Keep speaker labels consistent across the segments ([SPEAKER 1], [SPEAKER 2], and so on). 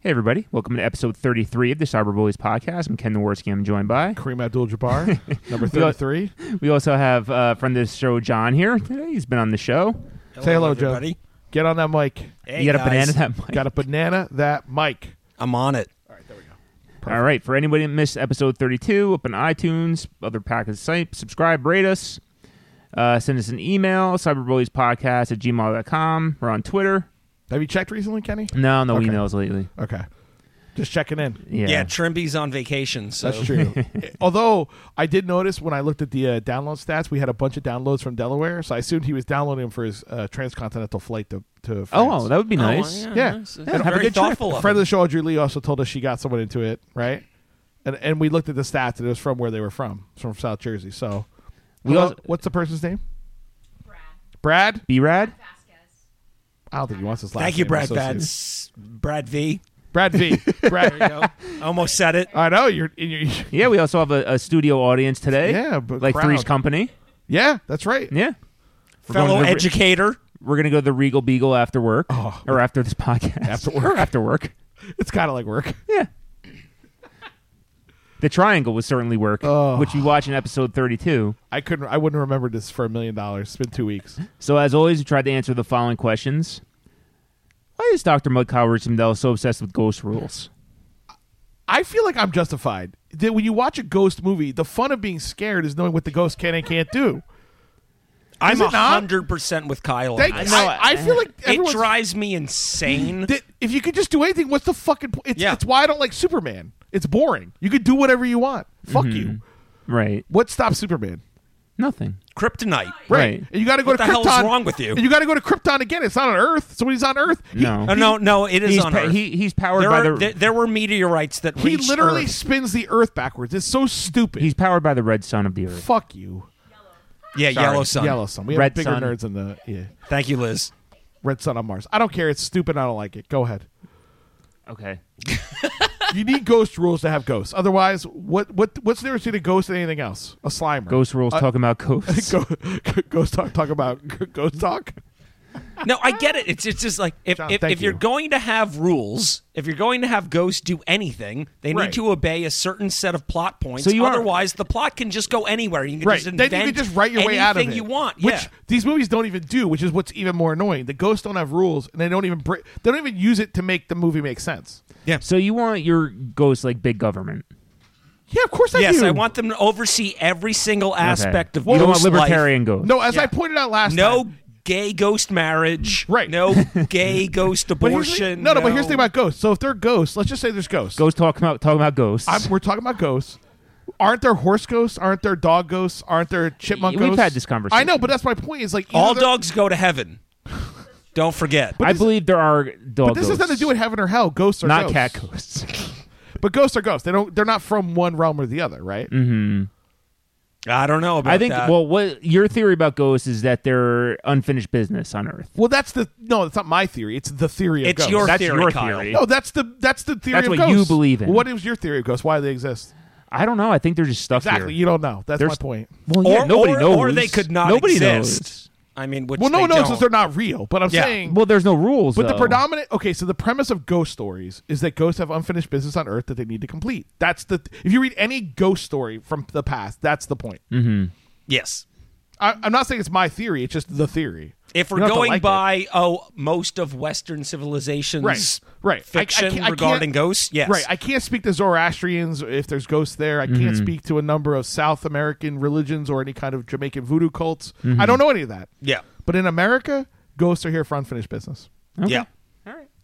[SPEAKER 1] Hey, everybody. Welcome to episode 33 of the Cyber Bullies podcast. I'm Ken Noworsky. I'm joined by.
[SPEAKER 2] Kareem Abdul Jabbar, number 33.
[SPEAKER 1] We also have uh, friend of this show, John, here today. He's been on the show.
[SPEAKER 2] Say hello, Joe.
[SPEAKER 3] everybody.
[SPEAKER 2] Get on that mic.
[SPEAKER 3] Hey,
[SPEAKER 1] you got
[SPEAKER 3] guys.
[SPEAKER 1] a banana that mic.
[SPEAKER 2] Got a banana that mic.
[SPEAKER 3] I'm on it.
[SPEAKER 1] All right. For anybody that missed episode 32, up on iTunes, other packets, site, subscribe, rate us, uh, send us an email, cyberbulliespodcast at gmail.com. We're on Twitter.
[SPEAKER 2] Have you checked recently, Kenny?
[SPEAKER 1] No, no
[SPEAKER 2] Okay.
[SPEAKER 1] emails lately.
[SPEAKER 2] Okay. Just checking in.
[SPEAKER 1] Yeah.
[SPEAKER 3] Yeah, Trimby's on vacation, so
[SPEAKER 2] That's true. Although I did notice when I looked at the uh, download stats, we had a bunch of downloads from Delaware, so I assumed he was downloading them for his uh, transcontinental flight to to France.
[SPEAKER 1] Oh, that would be
[SPEAKER 3] Oh,
[SPEAKER 1] nice.
[SPEAKER 3] yeah,
[SPEAKER 2] Yeah.
[SPEAKER 3] nice.
[SPEAKER 2] Yeah, have
[SPEAKER 3] very
[SPEAKER 2] a good
[SPEAKER 3] thoughtful
[SPEAKER 2] trip.
[SPEAKER 3] of
[SPEAKER 2] friend of
[SPEAKER 3] him.
[SPEAKER 2] the show, Audrey Lee, also told us she got someone into it, right? And and we looked at the stats, and it was from where they were from. It's from South Jersey. So,
[SPEAKER 1] We
[SPEAKER 2] Hello?
[SPEAKER 1] also-
[SPEAKER 2] what's the person's name?
[SPEAKER 4] Brad
[SPEAKER 2] Brad.
[SPEAKER 1] Be rad.
[SPEAKER 4] Vasquez.
[SPEAKER 2] I don't think he wants his last.
[SPEAKER 3] Thank you,
[SPEAKER 2] name
[SPEAKER 3] Brad.
[SPEAKER 2] associated.
[SPEAKER 3] Bad. S- Brad V.
[SPEAKER 2] Brad V. Brad.
[SPEAKER 3] There you go. Almost said it.
[SPEAKER 2] I know you're. in your
[SPEAKER 1] Yeah, we also have a, a studio audience today.
[SPEAKER 2] Yeah, but
[SPEAKER 1] like
[SPEAKER 2] crowd.
[SPEAKER 1] Three's Company.
[SPEAKER 2] Yeah, that's right.
[SPEAKER 1] Yeah. We're
[SPEAKER 3] Fellow
[SPEAKER 1] going to the-
[SPEAKER 3] educator.
[SPEAKER 1] We're gonna go to the Regal Beagle after work,
[SPEAKER 2] Oh.
[SPEAKER 1] or after this podcast,
[SPEAKER 2] After
[SPEAKER 1] work, or after work.
[SPEAKER 2] It's kind of like work.
[SPEAKER 1] Yeah. The triangle would certainly work,
[SPEAKER 2] Oh.
[SPEAKER 1] which you watch in episode 32.
[SPEAKER 2] I couldn't. I wouldn't remember this for a million dollars. It's been two weeks.
[SPEAKER 1] So, as always, we tried to answer the following questions. Why is Dr. Mudcow Richmondell so obsessed with ghost rules?
[SPEAKER 2] I feel like I'm justified. That when you watch a ghost movie, the fun of being scared is knowing what the ghost can and can't do.
[SPEAKER 3] I'm
[SPEAKER 2] it not?
[SPEAKER 3] hundred percent with Kyle. on
[SPEAKER 2] They, I,
[SPEAKER 3] this.
[SPEAKER 2] I, feel like
[SPEAKER 3] it
[SPEAKER 2] everyone's.
[SPEAKER 3] drives me insane.
[SPEAKER 2] that if you could just do anything, what's the fucking point? It's,
[SPEAKER 3] Yeah.
[SPEAKER 2] it's why I don't like Superman. It's boring. You could do whatever you want. Fuck you.
[SPEAKER 1] Right.
[SPEAKER 2] What stops Superman?
[SPEAKER 1] Nothing.
[SPEAKER 3] Kryptonite.
[SPEAKER 1] Right.
[SPEAKER 2] And you got to go
[SPEAKER 3] What
[SPEAKER 2] to
[SPEAKER 3] the
[SPEAKER 2] Krypton.
[SPEAKER 3] hell's wrong with you?
[SPEAKER 2] And you got to go to Krypton again. It's not on Earth. So when he's on Earth, he-
[SPEAKER 1] No.
[SPEAKER 3] Oh, no, no, it is
[SPEAKER 1] He's,
[SPEAKER 3] on
[SPEAKER 1] pa-
[SPEAKER 3] Earth.
[SPEAKER 1] he, he's powered
[SPEAKER 3] there,
[SPEAKER 1] by
[SPEAKER 3] are,
[SPEAKER 1] the
[SPEAKER 3] there, there were meteorites that
[SPEAKER 2] He
[SPEAKER 3] reached
[SPEAKER 2] literally
[SPEAKER 3] Earth.
[SPEAKER 2] spins the Earth backwards. It's so stupid.
[SPEAKER 1] he's powered by the red sun of the earth.
[SPEAKER 2] fuck you,
[SPEAKER 3] Yeah, yellow sun.
[SPEAKER 2] Yellow Sun. We have
[SPEAKER 1] Red
[SPEAKER 2] bigger
[SPEAKER 1] Sun.
[SPEAKER 2] nerds in the yeah.
[SPEAKER 3] Thank you, Liz.
[SPEAKER 2] Red Sun on Mars. I don't care. It's stupid. I don't like it. Go ahead.
[SPEAKER 1] Okay.
[SPEAKER 2] You need ghost rules to have ghosts. Otherwise, what what what's the difference between a ghost and anything else? A slimer.
[SPEAKER 1] Ghost rules
[SPEAKER 2] Uh,
[SPEAKER 1] talking about ghosts.
[SPEAKER 2] Go, ghost talk. Talk about ghost talk.
[SPEAKER 3] No, I get it. It's it's just like if
[SPEAKER 2] John,
[SPEAKER 3] if,
[SPEAKER 2] thank
[SPEAKER 3] if you're
[SPEAKER 2] you.
[SPEAKER 3] going to have rules, if you're going to have ghosts do anything, they
[SPEAKER 2] Right.
[SPEAKER 3] need to obey a certain set of plot points.
[SPEAKER 1] So you are-
[SPEAKER 3] Otherwise, the plot can just go anywhere. You can
[SPEAKER 2] Right.
[SPEAKER 3] just
[SPEAKER 2] Then
[SPEAKER 3] invent
[SPEAKER 2] you can just write your way out of
[SPEAKER 3] anything
[SPEAKER 2] it.
[SPEAKER 3] you want.
[SPEAKER 2] Which
[SPEAKER 3] yeah.
[SPEAKER 2] these movies don't even do, which is what's even more annoying. The ghosts don't have rules, and they don't even br- they don't even use it to make the movie make sense.
[SPEAKER 1] So you want your ghost like big government?
[SPEAKER 2] Yeah, of course I
[SPEAKER 3] Yes,
[SPEAKER 2] do.
[SPEAKER 3] I want them to oversee every single aspect
[SPEAKER 1] Okay.
[SPEAKER 3] of
[SPEAKER 1] you don't want
[SPEAKER 3] ghost
[SPEAKER 1] libertarian
[SPEAKER 3] life.
[SPEAKER 1] ghosts.
[SPEAKER 2] No, as I
[SPEAKER 3] Yeah.
[SPEAKER 2] pointed out last time.
[SPEAKER 3] No gay ghost marriage.
[SPEAKER 2] Right.
[SPEAKER 3] No gay ghost
[SPEAKER 2] But here's the-
[SPEAKER 3] abortion.
[SPEAKER 2] no, no, but here's the thing about ghosts. So if they're ghosts, let's just say there's ghosts.
[SPEAKER 1] Ghosts talking about talking about ghosts.
[SPEAKER 2] I'm, we're talking about ghosts. Aren't there horse ghosts? Aren't there dog ghosts? Aren't there chipmunk
[SPEAKER 1] We've
[SPEAKER 2] ghosts?
[SPEAKER 1] had this conversation.
[SPEAKER 2] I know, but that's my point. Is like
[SPEAKER 3] all
[SPEAKER 2] either-
[SPEAKER 3] dogs go to heaven. Don't forget.
[SPEAKER 1] I believe there are dog
[SPEAKER 2] But this has
[SPEAKER 1] ghosts,
[SPEAKER 2] nothing to do with heaven or hell. Ghosts are
[SPEAKER 1] not
[SPEAKER 2] ghosts.
[SPEAKER 1] cat ghosts.
[SPEAKER 2] But ghosts are ghosts. They don't. They're not from one realm or the other, right?
[SPEAKER 1] Mm-hmm.
[SPEAKER 3] I don't know about
[SPEAKER 1] I think.
[SPEAKER 3] that.
[SPEAKER 1] Well, what your theory about ghosts is that they're unfinished business on Earth.
[SPEAKER 2] Well, that's the no. That's not my theory. It's the theory of
[SPEAKER 3] It's
[SPEAKER 2] ghosts.
[SPEAKER 3] your
[SPEAKER 1] That's
[SPEAKER 3] theory,
[SPEAKER 1] your
[SPEAKER 3] Kyle.
[SPEAKER 1] theory.
[SPEAKER 2] no. That's the that's the theory.
[SPEAKER 1] That's
[SPEAKER 2] of
[SPEAKER 1] what you
[SPEAKER 2] ghosts.
[SPEAKER 1] believe in.
[SPEAKER 2] What is your theory of ghosts? Why do they exist?
[SPEAKER 1] I don't know. I think they're just stuck
[SPEAKER 2] Exactly.
[SPEAKER 1] here.
[SPEAKER 2] You don't know. That's
[SPEAKER 1] There's-
[SPEAKER 2] my point.
[SPEAKER 1] Well, yeah,
[SPEAKER 3] or,
[SPEAKER 1] nobody
[SPEAKER 3] or,
[SPEAKER 1] knows.
[SPEAKER 3] Or they could not
[SPEAKER 1] Nobody
[SPEAKER 3] exist.
[SPEAKER 1] knows.
[SPEAKER 3] I mean, which
[SPEAKER 2] Well, no
[SPEAKER 3] they
[SPEAKER 2] one knows
[SPEAKER 3] don't.
[SPEAKER 2] since they're not real. But I'm
[SPEAKER 3] Yeah.
[SPEAKER 2] saying.
[SPEAKER 1] Well, there's no rules.
[SPEAKER 2] but the
[SPEAKER 1] though.
[SPEAKER 2] predominant okay, so the premise of ghost stories is that ghosts have unfinished business on Earth that they need to complete. That's the if you read any ghost story from the past, that's the point.
[SPEAKER 1] Mm.
[SPEAKER 3] Yes.
[SPEAKER 2] I, I'm not saying it's my theory; it's just the theory.
[SPEAKER 3] If
[SPEAKER 2] You don't
[SPEAKER 3] we're
[SPEAKER 2] have to
[SPEAKER 3] going
[SPEAKER 2] like it.
[SPEAKER 3] by oh most of Western civilizations,
[SPEAKER 2] Right, right. I- I
[SPEAKER 3] fiction
[SPEAKER 2] can't- I can't-
[SPEAKER 3] regarding ghosts, yes,
[SPEAKER 2] Right. I can't speak to Zoroastrians if there's ghosts there. I
[SPEAKER 1] Mm-hmm.
[SPEAKER 2] can't speak to a number of South American religions or any kind of Jamaican voodoo cults. I
[SPEAKER 1] Mm-hmm.
[SPEAKER 2] don't know any of that.
[SPEAKER 3] yeah,
[SPEAKER 2] But in America, ghosts are here for unfinished business.
[SPEAKER 3] yeah.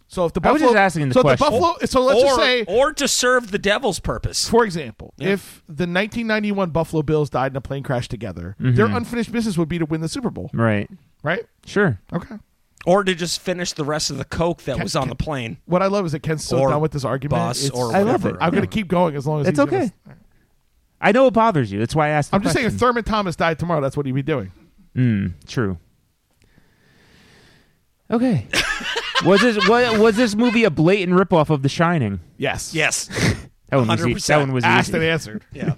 [SPEAKER 2] So if the
[SPEAKER 1] I was
[SPEAKER 2] Buffalo,
[SPEAKER 1] just asking the
[SPEAKER 2] so if
[SPEAKER 1] question.
[SPEAKER 2] the Buffalo, so let's
[SPEAKER 3] or,
[SPEAKER 2] just say,
[SPEAKER 3] or to serve the devil's purpose.
[SPEAKER 2] for example, if the 1991 Buffalo Bills died in a plane crash together, their unfinished business would be to win the Super Bowl,
[SPEAKER 1] Right.
[SPEAKER 2] right?
[SPEAKER 1] Sure.
[SPEAKER 2] Okay.
[SPEAKER 3] Or to just finish the rest of the coke that was on the plane.
[SPEAKER 2] What I love is that Ken's so
[SPEAKER 3] Or
[SPEAKER 2] done with this argument.
[SPEAKER 3] bus
[SPEAKER 2] It's-
[SPEAKER 3] or
[SPEAKER 1] I love
[SPEAKER 3] whatever.
[SPEAKER 1] it.
[SPEAKER 2] I'm going to keep going as long as
[SPEAKER 1] It's
[SPEAKER 2] he's gonna-
[SPEAKER 1] okay. I know it bothers you. That's why I asked. The
[SPEAKER 2] I'm just saying, if
[SPEAKER 1] question. Hmm.
[SPEAKER 2] Thurman Thomas died tomorrow, that's what he'd be doing.
[SPEAKER 1] True. Okay. was this was, was this movie a blatant ripoff of The Shining?
[SPEAKER 2] Yes.
[SPEAKER 3] Yes.
[SPEAKER 1] That one was easy. That
[SPEAKER 3] 100%.
[SPEAKER 1] one was
[SPEAKER 2] Asked
[SPEAKER 1] easy.
[SPEAKER 2] and answered.
[SPEAKER 3] yeah.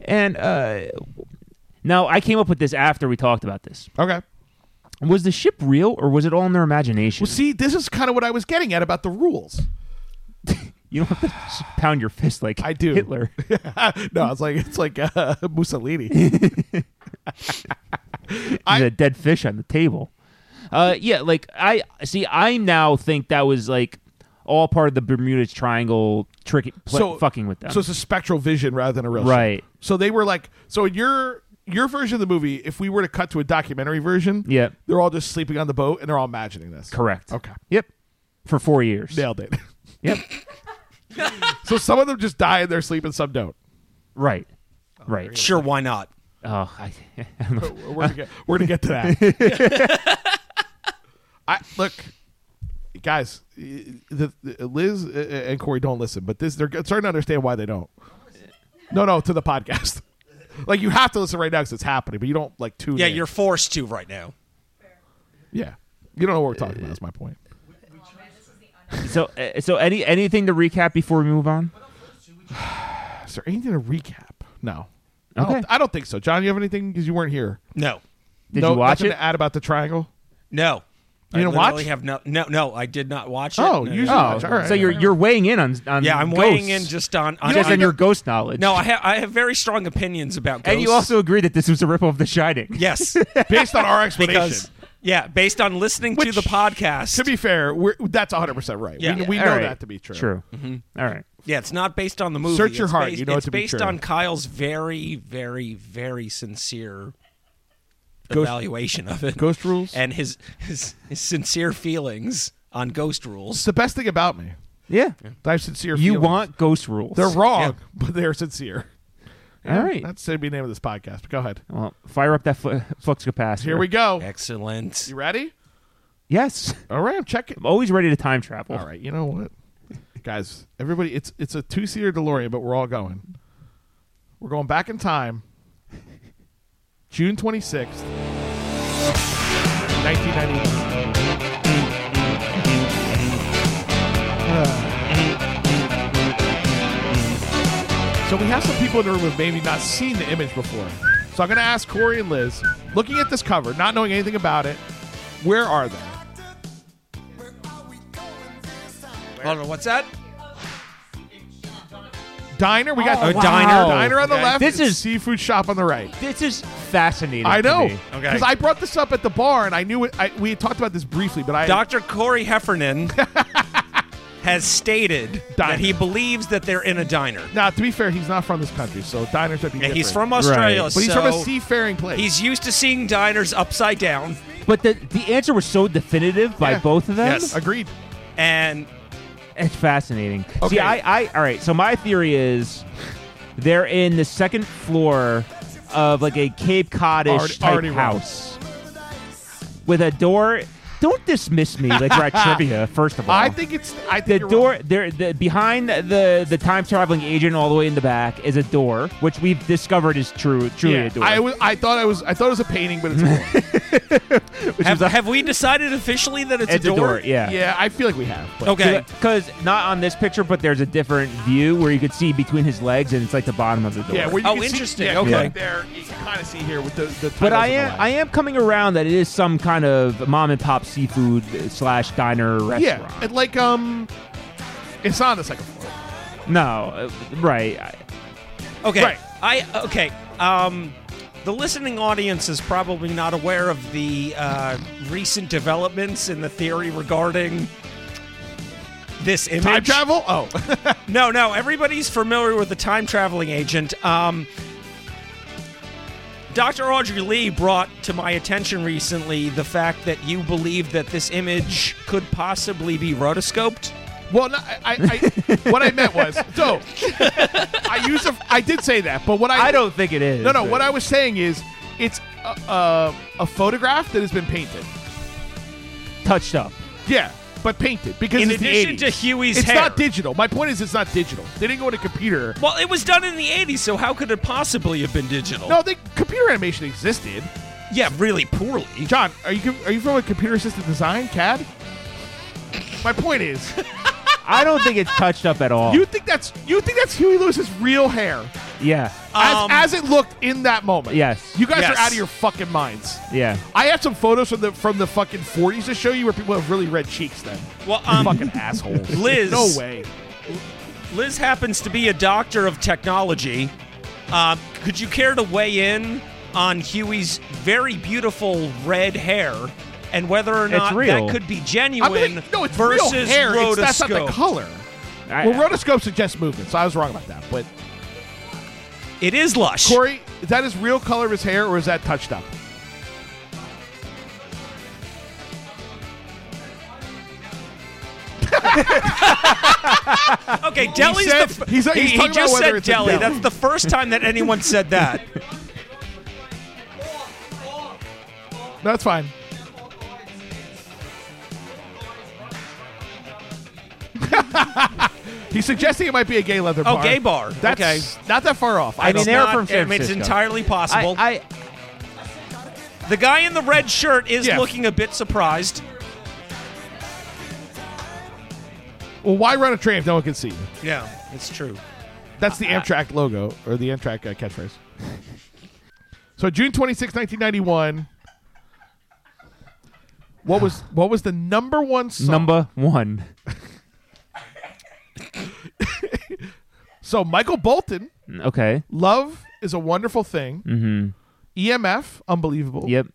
[SPEAKER 1] And uh, now I came up with this after we talked about this.
[SPEAKER 2] Okay.
[SPEAKER 1] Was the ship real or was it all in their imagination?
[SPEAKER 2] Well, see, this is kind of what I was getting at about the rules.
[SPEAKER 1] You don't have to pound your fist like
[SPEAKER 2] I do.
[SPEAKER 1] Hitler.
[SPEAKER 2] no, it's like it's like uh, Mussolini. I-
[SPEAKER 1] There's a dead fish on the table. Uh, yeah, like I see. I now think that was like all part of the Bermuda Triangle trick, pl- fucking with them.
[SPEAKER 2] So it's a spectral vision rather than a real ship.
[SPEAKER 1] Right.
[SPEAKER 2] So they were like, so in your your version of the movie, if we were to cut to a documentary version,
[SPEAKER 1] Yeah.
[SPEAKER 2] they're all just sleeping on the boat and they're all imagining this.
[SPEAKER 1] Correct.
[SPEAKER 2] Okay.
[SPEAKER 1] Yep. For four years.
[SPEAKER 2] Nailed it.
[SPEAKER 1] Yep.
[SPEAKER 2] so some of them just die in their sleep and some don't.
[SPEAKER 1] right.
[SPEAKER 2] Oh,
[SPEAKER 1] right.
[SPEAKER 3] Sure, why not?
[SPEAKER 1] Oh, I,
[SPEAKER 2] We're gonna get, we're gonna get to that. I look, guys. The, the- Liz uh, and Corey don't listen, but this they're starting to understand why they don't. No, no, to the podcast. Like you have to listen right now because it's happening, but you don't like tune.
[SPEAKER 3] Yeah,
[SPEAKER 2] in.
[SPEAKER 3] you're forced to right now.
[SPEAKER 2] Yeah, you don't know what we're talking about.
[SPEAKER 1] Uh,
[SPEAKER 2] That's my point.
[SPEAKER 4] Oh, man, this is the unknown.
[SPEAKER 1] so uh, so any anything to recap before we move on?
[SPEAKER 2] Is there anything to recap? No. I,
[SPEAKER 1] Okay.
[SPEAKER 2] don't, I don't think so. John, you have anything because you weren't here?
[SPEAKER 3] No,
[SPEAKER 1] Did
[SPEAKER 2] no,
[SPEAKER 1] you watch
[SPEAKER 2] nothing
[SPEAKER 1] it?
[SPEAKER 2] to add about the triangle?
[SPEAKER 3] no.
[SPEAKER 2] You
[SPEAKER 3] I
[SPEAKER 2] didn't
[SPEAKER 3] literally
[SPEAKER 2] watch?
[SPEAKER 3] Have no, no, no. I did not watch it.
[SPEAKER 2] Oh,
[SPEAKER 3] No,
[SPEAKER 2] usually-
[SPEAKER 3] no.
[SPEAKER 1] Oh,
[SPEAKER 2] All right.
[SPEAKER 1] so you're you're weighing in on on
[SPEAKER 3] yeah. I'm
[SPEAKER 1] ghosts.
[SPEAKER 3] weighing in just on. on,
[SPEAKER 1] just
[SPEAKER 3] on
[SPEAKER 1] on your ghost knowledge.
[SPEAKER 3] no, I have I have very strong opinions about ghosts.
[SPEAKER 1] and you also agree that this was a rip of The Shining.
[SPEAKER 3] yes,
[SPEAKER 2] Based on our explanation.
[SPEAKER 3] because yeah, based on listening to
[SPEAKER 2] Which-
[SPEAKER 3] the podcast.
[SPEAKER 2] to be fair, we're, that's 100 percent right.
[SPEAKER 3] Yeah.
[SPEAKER 2] We, we
[SPEAKER 1] All
[SPEAKER 2] know
[SPEAKER 1] right.
[SPEAKER 2] that to be true.
[SPEAKER 1] True. All right.
[SPEAKER 3] yeah, it's not based on the movie.
[SPEAKER 2] Search your
[SPEAKER 3] It's
[SPEAKER 2] heart,
[SPEAKER 3] Based,
[SPEAKER 2] you know it
[SPEAKER 3] it's
[SPEAKER 2] to be
[SPEAKER 3] based
[SPEAKER 2] true.
[SPEAKER 3] on Kyle's very, very, very sincere
[SPEAKER 2] Ghost-
[SPEAKER 3] evaluation of it.
[SPEAKER 2] Ghost rules.
[SPEAKER 3] and his, his his sincere feelings on ghost rules.
[SPEAKER 2] It's the best thing about me.
[SPEAKER 1] Yeah.
[SPEAKER 2] I have sincere.
[SPEAKER 1] You
[SPEAKER 2] feelings.
[SPEAKER 1] want ghost rules.
[SPEAKER 2] They're wrong,
[SPEAKER 3] Yeah.
[SPEAKER 2] but they're sincere.
[SPEAKER 1] All right.
[SPEAKER 2] That's the name of this podcast. But go ahead.
[SPEAKER 1] Well, fire up that fl- flux capacitor.
[SPEAKER 2] Here we go.
[SPEAKER 3] Excellent.
[SPEAKER 2] You ready?
[SPEAKER 1] Yes.
[SPEAKER 2] All right. I'm checking.
[SPEAKER 1] I'm always ready to time travel.
[SPEAKER 2] All right. You know what, guys? Everybody, it's it's a two seater DeLorean, but we're all going. We're going back in time. June twenty sixth, nineteen ninety. So we have some people in the room who've maybe not seen the image before. So I'm going to ask Corey and Liz, looking at this cover, not knowing anything about it, where are they?
[SPEAKER 3] Hold on, what's that?
[SPEAKER 2] Diner. We got
[SPEAKER 1] Oh,
[SPEAKER 2] a
[SPEAKER 1] wow.
[SPEAKER 2] diner. Diner on the
[SPEAKER 3] Okay.
[SPEAKER 2] left.
[SPEAKER 1] This
[SPEAKER 2] and
[SPEAKER 1] is-
[SPEAKER 2] seafood shop on the right.
[SPEAKER 1] This is fascinating.
[SPEAKER 2] I
[SPEAKER 1] to
[SPEAKER 2] know
[SPEAKER 1] me.
[SPEAKER 3] Okay.
[SPEAKER 2] because I brought this up at the bar and I knew it. I, we had talked about this briefly, but I
[SPEAKER 3] Dr. Corey Heffernan has stated
[SPEAKER 2] Diner.
[SPEAKER 3] that he believes that they're in a diner.
[SPEAKER 2] now to be fair, he's not from this country, so diners would be.
[SPEAKER 3] Yeah, he's
[SPEAKER 2] different.
[SPEAKER 3] from Australia,
[SPEAKER 1] Right.
[SPEAKER 2] but he's from a
[SPEAKER 3] so
[SPEAKER 2] seafaring place.
[SPEAKER 3] he's used to seeing diners upside down,
[SPEAKER 1] But the the answer was so definitive by
[SPEAKER 2] Yeah.
[SPEAKER 1] both of them.
[SPEAKER 3] Yes.
[SPEAKER 2] agreed.
[SPEAKER 3] and
[SPEAKER 1] It's fascinating.
[SPEAKER 2] Okay.
[SPEAKER 1] See, I, I, all right. So my theory is they're in the second floor of like a Cape Codish
[SPEAKER 2] Already-
[SPEAKER 1] type
[SPEAKER 2] already wrong.
[SPEAKER 1] house with a door. Don't dismiss me like we're at trivia. First of all,
[SPEAKER 2] I think it's. I think
[SPEAKER 1] the
[SPEAKER 2] you're
[SPEAKER 1] door
[SPEAKER 2] wrong.
[SPEAKER 1] there the, behind the the time traveling agent all the way in the back is a door, which we've discovered is true truly
[SPEAKER 2] Yeah,
[SPEAKER 1] a door.
[SPEAKER 2] I, was, I thought I was. I thought it was a painting, but it's. A door.
[SPEAKER 1] which
[SPEAKER 3] have,
[SPEAKER 1] is a,
[SPEAKER 3] have we decided officially that it's,
[SPEAKER 1] it's
[SPEAKER 3] a door?
[SPEAKER 1] Yeah.
[SPEAKER 2] yeah, I feel like we have. But
[SPEAKER 3] Okay.
[SPEAKER 1] Because not on this picture, but there's a different view where you could see between his legs, and it's like the bottom of the door.
[SPEAKER 2] Yeah, where you
[SPEAKER 3] Oh,
[SPEAKER 2] can see-
[SPEAKER 3] interesting.
[SPEAKER 2] yeah,
[SPEAKER 3] Okay.
[SPEAKER 2] right there you can kind of see here with the. the
[SPEAKER 1] But
[SPEAKER 2] titles
[SPEAKER 1] I
[SPEAKER 2] and the
[SPEAKER 1] am
[SPEAKER 2] like.
[SPEAKER 1] I am coming around that it is some kind of mom and pop seafood slash diner restaurant.
[SPEAKER 2] Yeah, and like um, it's not on the second floor.
[SPEAKER 1] No, uh, right. I-
[SPEAKER 3] Okay.
[SPEAKER 2] Right.
[SPEAKER 3] I okay. Um, the listening audience is probably not aware of the uh, recent developments in the theory regarding this image.
[SPEAKER 2] Time travel? Oh,
[SPEAKER 3] No, no. Everybody's familiar with the time traveling agent. Um, Dr. Audrey Lee brought to my attention recently the fact that you believe that this image could possibly be rotoscoped.
[SPEAKER 2] Well, no, I, I, I what I meant was so. I use a, I did say that, but what I,
[SPEAKER 1] I don't think it is.
[SPEAKER 2] no no what
[SPEAKER 1] but-
[SPEAKER 2] I was saying is it's a, a, a photograph that has been painted.
[SPEAKER 1] touched up.
[SPEAKER 2] Yeah, but painted because
[SPEAKER 3] In
[SPEAKER 2] it's the
[SPEAKER 3] addition
[SPEAKER 2] 80s.
[SPEAKER 3] to Huey's
[SPEAKER 2] it's
[SPEAKER 3] hair.
[SPEAKER 2] not digital. My point is, it's not digital. They didn't go in a computer.
[SPEAKER 3] Well, it was done in the 80s, so how could it possibly have been digital?
[SPEAKER 2] No, the computer animation existed.
[SPEAKER 3] Yeah, really poorly.
[SPEAKER 2] John, are you com- are you from a computer assisted design CAD? My point is,
[SPEAKER 1] I don't think it's touched up at all.
[SPEAKER 2] you think that's you think that's Huey Lewis's real hair
[SPEAKER 1] yeah.
[SPEAKER 2] as,
[SPEAKER 3] Um,
[SPEAKER 2] as it looked in that moment.
[SPEAKER 1] Yes.
[SPEAKER 2] you guys
[SPEAKER 3] Yes.
[SPEAKER 2] are out of your fucking minds.
[SPEAKER 1] Yeah.
[SPEAKER 2] I have some photos from the from the fucking 40s to show you where people have really red cheeks then.
[SPEAKER 3] Well, um,
[SPEAKER 2] Fucking assholes.
[SPEAKER 3] Liz.
[SPEAKER 2] No way.
[SPEAKER 3] Liz happens to be a doctor of technology. Uh, could you care to weigh in on Huey's very beautiful red hair and whether or not
[SPEAKER 1] real.
[SPEAKER 3] that could be
[SPEAKER 2] I'm
[SPEAKER 3] genuine
[SPEAKER 2] gonna, no, it's
[SPEAKER 3] versus
[SPEAKER 2] real hair. It's, that's not the
[SPEAKER 3] rotoscope?
[SPEAKER 2] color.
[SPEAKER 1] I-
[SPEAKER 2] Well, rotoscope suggests movement, so I was wrong about that. But
[SPEAKER 3] It is lush.
[SPEAKER 2] Corey, is that his real color of his hair, or is that touched up?
[SPEAKER 3] Okay, Delhi's
[SPEAKER 2] said-
[SPEAKER 3] the. f-
[SPEAKER 2] he's- he's
[SPEAKER 3] he- he
[SPEAKER 2] talking about
[SPEAKER 3] just
[SPEAKER 2] whether
[SPEAKER 3] said
[SPEAKER 2] it's a
[SPEAKER 3] Delhi.
[SPEAKER 2] Delhi.
[SPEAKER 3] That's the first time that anyone said that.
[SPEAKER 2] No, it's fine. He's suggesting it might be a gay leather
[SPEAKER 3] Oh,
[SPEAKER 2] bar.
[SPEAKER 3] gay bar.
[SPEAKER 2] That's
[SPEAKER 3] Okay.
[SPEAKER 2] not that far off. I,
[SPEAKER 1] I mean,
[SPEAKER 2] don't-
[SPEAKER 3] It's
[SPEAKER 1] they're
[SPEAKER 3] not-
[SPEAKER 1] from San
[SPEAKER 3] It's
[SPEAKER 1] Francisco.
[SPEAKER 3] entirely possible.
[SPEAKER 1] I, I
[SPEAKER 3] the guy in the red shirt is
[SPEAKER 2] Yeah.
[SPEAKER 3] looking a bit surprised.
[SPEAKER 2] well, why run a train if no one can see? you?
[SPEAKER 3] Yeah, it's true.
[SPEAKER 2] That's the Amtrak logo or the Amtrak uh, catchphrase. so June 26, 1991. What was what was the number one song?
[SPEAKER 1] number one.
[SPEAKER 2] so Michael Bolton,
[SPEAKER 1] Okay.
[SPEAKER 2] "Love Is a Wonderful Thing," EMF, unbelievable.
[SPEAKER 1] Mm-hmm. Yep.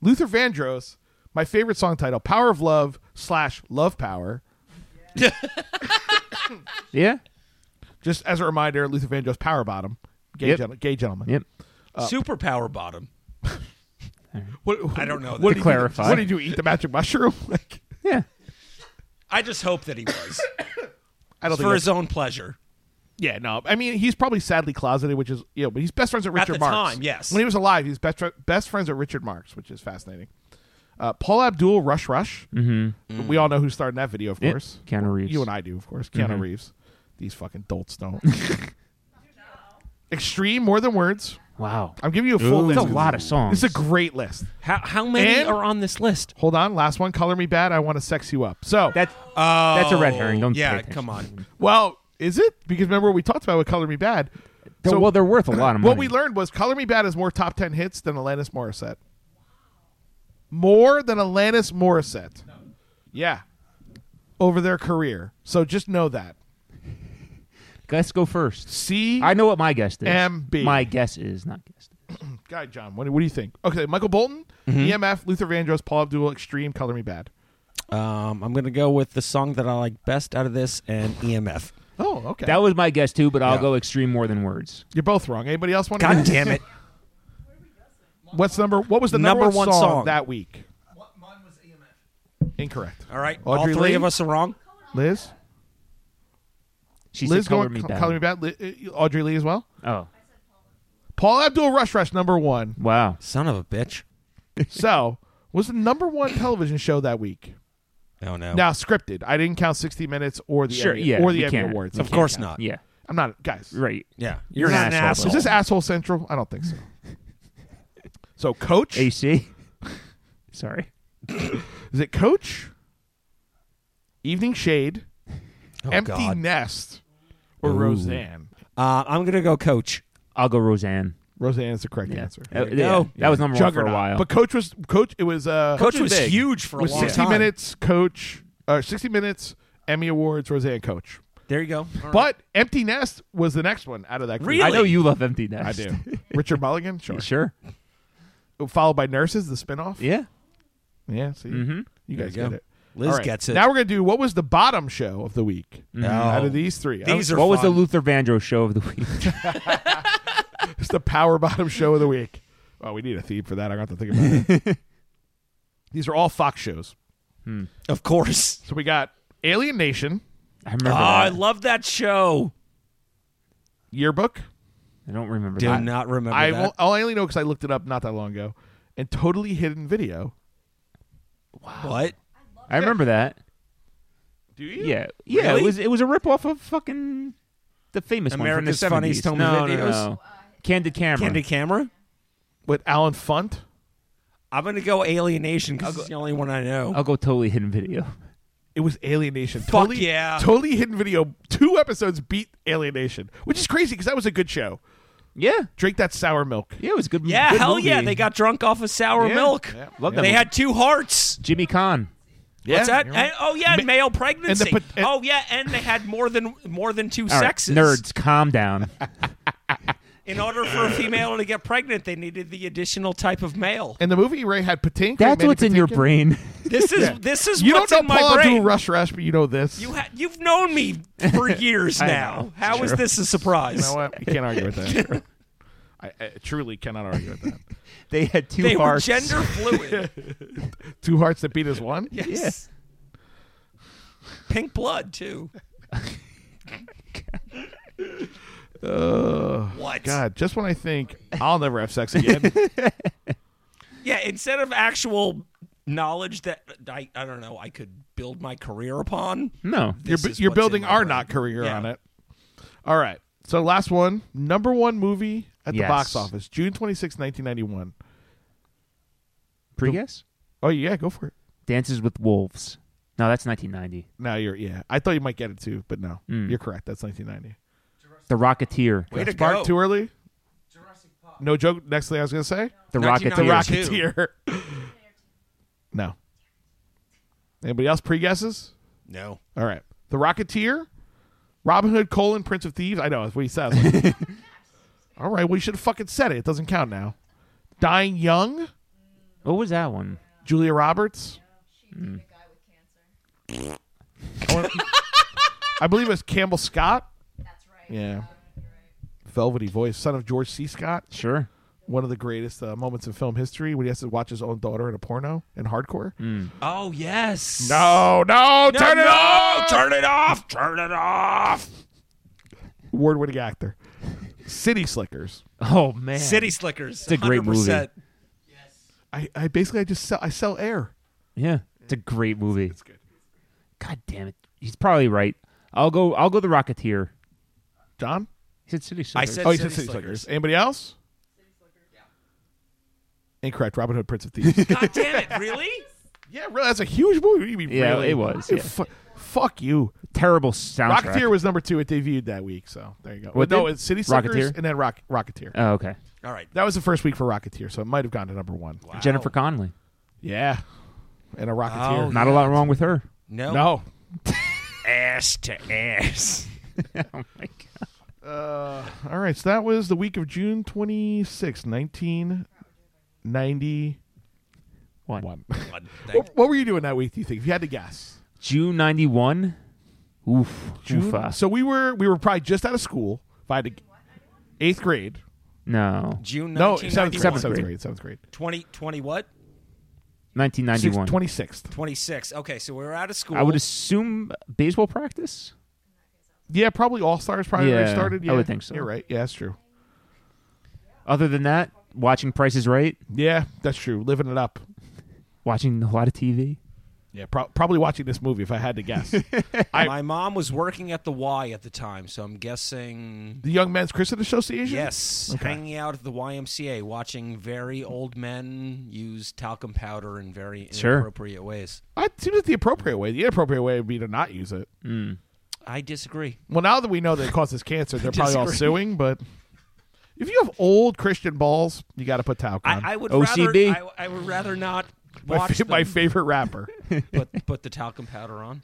[SPEAKER 2] Luther Vandross, my favorite song title, Power of Love slash Love Power.
[SPEAKER 1] Yeah.
[SPEAKER 2] Just as a reminder, Luther Vandross, Power Bottom, gay,
[SPEAKER 1] Yep.
[SPEAKER 2] gen- gay gentleman.
[SPEAKER 1] Yep.
[SPEAKER 3] Superpower bottom.
[SPEAKER 2] What,
[SPEAKER 3] I don't know.
[SPEAKER 2] What
[SPEAKER 3] that.
[SPEAKER 2] did,
[SPEAKER 1] clarify.
[SPEAKER 2] You, what did you eat? The magic mushroom? like,
[SPEAKER 1] Yeah.
[SPEAKER 3] I just hope that he was
[SPEAKER 2] I don't think.
[SPEAKER 3] for
[SPEAKER 2] that's-
[SPEAKER 3] his own pleasure.
[SPEAKER 2] yeah, no. I mean, he's probably sadly closeted, which is you know, but he's best friends with
[SPEAKER 3] At
[SPEAKER 2] Richard
[SPEAKER 3] the
[SPEAKER 2] Marx.
[SPEAKER 3] time, yes.
[SPEAKER 2] When he was alive, he's best fri- best friends with Richard Marx, which is fascinating. Uh, Paul Abdul, Rush Rush. Mm-hmm. We all know who starred in that video, of
[SPEAKER 1] Yep.
[SPEAKER 2] course.
[SPEAKER 1] Keanu Reeves. Mm-hmm.
[SPEAKER 2] You and I do, of course. Keanu Reeves. These fucking dolts don't. Extreme, more than words.
[SPEAKER 1] Wow.
[SPEAKER 2] I'm giving you a full
[SPEAKER 1] Ooh,
[SPEAKER 2] list.
[SPEAKER 1] that's a lot of songs.
[SPEAKER 2] It's a great list.
[SPEAKER 3] How, how many
[SPEAKER 2] And-
[SPEAKER 3] are on this list?
[SPEAKER 2] Hold on, last one. Color me bad. I want to sex you up. So,
[SPEAKER 1] That's
[SPEAKER 3] Oh,
[SPEAKER 1] that's a red herring. Don't
[SPEAKER 3] yeah,
[SPEAKER 1] pay attention.
[SPEAKER 3] come on.
[SPEAKER 2] well, is it? Because remember what we talked about with Color Me Bad.
[SPEAKER 1] They're-
[SPEAKER 2] So
[SPEAKER 1] well, they're worth a lot of money.
[SPEAKER 2] what we learned was Color Me Bad is more top ten hits than Alanis Morissette. More than Alanis Morissette. Yeah, over their career. So just know that.
[SPEAKER 1] Let's go first.
[SPEAKER 2] C.
[SPEAKER 1] I know what my guess is.
[SPEAKER 2] MB.
[SPEAKER 1] My guess is not guess.
[SPEAKER 2] God, John, what, what do you think? Okay, Michael Bolton, EMF, Luther Vandross, Paul Abdul, Extreme, Color Me Bad.
[SPEAKER 3] Um, I'm gonna go with the song that I like best out of this and E EMF.
[SPEAKER 2] Oh, okay.
[SPEAKER 1] That was my guess too, but I'll
[SPEAKER 2] Yeah.
[SPEAKER 1] go extreme more than words.
[SPEAKER 2] You're both wrong. Anybody else want to?
[SPEAKER 3] God damn it!
[SPEAKER 2] What's number? What was the number,
[SPEAKER 3] Number one
[SPEAKER 2] song,
[SPEAKER 3] song.
[SPEAKER 2] that week?
[SPEAKER 1] E
[SPEAKER 2] Incorrect.
[SPEAKER 3] All right,
[SPEAKER 2] Audrey
[SPEAKER 3] all three
[SPEAKER 2] Lee?
[SPEAKER 3] of us are wrong.
[SPEAKER 2] Liz.
[SPEAKER 1] She
[SPEAKER 2] Liz
[SPEAKER 1] said, "Color
[SPEAKER 2] going
[SPEAKER 1] me
[SPEAKER 2] Co-
[SPEAKER 1] bad."
[SPEAKER 2] Color me bad. Li- uh, Audrey Lee as well.
[SPEAKER 1] Oh,
[SPEAKER 2] Paul Abdul Rush Rush number one.
[SPEAKER 1] wow.
[SPEAKER 3] Son of a bitch!
[SPEAKER 2] so was the number one television show that week.
[SPEAKER 3] Oh no!
[SPEAKER 2] Now scripted. I didn't count 60 Minutes or the
[SPEAKER 1] Sure,
[SPEAKER 2] Emmy,
[SPEAKER 1] yeah,
[SPEAKER 2] or the
[SPEAKER 1] we
[SPEAKER 2] Emmy
[SPEAKER 1] can't.
[SPEAKER 2] Awards.
[SPEAKER 1] We
[SPEAKER 3] of course not.
[SPEAKER 1] Yeah,
[SPEAKER 2] I'm not guys.
[SPEAKER 1] right.
[SPEAKER 3] Yeah,
[SPEAKER 1] You're an
[SPEAKER 3] not
[SPEAKER 1] asshole.
[SPEAKER 2] Is this asshole central? I don't think so. so coach
[SPEAKER 1] AC. Sorry.
[SPEAKER 2] is it coach? Evening shade,
[SPEAKER 3] Oh,
[SPEAKER 2] empty
[SPEAKER 3] God.
[SPEAKER 2] nest, or Roseanne?
[SPEAKER 3] Uh, I'm gonna go coach.
[SPEAKER 1] I'll go Roseanne.
[SPEAKER 2] Roseanne is the correct answer.
[SPEAKER 1] Uh, yeah,
[SPEAKER 3] go.
[SPEAKER 1] That was number one for a
[SPEAKER 2] Juggernaut.
[SPEAKER 1] while.
[SPEAKER 2] But coach was coach. It was uh,
[SPEAKER 3] Coach,
[SPEAKER 1] was
[SPEAKER 3] was
[SPEAKER 1] big.
[SPEAKER 3] huge for a
[SPEAKER 2] was
[SPEAKER 3] long
[SPEAKER 2] 60
[SPEAKER 3] time.
[SPEAKER 2] minutes coach or 60 minutes emmy awards roseanne coach
[SPEAKER 3] There you go. All right.
[SPEAKER 2] but empty nest was the next one out of that group.
[SPEAKER 3] Really?
[SPEAKER 1] I know you love Empty Nest.
[SPEAKER 2] i do richard mulligan sure.
[SPEAKER 1] sure.
[SPEAKER 2] followed by nurses the spinoff
[SPEAKER 1] Yeah. Mm-hmm.
[SPEAKER 2] yeah see you guys
[SPEAKER 3] you go.
[SPEAKER 2] get it
[SPEAKER 3] Liz
[SPEAKER 2] All right.
[SPEAKER 3] gets it. Mm-hmm.
[SPEAKER 2] now we're gonna do what was the bottom show of the week
[SPEAKER 3] No.
[SPEAKER 2] out of these three I
[SPEAKER 3] These
[SPEAKER 2] was-
[SPEAKER 3] are
[SPEAKER 1] What was the
[SPEAKER 3] fun.
[SPEAKER 1] Luther Vandross show of the week?
[SPEAKER 2] it's the power bottom show of the week well we need a theme for that i got to think about it these are all fox shows
[SPEAKER 3] Of course.
[SPEAKER 2] so we got alien nation
[SPEAKER 1] I remember.
[SPEAKER 3] Oh, I
[SPEAKER 1] that.
[SPEAKER 3] love that show.
[SPEAKER 2] yearbook
[SPEAKER 1] I don't remember.
[SPEAKER 3] Do
[SPEAKER 1] that.
[SPEAKER 3] not remember
[SPEAKER 2] I
[SPEAKER 3] that.
[SPEAKER 2] will, I only know because I looked it up not that long ago. And totally hidden video.
[SPEAKER 3] What?
[SPEAKER 1] I remember that.
[SPEAKER 2] Do you?
[SPEAKER 1] Yeah, yeah.
[SPEAKER 3] Really?
[SPEAKER 1] It was it was a ripoff of fucking the famous
[SPEAKER 3] America's
[SPEAKER 1] one from the 70s.
[SPEAKER 3] Funniest Home
[SPEAKER 1] no,
[SPEAKER 3] Videos?
[SPEAKER 1] No, no. Candid camera.
[SPEAKER 3] Candid camera?
[SPEAKER 2] With Alan Funt.
[SPEAKER 3] I'm gonna go alienation because it's the only one I know.
[SPEAKER 1] I'll go totally hidden video.
[SPEAKER 2] It was Alienation.
[SPEAKER 3] Fuck
[SPEAKER 2] totally,
[SPEAKER 3] yeah.
[SPEAKER 2] Totally hidden video. Two episodes beat Alienation, which is crazy because that was a good show.
[SPEAKER 1] Yeah,
[SPEAKER 2] Drink that sour milk.
[SPEAKER 1] yeah. It was a good.
[SPEAKER 3] yeah,
[SPEAKER 1] good
[SPEAKER 3] hell
[SPEAKER 1] movie.
[SPEAKER 3] yeah! They got drunk off of sour
[SPEAKER 2] Yeah.
[SPEAKER 3] milk.
[SPEAKER 2] Yeah.
[SPEAKER 1] Love that
[SPEAKER 3] They
[SPEAKER 1] movie.
[SPEAKER 3] had two hearts.
[SPEAKER 1] Jimmy Kahn.
[SPEAKER 2] Yeah,
[SPEAKER 3] What's that?
[SPEAKER 2] you're right.
[SPEAKER 3] And- oh yeah, and male pregnancy.
[SPEAKER 2] pot- and-
[SPEAKER 3] oh yeah, and they had more than more than two
[SPEAKER 1] All right,
[SPEAKER 3] sexes.
[SPEAKER 1] nerds, calm down.
[SPEAKER 3] In order for a female to get pregnant, they needed the additional type of male.
[SPEAKER 2] And the movie Ray had Patinkin.
[SPEAKER 1] That's
[SPEAKER 2] Manny
[SPEAKER 1] what's in your
[SPEAKER 2] Patinkin.
[SPEAKER 1] brain.
[SPEAKER 3] This is
[SPEAKER 2] Yeah.
[SPEAKER 3] this is
[SPEAKER 2] You
[SPEAKER 3] what's
[SPEAKER 2] don't
[SPEAKER 3] in
[SPEAKER 2] know
[SPEAKER 3] my
[SPEAKER 2] Paul
[SPEAKER 3] brain.
[SPEAKER 2] Abdul Rush Rush, but you know this.
[SPEAKER 3] You ha- you've known me for years
[SPEAKER 1] I
[SPEAKER 3] now.
[SPEAKER 1] know.
[SPEAKER 3] How is
[SPEAKER 1] Sure.
[SPEAKER 3] this a surprise?
[SPEAKER 2] You know what? You can't argue with that. I, I truly cannot argue with that.
[SPEAKER 1] They had two
[SPEAKER 3] They were
[SPEAKER 1] hearts.
[SPEAKER 3] gender fluid.
[SPEAKER 2] Two hearts that beat as one.
[SPEAKER 3] yes. Pink blood too.
[SPEAKER 2] Ugh.
[SPEAKER 3] What?
[SPEAKER 2] God, just when I think I'll never have sex again,
[SPEAKER 3] Yeah, instead of actual knowledge that I, I don't know I could build my career upon.
[SPEAKER 1] No.
[SPEAKER 2] you're
[SPEAKER 3] This
[SPEAKER 2] bu-
[SPEAKER 3] is
[SPEAKER 2] you're
[SPEAKER 3] what's in
[SPEAKER 2] building
[SPEAKER 3] my
[SPEAKER 2] our
[SPEAKER 3] brain.
[SPEAKER 2] not career
[SPEAKER 3] Yeah.
[SPEAKER 2] on it. All right. So last one, number one movie at the
[SPEAKER 1] Yes.
[SPEAKER 2] box office, June 26, 1991.
[SPEAKER 1] Pre guess?
[SPEAKER 2] Oh yeah, go for it.
[SPEAKER 1] Dances with Wolves. No, that's 1990.
[SPEAKER 2] No, you're yeah. I thought you might get it too, but no, you're correct. That's 1990.
[SPEAKER 1] The Rocketeer.
[SPEAKER 3] Way to
[SPEAKER 2] That's Mark
[SPEAKER 3] go.
[SPEAKER 2] too early. No joke. Next thing I was gonna say,
[SPEAKER 1] The
[SPEAKER 3] 1992.
[SPEAKER 1] Rocketeer.
[SPEAKER 3] Two.
[SPEAKER 2] Rocketeer. no. Anybody else pre guesses?
[SPEAKER 3] No.
[SPEAKER 2] All right. The Rocketeer, Robin Hood, colon, Prince of Thieves. I know, that's what he says. Like, All right, well, you should have fucking said it. It doesn't count now. Dying Young,
[SPEAKER 1] What was that one?
[SPEAKER 2] Julia Roberts.
[SPEAKER 4] She dated a guy with cancer.
[SPEAKER 2] I, wanna- I believe it was Campbell Scott.
[SPEAKER 4] That's right.
[SPEAKER 2] Yeah. Velvety voice, son of George C. Scott,
[SPEAKER 1] Sure.
[SPEAKER 2] one of the greatest uh, moments in film history when he has to watch his own daughter in a porno and hardcore.
[SPEAKER 3] Oh yes.
[SPEAKER 2] No, no,
[SPEAKER 3] No,
[SPEAKER 2] turn it
[SPEAKER 3] no,
[SPEAKER 2] off!
[SPEAKER 3] Turn it off! Turn it off!
[SPEAKER 2] Award winning actor. City Slickers.
[SPEAKER 1] Oh, man.
[SPEAKER 3] City Slickers. It's
[SPEAKER 1] a great movie.
[SPEAKER 2] I, I basically I just sell I sell air.
[SPEAKER 1] Yeah. It's a great movie. It's
[SPEAKER 2] good.
[SPEAKER 1] God damn it. He's probably right. I'll go I'll go the Rocketeer.
[SPEAKER 2] John?
[SPEAKER 1] He said City
[SPEAKER 3] I
[SPEAKER 1] Slickers.
[SPEAKER 3] said-
[SPEAKER 2] Oh, you said
[SPEAKER 3] City
[SPEAKER 2] City Slickers.
[SPEAKER 3] Slickers.
[SPEAKER 2] Anybody else? Incorrect. Robin Hood, Prince of Thieves.
[SPEAKER 3] God damn it! Really?
[SPEAKER 2] yeah, really, that's a huge movie. What do You mean,
[SPEAKER 1] Yeah,
[SPEAKER 2] really?
[SPEAKER 1] it was,
[SPEAKER 2] You
[SPEAKER 1] yeah.
[SPEAKER 2] fu- fuck you.
[SPEAKER 1] terrible soundtrack.
[SPEAKER 2] Rocketeer was number two. It debuted that week, so there you go.
[SPEAKER 1] What
[SPEAKER 2] no,
[SPEAKER 1] did?
[SPEAKER 2] it's City Slickers
[SPEAKER 1] Rocketeer?
[SPEAKER 2] and then Rock- Rocketeer.
[SPEAKER 1] Oh, okay.
[SPEAKER 3] All right.
[SPEAKER 2] that was the first week for Rocketeer, so it might have gone to number one.
[SPEAKER 1] Jennifer Connelly.
[SPEAKER 2] Yeah, and a Rocketeer.
[SPEAKER 3] Oh,
[SPEAKER 1] Not a lot wrong with her.
[SPEAKER 3] No.
[SPEAKER 2] No.
[SPEAKER 3] Ass to ass.
[SPEAKER 1] oh my god.
[SPEAKER 2] Uh, all right, so that was the week of June 26, 1991.
[SPEAKER 1] What?
[SPEAKER 3] God, thank-
[SPEAKER 2] what, what were you doing that week, do you think, if you had to guess?
[SPEAKER 1] June ninety one. Oof.
[SPEAKER 2] June.
[SPEAKER 1] Oofa.
[SPEAKER 2] So we were we were probably just out of school. If I had to, eighth grade.
[SPEAKER 1] no.
[SPEAKER 3] June
[SPEAKER 2] No,
[SPEAKER 3] 1991.
[SPEAKER 2] seventh, seventh,
[SPEAKER 1] grade.
[SPEAKER 2] grade. Seventh grade.
[SPEAKER 3] 20, 20 what?
[SPEAKER 1] Nineteen ninety one.
[SPEAKER 2] Twenty sixth.
[SPEAKER 3] 26. Okay, so we were out of school.
[SPEAKER 1] I would assume baseball practice.
[SPEAKER 2] Yeah, probably all stars. Probably
[SPEAKER 1] Yeah,
[SPEAKER 2] already started.
[SPEAKER 1] I
[SPEAKER 2] Yeah,
[SPEAKER 1] would think so.
[SPEAKER 2] You're right. Yeah, that's true.
[SPEAKER 1] Other than that, watching Price is Right,
[SPEAKER 2] Yeah, that's true. Living it up.
[SPEAKER 1] watching a lot of TV.
[SPEAKER 2] Yeah, pro- probably watching this movie if I had to guess.
[SPEAKER 3] My mom was working at the Y at the time, so I'm guessing
[SPEAKER 2] the Young Men's Christian Association.
[SPEAKER 3] yes,
[SPEAKER 2] Okay.
[SPEAKER 3] hanging out at the YMCA, watching very old men use talcum powder in very
[SPEAKER 1] Sure.
[SPEAKER 3] inappropriate ways.
[SPEAKER 2] I seems the appropriate way. The inappropriate way would be to not use it.
[SPEAKER 3] I disagree.
[SPEAKER 2] Well, now that we know that it causes cancer, they're probably all
[SPEAKER 3] Disagree.
[SPEAKER 2] suing. But if you have old Christian balls, you got to put talc on.
[SPEAKER 3] I, I would
[SPEAKER 1] OCB.
[SPEAKER 3] rather I, I would rather not
[SPEAKER 2] my,
[SPEAKER 3] watch
[SPEAKER 2] fa- my
[SPEAKER 3] them
[SPEAKER 2] favorite rapper.
[SPEAKER 3] put put the talcum powder on.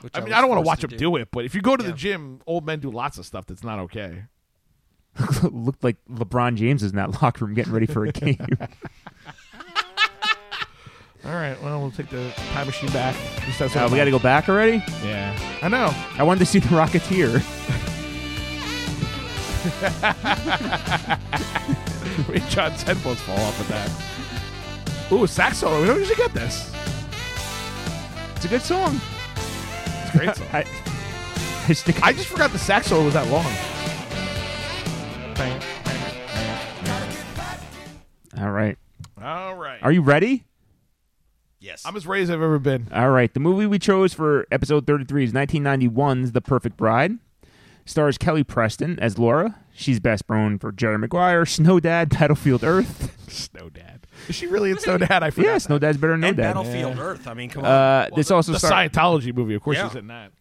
[SPEAKER 3] which
[SPEAKER 2] I mean,
[SPEAKER 3] was
[SPEAKER 2] I don't want to
[SPEAKER 3] forced
[SPEAKER 2] watch him do. it, but if you go to the
[SPEAKER 3] Yeah.
[SPEAKER 2] gym, old men do lots of stuff that's not okay.
[SPEAKER 1] Looked like LeBron James is in that locker room getting ready for a game. Uh,
[SPEAKER 2] All right, well, we'll take the time machine back. Just that's
[SPEAKER 1] Uh,
[SPEAKER 2] what
[SPEAKER 1] we
[SPEAKER 2] I'm-
[SPEAKER 1] got to go back already.
[SPEAKER 2] Yeah, I know.
[SPEAKER 1] I wanted to see the Rocketeer.
[SPEAKER 2] John's headphones fall off with that. Ooh, sax solo. We don't usually get this.
[SPEAKER 1] It's a good song.
[SPEAKER 2] It's a great song. I,
[SPEAKER 1] I, I just think
[SPEAKER 2] just forgot the sax solo was that long.
[SPEAKER 1] All right.
[SPEAKER 2] All right.
[SPEAKER 1] Are you ready?
[SPEAKER 3] Yes,
[SPEAKER 2] I'm as ready as I've ever been.
[SPEAKER 1] All right. The movie we chose for episode 33 is 1991's The Perfect Bride. Stars Kelly Preston as Laura. She's best known for Jerry Maguire, Snow Dad, Battlefield Earth.
[SPEAKER 2] Snow Dad. Is she really in Snow Dad? I forgot.
[SPEAKER 1] Yeah,
[SPEAKER 2] that.
[SPEAKER 1] Snow Dad's better than No
[SPEAKER 3] and
[SPEAKER 1] Dad.
[SPEAKER 3] Battlefield Earth. I mean, come on.
[SPEAKER 1] Uh, this also
[SPEAKER 2] The
[SPEAKER 1] stars
[SPEAKER 2] Scientology movie, of course,
[SPEAKER 3] Yeah.
[SPEAKER 2] she's in that.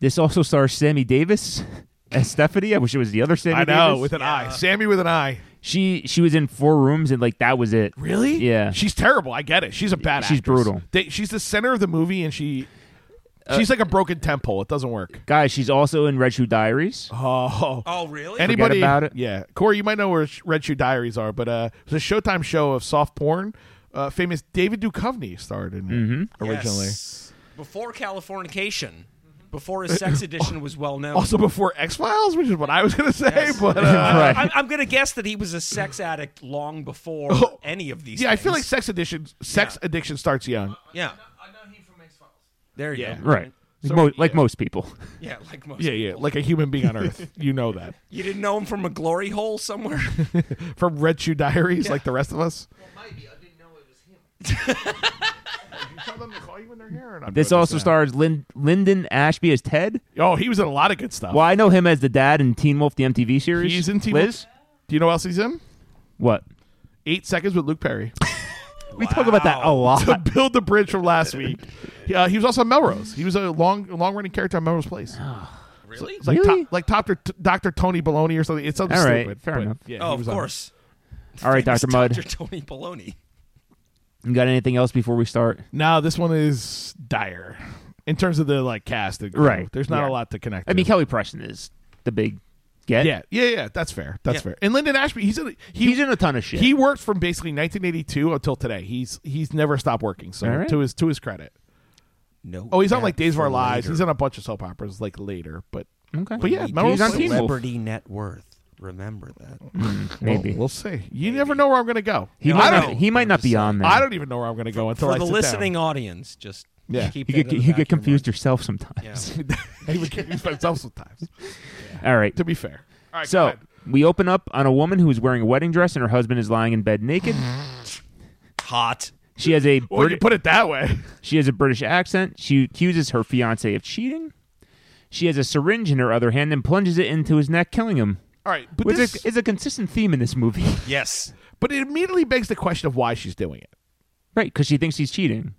[SPEAKER 1] This also stars Sammy Davis as Stephanie. I wish it was the other Sammy
[SPEAKER 2] I know,
[SPEAKER 1] Davis.
[SPEAKER 2] with an
[SPEAKER 3] Yeah.
[SPEAKER 2] eye. Sammy with an eye.
[SPEAKER 1] She she was in four rooms and like that was it.
[SPEAKER 2] Really?
[SPEAKER 1] Yeah.
[SPEAKER 2] She's terrible. I get it. She's a bad.
[SPEAKER 1] She's
[SPEAKER 2] actress.
[SPEAKER 1] brutal. Uh,
[SPEAKER 2] They, she's the center of the movie, and she she's like a broken temple. It doesn't work.
[SPEAKER 1] Guys, she's also in Red Shoe Diaries.
[SPEAKER 2] Oh.
[SPEAKER 3] Oh, really?
[SPEAKER 2] Anybody
[SPEAKER 1] about it.
[SPEAKER 2] Yeah, Corey, you might know where Sh- Red Shoe Diaries are, but uh, it was a Showtime show of soft porn. Uh, famous David Duchovny starred in it
[SPEAKER 1] Mm-hmm.
[SPEAKER 2] originally.
[SPEAKER 3] Yes. Before Californication, before his sex edition was well known.
[SPEAKER 2] Also before X Files, which is what I was going to say,
[SPEAKER 3] Yes.
[SPEAKER 2] but uh,
[SPEAKER 1] right.
[SPEAKER 3] I'm, I'm going to guess that he was a sex addict long before any of these.
[SPEAKER 2] Oh. yeah, I feel like
[SPEAKER 3] things.
[SPEAKER 2] sex addiction sex addiction starts young.
[SPEAKER 3] Yeah.
[SPEAKER 5] I know him from X Files.
[SPEAKER 3] There you
[SPEAKER 2] Yeah.
[SPEAKER 3] go.
[SPEAKER 1] right. Like mo- like most people.
[SPEAKER 3] Yeah, like most.
[SPEAKER 2] Yeah, yeah, like a human being on Earth, you know that
[SPEAKER 3] You didn't know him from a glory hole somewhere?
[SPEAKER 2] from Red Shoe Diaries, like the rest of us.
[SPEAKER 5] Well, maybe I didn't know it was him.
[SPEAKER 1] This also stars Lin- Lyndon Ashby as Ted.
[SPEAKER 2] Oh, he was in a lot of good stuff.
[SPEAKER 1] Well, I know him as the dad in Teen Wolf, the MTV series.
[SPEAKER 2] He's in Teen
[SPEAKER 1] Liz?
[SPEAKER 2] Wolf. Do you know what else he's in?
[SPEAKER 1] What?
[SPEAKER 2] Eight Seconds with Luke Perry.
[SPEAKER 1] We talk about that a
[SPEAKER 2] to
[SPEAKER 1] lot.
[SPEAKER 2] build the bridge from last week. Uh, he was also on Melrose. He was a long, long running character on Melrose Place.
[SPEAKER 3] really?
[SPEAKER 2] It's like
[SPEAKER 1] Oh, Really?
[SPEAKER 2] to- like Doctor Doctor Tony Baloney or something. It's something
[SPEAKER 1] All right,
[SPEAKER 2] stupid.
[SPEAKER 1] fair
[SPEAKER 2] but
[SPEAKER 1] enough.
[SPEAKER 2] Yeah,
[SPEAKER 3] oh,
[SPEAKER 2] he
[SPEAKER 3] of
[SPEAKER 2] was on it.
[SPEAKER 3] course.
[SPEAKER 1] All right,
[SPEAKER 3] Famous
[SPEAKER 1] Dr. Mudd.
[SPEAKER 3] Tony Baloney.
[SPEAKER 1] You got anything else before we start?
[SPEAKER 2] Now this one is dire in terms of the like cast. and crew.
[SPEAKER 1] Right,
[SPEAKER 2] There's not
[SPEAKER 1] yeah.
[SPEAKER 2] a lot to connect.
[SPEAKER 1] I mean,
[SPEAKER 2] to.
[SPEAKER 1] Kelly Preston is the big get.
[SPEAKER 2] yeah, yeah, yeah. That's fair. That's
[SPEAKER 3] Yeah.
[SPEAKER 2] fair. And Lyndon Ashby, he's in. He,
[SPEAKER 1] He's in a ton of shit.
[SPEAKER 2] He worked from basically 1982 until today. He's he's never stopped working. So
[SPEAKER 1] All right.
[SPEAKER 2] to his to his credit.
[SPEAKER 3] No.
[SPEAKER 2] Oh, he's on like Days of Our
[SPEAKER 3] for
[SPEAKER 2] Lives.
[SPEAKER 3] later.
[SPEAKER 2] He's on a bunch of soap operas like later, but
[SPEAKER 1] okay.
[SPEAKER 2] but yeah,
[SPEAKER 3] We
[SPEAKER 2] Melrose
[SPEAKER 1] He's on
[SPEAKER 2] Place.
[SPEAKER 1] Teen Wolf.
[SPEAKER 3] Celebrity net worth. Remember that.
[SPEAKER 1] Maybe.
[SPEAKER 2] We'll, we'll see. You never know where I'm going to go.
[SPEAKER 1] he,
[SPEAKER 3] No,
[SPEAKER 1] might
[SPEAKER 3] I
[SPEAKER 1] not,
[SPEAKER 3] don't-
[SPEAKER 1] he might not be on there.
[SPEAKER 2] I don't even know where I'm going to go until
[SPEAKER 3] For
[SPEAKER 2] I
[SPEAKER 3] the
[SPEAKER 2] sit
[SPEAKER 3] listening audience, just
[SPEAKER 2] Yeah.
[SPEAKER 3] keep
[SPEAKER 1] you
[SPEAKER 3] that
[SPEAKER 1] get
[SPEAKER 3] in the
[SPEAKER 1] you
[SPEAKER 3] back
[SPEAKER 1] get
[SPEAKER 3] of your
[SPEAKER 1] confused
[SPEAKER 3] mind.
[SPEAKER 1] yourself sometimes.
[SPEAKER 2] Down. I would confuse myself sometimes.
[SPEAKER 1] All right.
[SPEAKER 2] To be fair. All right. go
[SPEAKER 1] So
[SPEAKER 2] ahead.
[SPEAKER 1] we open up on a woman who is wearing a wedding dress and her husband is lying in bed naked.
[SPEAKER 3] Hot.
[SPEAKER 1] She has a
[SPEAKER 2] Well, you
[SPEAKER 1] Brit-
[SPEAKER 2] put it that way.
[SPEAKER 1] she has a British accent. She accuses her fiance of cheating. She has a syringe in her other hand and plunges it into his neck, killing him.
[SPEAKER 2] All right, but
[SPEAKER 1] Which
[SPEAKER 2] this,
[SPEAKER 1] is, is a consistent theme in this movie,
[SPEAKER 3] Yes.
[SPEAKER 2] but it immediately begs the question of why she's doing it.
[SPEAKER 1] right? Because she thinks he's cheating.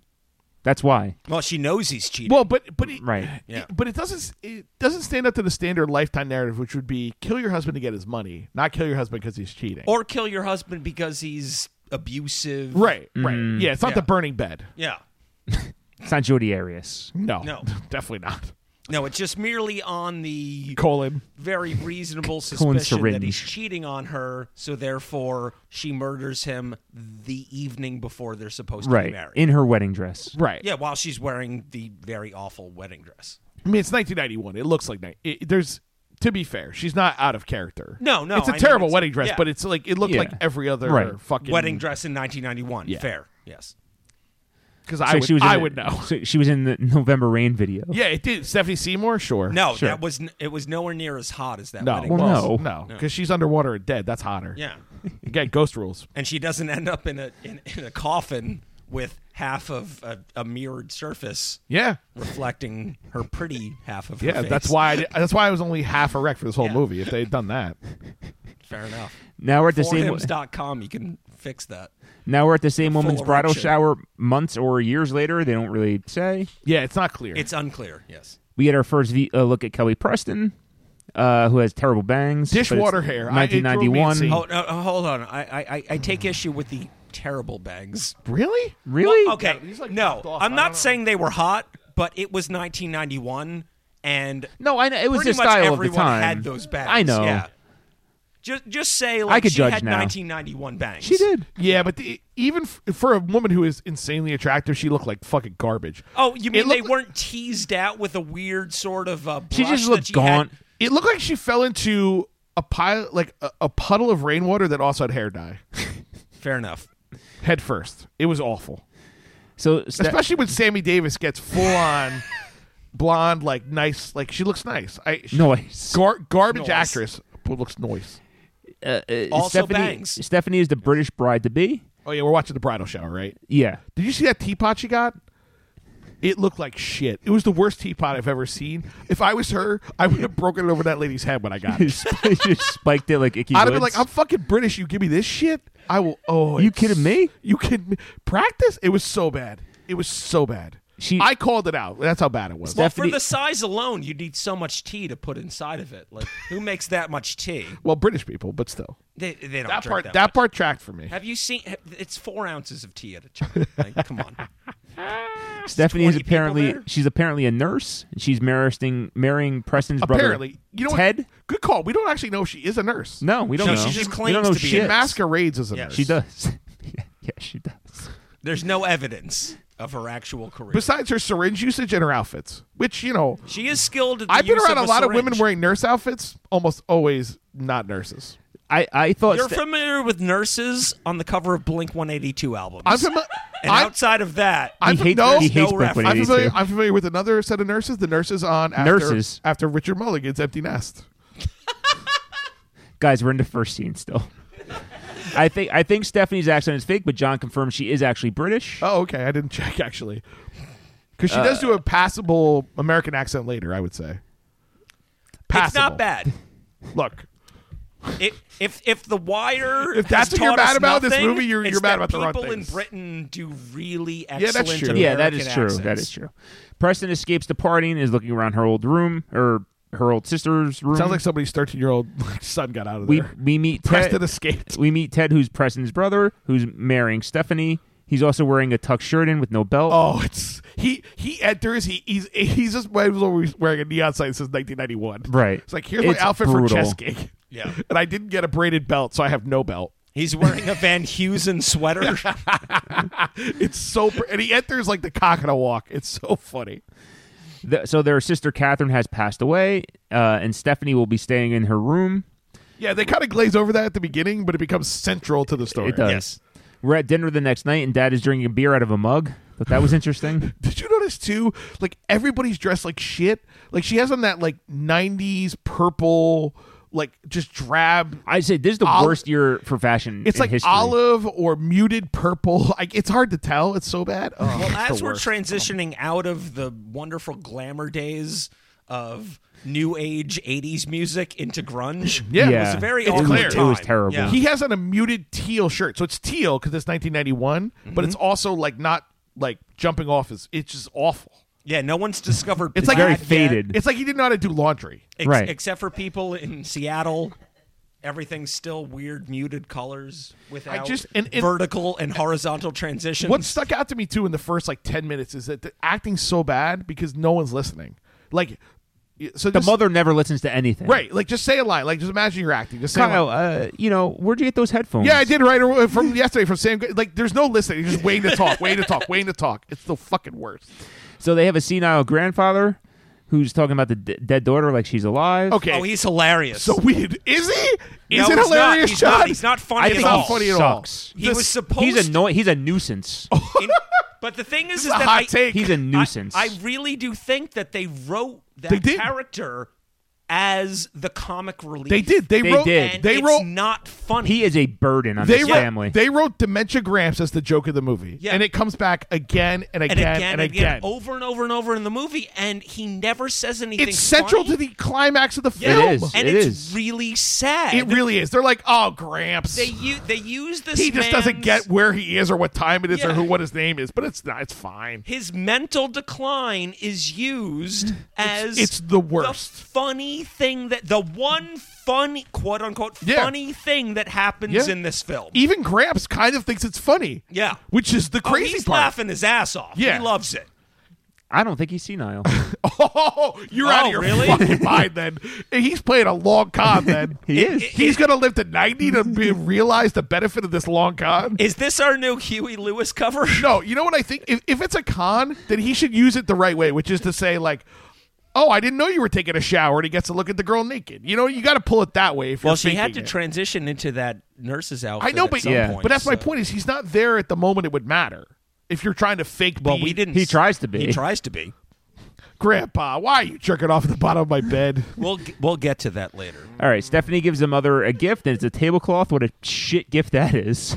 [SPEAKER 1] That's why.
[SPEAKER 3] Well, she knows he's cheating.
[SPEAKER 2] Well, but but it,
[SPEAKER 1] Right.
[SPEAKER 3] Yeah.
[SPEAKER 2] it- but it doesn't it doesn't stand up to the standard lifetime narrative, which would be kill your husband to get his money, not kill your husband because he's cheating.
[SPEAKER 3] or kill your husband because he's abusive.
[SPEAKER 2] right, right,
[SPEAKER 1] Mm.
[SPEAKER 2] yeah. It's not the
[SPEAKER 3] Yeah.
[SPEAKER 2] burning bed.
[SPEAKER 3] Yeah.
[SPEAKER 1] It's not Jodi Arias.
[SPEAKER 2] No,
[SPEAKER 3] No.
[SPEAKER 2] definitely not.
[SPEAKER 3] No, it's just merely on the
[SPEAKER 2] Colon.
[SPEAKER 3] very reasonable
[SPEAKER 1] Colon
[SPEAKER 3] suspicion that he's
[SPEAKER 1] syringe.
[SPEAKER 3] cheating on her, so therefore she murders him the evening before they're supposed to be
[SPEAKER 1] Right.
[SPEAKER 3] married.
[SPEAKER 1] In her wedding dress.
[SPEAKER 2] Right.
[SPEAKER 3] yeah, while she's wearing the very awful wedding dress.
[SPEAKER 2] I mean, it's 1991. It looks like ni- it, there's. To be fair, she's not out of character.
[SPEAKER 3] No, no,
[SPEAKER 2] It's a
[SPEAKER 3] I mean,
[SPEAKER 2] terrible
[SPEAKER 3] it's-
[SPEAKER 2] wedding dress,
[SPEAKER 3] yeah.
[SPEAKER 2] but it's like it looked
[SPEAKER 1] Yeah.
[SPEAKER 2] like every other
[SPEAKER 1] Right.
[SPEAKER 2] fucking
[SPEAKER 3] Wedding dress in 1991.
[SPEAKER 2] Yeah.
[SPEAKER 3] Fair. Yes.
[SPEAKER 2] Because
[SPEAKER 1] So
[SPEAKER 2] I would,
[SPEAKER 1] she was in
[SPEAKER 2] I
[SPEAKER 1] the-
[SPEAKER 2] would know.
[SPEAKER 1] so she was in the November Rain video.
[SPEAKER 2] Yeah, it did. Stephanie Seymour, sure.
[SPEAKER 3] No,
[SPEAKER 1] Sure.
[SPEAKER 3] that was n- it was nowhere near as hot as that
[SPEAKER 2] no,
[SPEAKER 3] wedding.
[SPEAKER 1] Well,
[SPEAKER 3] dress.
[SPEAKER 1] no.
[SPEAKER 2] no, because she's underwater and dead. That's hotter.
[SPEAKER 3] Yeah.
[SPEAKER 2] Again, ghost rules.
[SPEAKER 3] And she doesn't end up in a in, in a coffin with half of a, a mirrored surface
[SPEAKER 2] Yeah,
[SPEAKER 3] reflecting her pretty half of her
[SPEAKER 2] yeah.
[SPEAKER 3] face.
[SPEAKER 2] That's why. I, di- that's why I was only half erect for this whole
[SPEAKER 3] Yeah.
[SPEAKER 2] movie. If they had done that,
[SPEAKER 3] Fair enough.
[SPEAKER 1] Now we're at the same.
[SPEAKER 3] Forhims.com, you can fix that.
[SPEAKER 1] Now we're at the same woman's bridal
[SPEAKER 3] erection.
[SPEAKER 1] shower months or years later. They don't really say.
[SPEAKER 2] yeah, it's not clear.
[SPEAKER 3] It's unclear, yes.
[SPEAKER 1] We get our first v- uh, look at Kelly Preston, uh, who has terrible bangs. but it's
[SPEAKER 2] Dishwater hair. I- it drove me
[SPEAKER 1] 1991.
[SPEAKER 2] insane.
[SPEAKER 3] Oh, no, uh, hold on. I, I, I- I take issue with the terrible bangs.
[SPEAKER 2] really
[SPEAKER 1] really?
[SPEAKER 3] Well, okay,
[SPEAKER 2] Yeah, he's, like,
[SPEAKER 3] no,
[SPEAKER 2] chopped off.
[SPEAKER 3] I'm
[SPEAKER 2] I
[SPEAKER 3] not
[SPEAKER 2] don't know.
[SPEAKER 3] saying they were hot, but it was 1991, and
[SPEAKER 1] No, I know it was
[SPEAKER 3] pretty
[SPEAKER 1] the
[SPEAKER 3] much
[SPEAKER 1] style of the
[SPEAKER 3] everyone
[SPEAKER 1] time.
[SPEAKER 3] had those bangs.
[SPEAKER 1] I know.
[SPEAKER 3] Yeah. Just, just say like
[SPEAKER 1] could
[SPEAKER 3] she
[SPEAKER 1] judge
[SPEAKER 3] had
[SPEAKER 1] now.
[SPEAKER 3] 1991 bangs.
[SPEAKER 1] She did.
[SPEAKER 2] Yeah, but the, even f- for a woman who is insanely attractive, she looked like fucking garbage.
[SPEAKER 3] Oh, you mean
[SPEAKER 2] it
[SPEAKER 3] they
[SPEAKER 2] looked-
[SPEAKER 3] weren't teased out with a weird sort of uh,
[SPEAKER 1] She
[SPEAKER 3] brush
[SPEAKER 1] just
[SPEAKER 3] that
[SPEAKER 1] looked
[SPEAKER 3] she
[SPEAKER 1] gaunt.
[SPEAKER 3] had?
[SPEAKER 2] It looked like she fell into a pile, like a, a puddle of rainwater that also had hair dye,
[SPEAKER 3] Fair enough.
[SPEAKER 2] head first. It was awful,
[SPEAKER 1] So Ste-
[SPEAKER 2] especially when Sammy Davis gets full on blonde, like nice, like she looks nice. I she-
[SPEAKER 1] Nice.
[SPEAKER 2] gar- garbage
[SPEAKER 3] Nice.
[SPEAKER 2] actress, but looks nice.
[SPEAKER 1] uh,
[SPEAKER 3] also
[SPEAKER 1] Stephanie,
[SPEAKER 3] bangs.
[SPEAKER 1] Stephanie is the British bride to be.
[SPEAKER 2] Oh yeah, we're watching the bridal shower, right?
[SPEAKER 1] Yeah.
[SPEAKER 2] Did you see that teapot she got? It looked like shit. It was the worst teapot I've ever seen. If I was her, I would have broken it over that lady's head when I got it.
[SPEAKER 1] just spiked it like Icky
[SPEAKER 2] I'd have been
[SPEAKER 1] Woods.
[SPEAKER 2] like, I'm fucking British. You give me this shit, I will. Oh,
[SPEAKER 1] You
[SPEAKER 2] it's-
[SPEAKER 1] kidding me?
[SPEAKER 2] You kidding me? Practice? It was so bad. It was so bad.
[SPEAKER 1] she
[SPEAKER 2] I called it out. That's how bad it was.
[SPEAKER 3] Well,
[SPEAKER 1] Stephanie-
[SPEAKER 3] for the size alone, you need so much tea to put inside of it. Like, who makes that much tea?
[SPEAKER 2] Well, British people, but still,
[SPEAKER 3] They, they don't
[SPEAKER 2] that
[SPEAKER 3] drink
[SPEAKER 2] part
[SPEAKER 3] that.
[SPEAKER 2] that,
[SPEAKER 3] much.
[SPEAKER 2] part tracked for me.
[SPEAKER 3] Have you seen? It's four ounces of tea at a time. Like, come on.
[SPEAKER 1] Stephanie is
[SPEAKER 3] 20 people
[SPEAKER 1] apparently
[SPEAKER 3] there?
[SPEAKER 1] she's apparently a nurse and she's marrying marrying Preston's
[SPEAKER 2] Apparently,
[SPEAKER 1] brother.
[SPEAKER 2] you know what?
[SPEAKER 1] Ted?
[SPEAKER 2] Good call. We don't actually know if she is a nurse.
[SPEAKER 1] No, we don't
[SPEAKER 3] No,
[SPEAKER 1] know.
[SPEAKER 3] she just
[SPEAKER 1] we don't
[SPEAKER 3] claims
[SPEAKER 1] know
[SPEAKER 3] to be a
[SPEAKER 1] shit.
[SPEAKER 2] She masquerades as a
[SPEAKER 3] Yeah.
[SPEAKER 2] nurse.
[SPEAKER 1] She does. yeah, yeah, she does.
[SPEAKER 3] There's no evidence of her actual career.
[SPEAKER 2] Besides her syringe usage and her outfits, which you know,
[SPEAKER 3] she is skilled. At the
[SPEAKER 2] I've been
[SPEAKER 3] use
[SPEAKER 2] around a,
[SPEAKER 3] of
[SPEAKER 2] lot of
[SPEAKER 3] syringe.
[SPEAKER 2] women wearing nurse outfits, almost always not nurses.
[SPEAKER 1] I I thought
[SPEAKER 3] You're
[SPEAKER 1] Ste-
[SPEAKER 3] familiar with nurses on the cover of Blink 182 albums.
[SPEAKER 2] I'm, fami-
[SPEAKER 3] and
[SPEAKER 2] I'm,
[SPEAKER 3] outside of that,
[SPEAKER 2] I'm
[SPEAKER 1] he hates
[SPEAKER 2] no,
[SPEAKER 1] he
[SPEAKER 3] no
[SPEAKER 1] hates Blink
[SPEAKER 3] reference.
[SPEAKER 2] I'm
[SPEAKER 1] 182.
[SPEAKER 2] familiar, I'm familiar with another set of nurses. The nurses on after,
[SPEAKER 1] Nurses.
[SPEAKER 2] after Richard Mulligan's Empty Nest.
[SPEAKER 1] Guys, we're in the first scene still. I think I think Stephanie's accent is fake, but John confirms she is actually British.
[SPEAKER 2] Oh, okay. I didn't check actually, because she does do
[SPEAKER 3] Uh,
[SPEAKER 2] a passable American accent later. I would say.
[SPEAKER 3] it's
[SPEAKER 2] Passable.
[SPEAKER 3] not bad.
[SPEAKER 2] Look,
[SPEAKER 3] It, if if the wire,
[SPEAKER 2] If that's
[SPEAKER 3] has
[SPEAKER 2] what you're
[SPEAKER 3] taught us
[SPEAKER 2] mad about this
[SPEAKER 3] nothing,
[SPEAKER 2] movie, you're-
[SPEAKER 3] it's
[SPEAKER 2] you're mad
[SPEAKER 3] that
[SPEAKER 2] about the wrong
[SPEAKER 3] people in
[SPEAKER 2] things.
[SPEAKER 3] Britain do really
[SPEAKER 2] that's
[SPEAKER 3] excellent.
[SPEAKER 2] true.
[SPEAKER 1] yeah, that is
[SPEAKER 3] American
[SPEAKER 1] true. That
[SPEAKER 3] accents.
[SPEAKER 1] is true. Preston escapes the party and is looking around her old room or her old sister's room.
[SPEAKER 2] sounds like somebody's thirteen-year-old son got out of
[SPEAKER 1] we
[SPEAKER 2] there.
[SPEAKER 1] we meet Ted.
[SPEAKER 2] Preston escaped.
[SPEAKER 1] we meet Ted, who's Preston's brother, who's marrying Stephanie. He's also wearing a tuck shirt in with no belt.
[SPEAKER 2] Oh, it's he. He enters. He he's he's just wearing a neon sign that says 1991.
[SPEAKER 1] Right.
[SPEAKER 2] It's like here's
[SPEAKER 1] It's
[SPEAKER 2] my outfit for
[SPEAKER 1] brutal.
[SPEAKER 2] chess cake.
[SPEAKER 3] Yeah.
[SPEAKER 2] And I didn't get a braided belt, so I have no belt.
[SPEAKER 3] He's wearing a Van Heusen sweater.
[SPEAKER 2] It's so. Pr- and he enters like the cock in a walk. It's so funny.
[SPEAKER 1] Th- so their sister Catherine has passed away, uh, and Stephanie will be staying in her room.
[SPEAKER 2] Yeah, they kind of glaze over that at the beginning, but it becomes central to the story.
[SPEAKER 1] It does. We're at dinner the next night, and Dad is drinking a beer out of a mug. But that was interesting.
[SPEAKER 2] Did you notice too? Like everybody's dressed like shit. Like she has on that like '90s purple, like just drab.
[SPEAKER 1] I say this is the
[SPEAKER 2] Ol-
[SPEAKER 1] worst year for fashion.
[SPEAKER 2] It's
[SPEAKER 1] in
[SPEAKER 2] like
[SPEAKER 1] history.
[SPEAKER 2] olive or muted purple. Like it's hard to tell. It's so bad. Oh, it's
[SPEAKER 3] Well,
[SPEAKER 2] the
[SPEAKER 3] as we're
[SPEAKER 2] worst.
[SPEAKER 3] transitioning out of the wonderful glamour days of new age 80s music into grunge,
[SPEAKER 2] Yeah.
[SPEAKER 1] yeah,
[SPEAKER 2] It was
[SPEAKER 3] a very
[SPEAKER 1] it was,
[SPEAKER 3] awkward
[SPEAKER 1] it was
[SPEAKER 3] time.
[SPEAKER 1] terrible.
[SPEAKER 3] Yeah.
[SPEAKER 2] he has on a muted teal shirt, so it's teal because it's 1991, but
[SPEAKER 3] Mm-hmm.
[SPEAKER 2] it's also like not like jumping off. Is it's just awful.
[SPEAKER 3] yeah, no one's discovered.
[SPEAKER 2] It's like
[SPEAKER 1] very
[SPEAKER 2] Bad
[SPEAKER 1] faded.
[SPEAKER 2] It's like he didn't know how to do laundry.
[SPEAKER 3] ex-
[SPEAKER 1] Right.
[SPEAKER 3] except for people in Seattle. Everything's still weird, muted colors without
[SPEAKER 2] just- and- and-
[SPEAKER 3] vertical and horizontal transitions.
[SPEAKER 2] What stuck out to me too in the first like ten minutes is that the acting's so bad because no one's listening. Like, y- so
[SPEAKER 1] the
[SPEAKER 2] just-
[SPEAKER 1] mother never listens to anything.
[SPEAKER 2] right? Like, just say a line. Like, just imagine you're acting. Just say, a
[SPEAKER 1] Kyle,
[SPEAKER 2] line.
[SPEAKER 1] uh, you know, where'd you get those headphones?
[SPEAKER 2] yeah, I did right or- uh, from yesterday from Sam. G- Like, there's no listening. You're just waiting to talk, waiting to talk, waiting to talk. It's the fucking worst.
[SPEAKER 1] So they have a senile grandfather who's talking about the d- dead daughter like she's alive.
[SPEAKER 2] Okay,
[SPEAKER 3] Oh, he's hilarious.
[SPEAKER 2] so weird. Is he? Is
[SPEAKER 3] No,
[SPEAKER 2] it
[SPEAKER 3] he's not.
[SPEAKER 2] hilarious,
[SPEAKER 3] He's
[SPEAKER 2] John?
[SPEAKER 3] not. He's not funny
[SPEAKER 2] I
[SPEAKER 3] at
[SPEAKER 2] think it's not
[SPEAKER 3] all.
[SPEAKER 2] funny at
[SPEAKER 1] Sucks.
[SPEAKER 2] all.
[SPEAKER 3] he
[SPEAKER 2] This-
[SPEAKER 3] was supposed.
[SPEAKER 1] He's a no- he's a nuisance.
[SPEAKER 3] in- but the thing is, is
[SPEAKER 2] This is
[SPEAKER 3] that
[SPEAKER 2] a hot
[SPEAKER 3] I,
[SPEAKER 2] take.
[SPEAKER 1] He's a nuisance.
[SPEAKER 3] I, I really do think that they wrote that
[SPEAKER 2] They did.
[SPEAKER 3] character as the comic relief.
[SPEAKER 2] They did. They,
[SPEAKER 1] They
[SPEAKER 2] wrote.
[SPEAKER 1] did.
[SPEAKER 3] And
[SPEAKER 2] They
[SPEAKER 3] it's
[SPEAKER 2] wrote.
[SPEAKER 3] not funny.
[SPEAKER 1] he is a burden on
[SPEAKER 2] They
[SPEAKER 1] his
[SPEAKER 2] wrote,
[SPEAKER 1] family.
[SPEAKER 2] they wrote Dementia Gramps as the joke of the movie.
[SPEAKER 3] Yeah.
[SPEAKER 2] And it comes back again and
[SPEAKER 3] and
[SPEAKER 2] again
[SPEAKER 3] again,
[SPEAKER 2] and
[SPEAKER 3] again, Oh,
[SPEAKER 2] again.
[SPEAKER 3] over and over and over in the movie, and he never says anything.
[SPEAKER 2] it's central to
[SPEAKER 3] funny,
[SPEAKER 2] the climax of the
[SPEAKER 1] Yeah.
[SPEAKER 2] film.
[SPEAKER 1] It is.
[SPEAKER 3] and it's
[SPEAKER 1] is.
[SPEAKER 3] really sad.
[SPEAKER 2] It really is. They're like, oh, Gramps.
[SPEAKER 3] they u- they use this.
[SPEAKER 2] he just doesn't
[SPEAKER 3] man's-
[SPEAKER 2] get where he is or what time it is or
[SPEAKER 3] Yeah.
[SPEAKER 2] who what his name is, but it's not. It's fine.
[SPEAKER 3] his mental decline is used as
[SPEAKER 2] it's the worst.
[SPEAKER 3] funny thing that the one funny quote unquote
[SPEAKER 2] Yeah.
[SPEAKER 3] funny thing that happens
[SPEAKER 2] Yeah.
[SPEAKER 3] in this film.
[SPEAKER 2] Even Gramps kind of thinks it's funny.
[SPEAKER 3] Yeah.
[SPEAKER 2] Which is the
[SPEAKER 3] Oh,
[SPEAKER 2] crazy
[SPEAKER 3] he's
[SPEAKER 2] part.
[SPEAKER 3] laughing his ass off.
[SPEAKER 2] Yeah.
[SPEAKER 3] He loves it.
[SPEAKER 1] I don't think he's senile.
[SPEAKER 2] Oh, you're out
[SPEAKER 3] Oh,
[SPEAKER 2] of your
[SPEAKER 3] really?
[SPEAKER 2] fucking mind then. He's playing a long con then.
[SPEAKER 1] He is.
[SPEAKER 2] He's going to live to 90 to be, realize the benefit of this long con.
[SPEAKER 3] Is this our new Huey Lewis cover?
[SPEAKER 2] No, you know what I think? If, if it's a con, then he should use it the right way, which is to say, like, oh, I didn't know you were taking a shower, and he gets to look at the girl naked. You know, you got to pull it that way. If
[SPEAKER 3] Well,
[SPEAKER 2] you're
[SPEAKER 3] she had to
[SPEAKER 2] faking it.
[SPEAKER 3] transition into that nurse's outfit.
[SPEAKER 2] I know,
[SPEAKER 3] at
[SPEAKER 2] but
[SPEAKER 3] some
[SPEAKER 1] yeah.
[SPEAKER 3] point,
[SPEAKER 2] but that's my
[SPEAKER 3] so-
[SPEAKER 2] point. Is he's not there at the moment it would matter. If you're trying to fake,
[SPEAKER 3] Well,
[SPEAKER 2] be
[SPEAKER 3] we didn't.
[SPEAKER 1] He
[SPEAKER 3] s-
[SPEAKER 1] tries to be.
[SPEAKER 3] He tries to be.
[SPEAKER 2] Grandpa, why are you jerking off at the bottom of my bed?
[SPEAKER 3] We'll g- we'll get to that later.
[SPEAKER 1] All right, Stephanie gives the mother a gift, and it's a tablecloth. What a shit gift that is!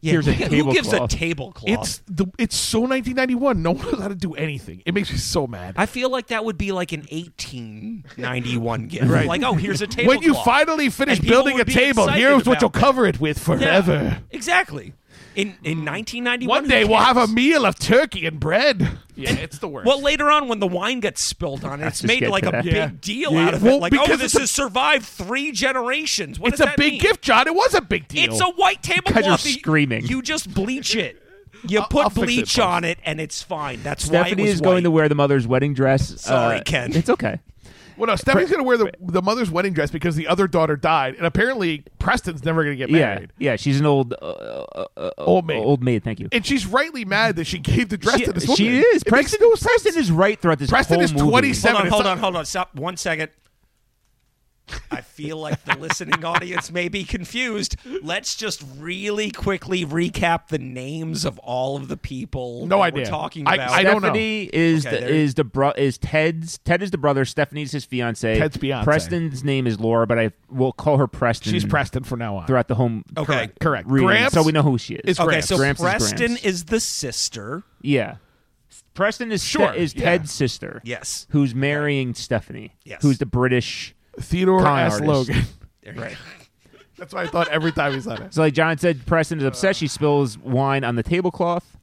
[SPEAKER 1] Here's a
[SPEAKER 3] who,
[SPEAKER 1] tablecloth.
[SPEAKER 3] who gives a tablecloth?
[SPEAKER 2] It's the it's so 1991. No one knows how to do anything. It makes me so mad.
[SPEAKER 3] I feel like that would be like an 1891 gift.
[SPEAKER 2] Right.
[SPEAKER 3] Like, oh, here's a tablecloth.
[SPEAKER 2] when you finally finish
[SPEAKER 3] And people
[SPEAKER 2] building a
[SPEAKER 3] would be
[SPEAKER 2] table,
[SPEAKER 3] excited
[SPEAKER 2] here's what
[SPEAKER 3] about
[SPEAKER 2] you'll
[SPEAKER 3] that.
[SPEAKER 2] cover it with
[SPEAKER 3] Yeah,
[SPEAKER 2] forever.
[SPEAKER 3] Exactly. In in 1991,
[SPEAKER 2] One
[SPEAKER 3] who
[SPEAKER 2] day we'll have a
[SPEAKER 3] cares?
[SPEAKER 2] meal of turkey and bread. Yeah, it's the worst.
[SPEAKER 3] Well, later on, when the wine gets spilled on it, it's
[SPEAKER 1] just
[SPEAKER 3] made
[SPEAKER 1] get
[SPEAKER 3] like
[SPEAKER 1] to
[SPEAKER 3] a
[SPEAKER 1] that.
[SPEAKER 3] big
[SPEAKER 2] Yeah.
[SPEAKER 3] deal
[SPEAKER 2] Yeah.
[SPEAKER 3] out of it.
[SPEAKER 2] Well,
[SPEAKER 3] Like, oh,
[SPEAKER 2] because
[SPEAKER 3] this
[SPEAKER 2] it's a-
[SPEAKER 3] has survived three generations. What
[SPEAKER 2] it's
[SPEAKER 3] does
[SPEAKER 2] a
[SPEAKER 3] that
[SPEAKER 2] big
[SPEAKER 3] mean?
[SPEAKER 2] gift, John. It was a big deal.
[SPEAKER 3] It's a white tablecloth.
[SPEAKER 1] Guys are
[SPEAKER 3] that you-
[SPEAKER 1] screaming.
[SPEAKER 3] You just bleach it. You put
[SPEAKER 2] I'll fix it,
[SPEAKER 3] bleach
[SPEAKER 2] folks.
[SPEAKER 3] on it, and it's fine. That's
[SPEAKER 1] Stephanie
[SPEAKER 3] why it
[SPEAKER 1] is
[SPEAKER 3] was
[SPEAKER 1] going to
[SPEAKER 3] white.
[SPEAKER 1] wear the mother's wedding dress.
[SPEAKER 3] Sorry,
[SPEAKER 1] uh,
[SPEAKER 3] Ken.
[SPEAKER 1] It's okay.
[SPEAKER 2] well, no, Stephanie's gonna wear the, the mother's wedding dress because the other daughter died, and apparently Preston's never gonna get
[SPEAKER 1] Yeah,
[SPEAKER 2] married.
[SPEAKER 1] yeah. She's an old uh,
[SPEAKER 2] Old maid.
[SPEAKER 1] old maid. Thank you.
[SPEAKER 2] and she's rightly mad that she gave the dress
[SPEAKER 1] she,
[SPEAKER 2] to this
[SPEAKER 1] she
[SPEAKER 2] woman.
[SPEAKER 1] is.
[SPEAKER 2] It makes
[SPEAKER 1] Preston,
[SPEAKER 2] no sense.
[SPEAKER 1] Preston is right throughout this
[SPEAKER 2] Preston
[SPEAKER 1] whole
[SPEAKER 2] is
[SPEAKER 1] movie.
[SPEAKER 2] 27.
[SPEAKER 3] Hold on,
[SPEAKER 2] It's
[SPEAKER 3] hold
[SPEAKER 2] not-
[SPEAKER 3] on, hold on. Stop. One second. I feel like the listening audience may be confused. Let's just really quickly recap the names of all of the people
[SPEAKER 2] No
[SPEAKER 3] that
[SPEAKER 2] idea.
[SPEAKER 3] we're talking
[SPEAKER 2] I-
[SPEAKER 3] about.
[SPEAKER 2] I don't know.
[SPEAKER 1] Stephanie is
[SPEAKER 3] Okay,
[SPEAKER 1] the,
[SPEAKER 3] there-
[SPEAKER 1] is the bro is Ted's Ted is the brother. Stephanie's his fiance.
[SPEAKER 2] Ted's fiance.
[SPEAKER 1] Preston's name is Laura, but I will call her Preston.
[SPEAKER 2] She's Preston from now on.
[SPEAKER 1] throughout the home.
[SPEAKER 3] Okay.
[SPEAKER 2] Correct.
[SPEAKER 1] reading,
[SPEAKER 2] Gramps
[SPEAKER 1] so we know who she is.
[SPEAKER 2] is
[SPEAKER 3] Okay,
[SPEAKER 2] Gramps.
[SPEAKER 3] so
[SPEAKER 1] Gramps is
[SPEAKER 3] Preston
[SPEAKER 1] Gramps.
[SPEAKER 3] is, the sister.
[SPEAKER 1] Yeah. Preston is
[SPEAKER 2] Sure,
[SPEAKER 1] is
[SPEAKER 2] yeah.
[SPEAKER 1] Ted's sister.
[SPEAKER 3] Yes.
[SPEAKER 1] Who's marrying Stephanie?
[SPEAKER 3] Yes.
[SPEAKER 1] Who's the British?
[SPEAKER 2] Theodore
[SPEAKER 1] Con
[SPEAKER 2] S.
[SPEAKER 1] artist.
[SPEAKER 2] Logan.
[SPEAKER 3] Right.
[SPEAKER 2] That's what I thought every time he said it.
[SPEAKER 1] So like John said, Preston is upset. She spills wine on the tablecloth.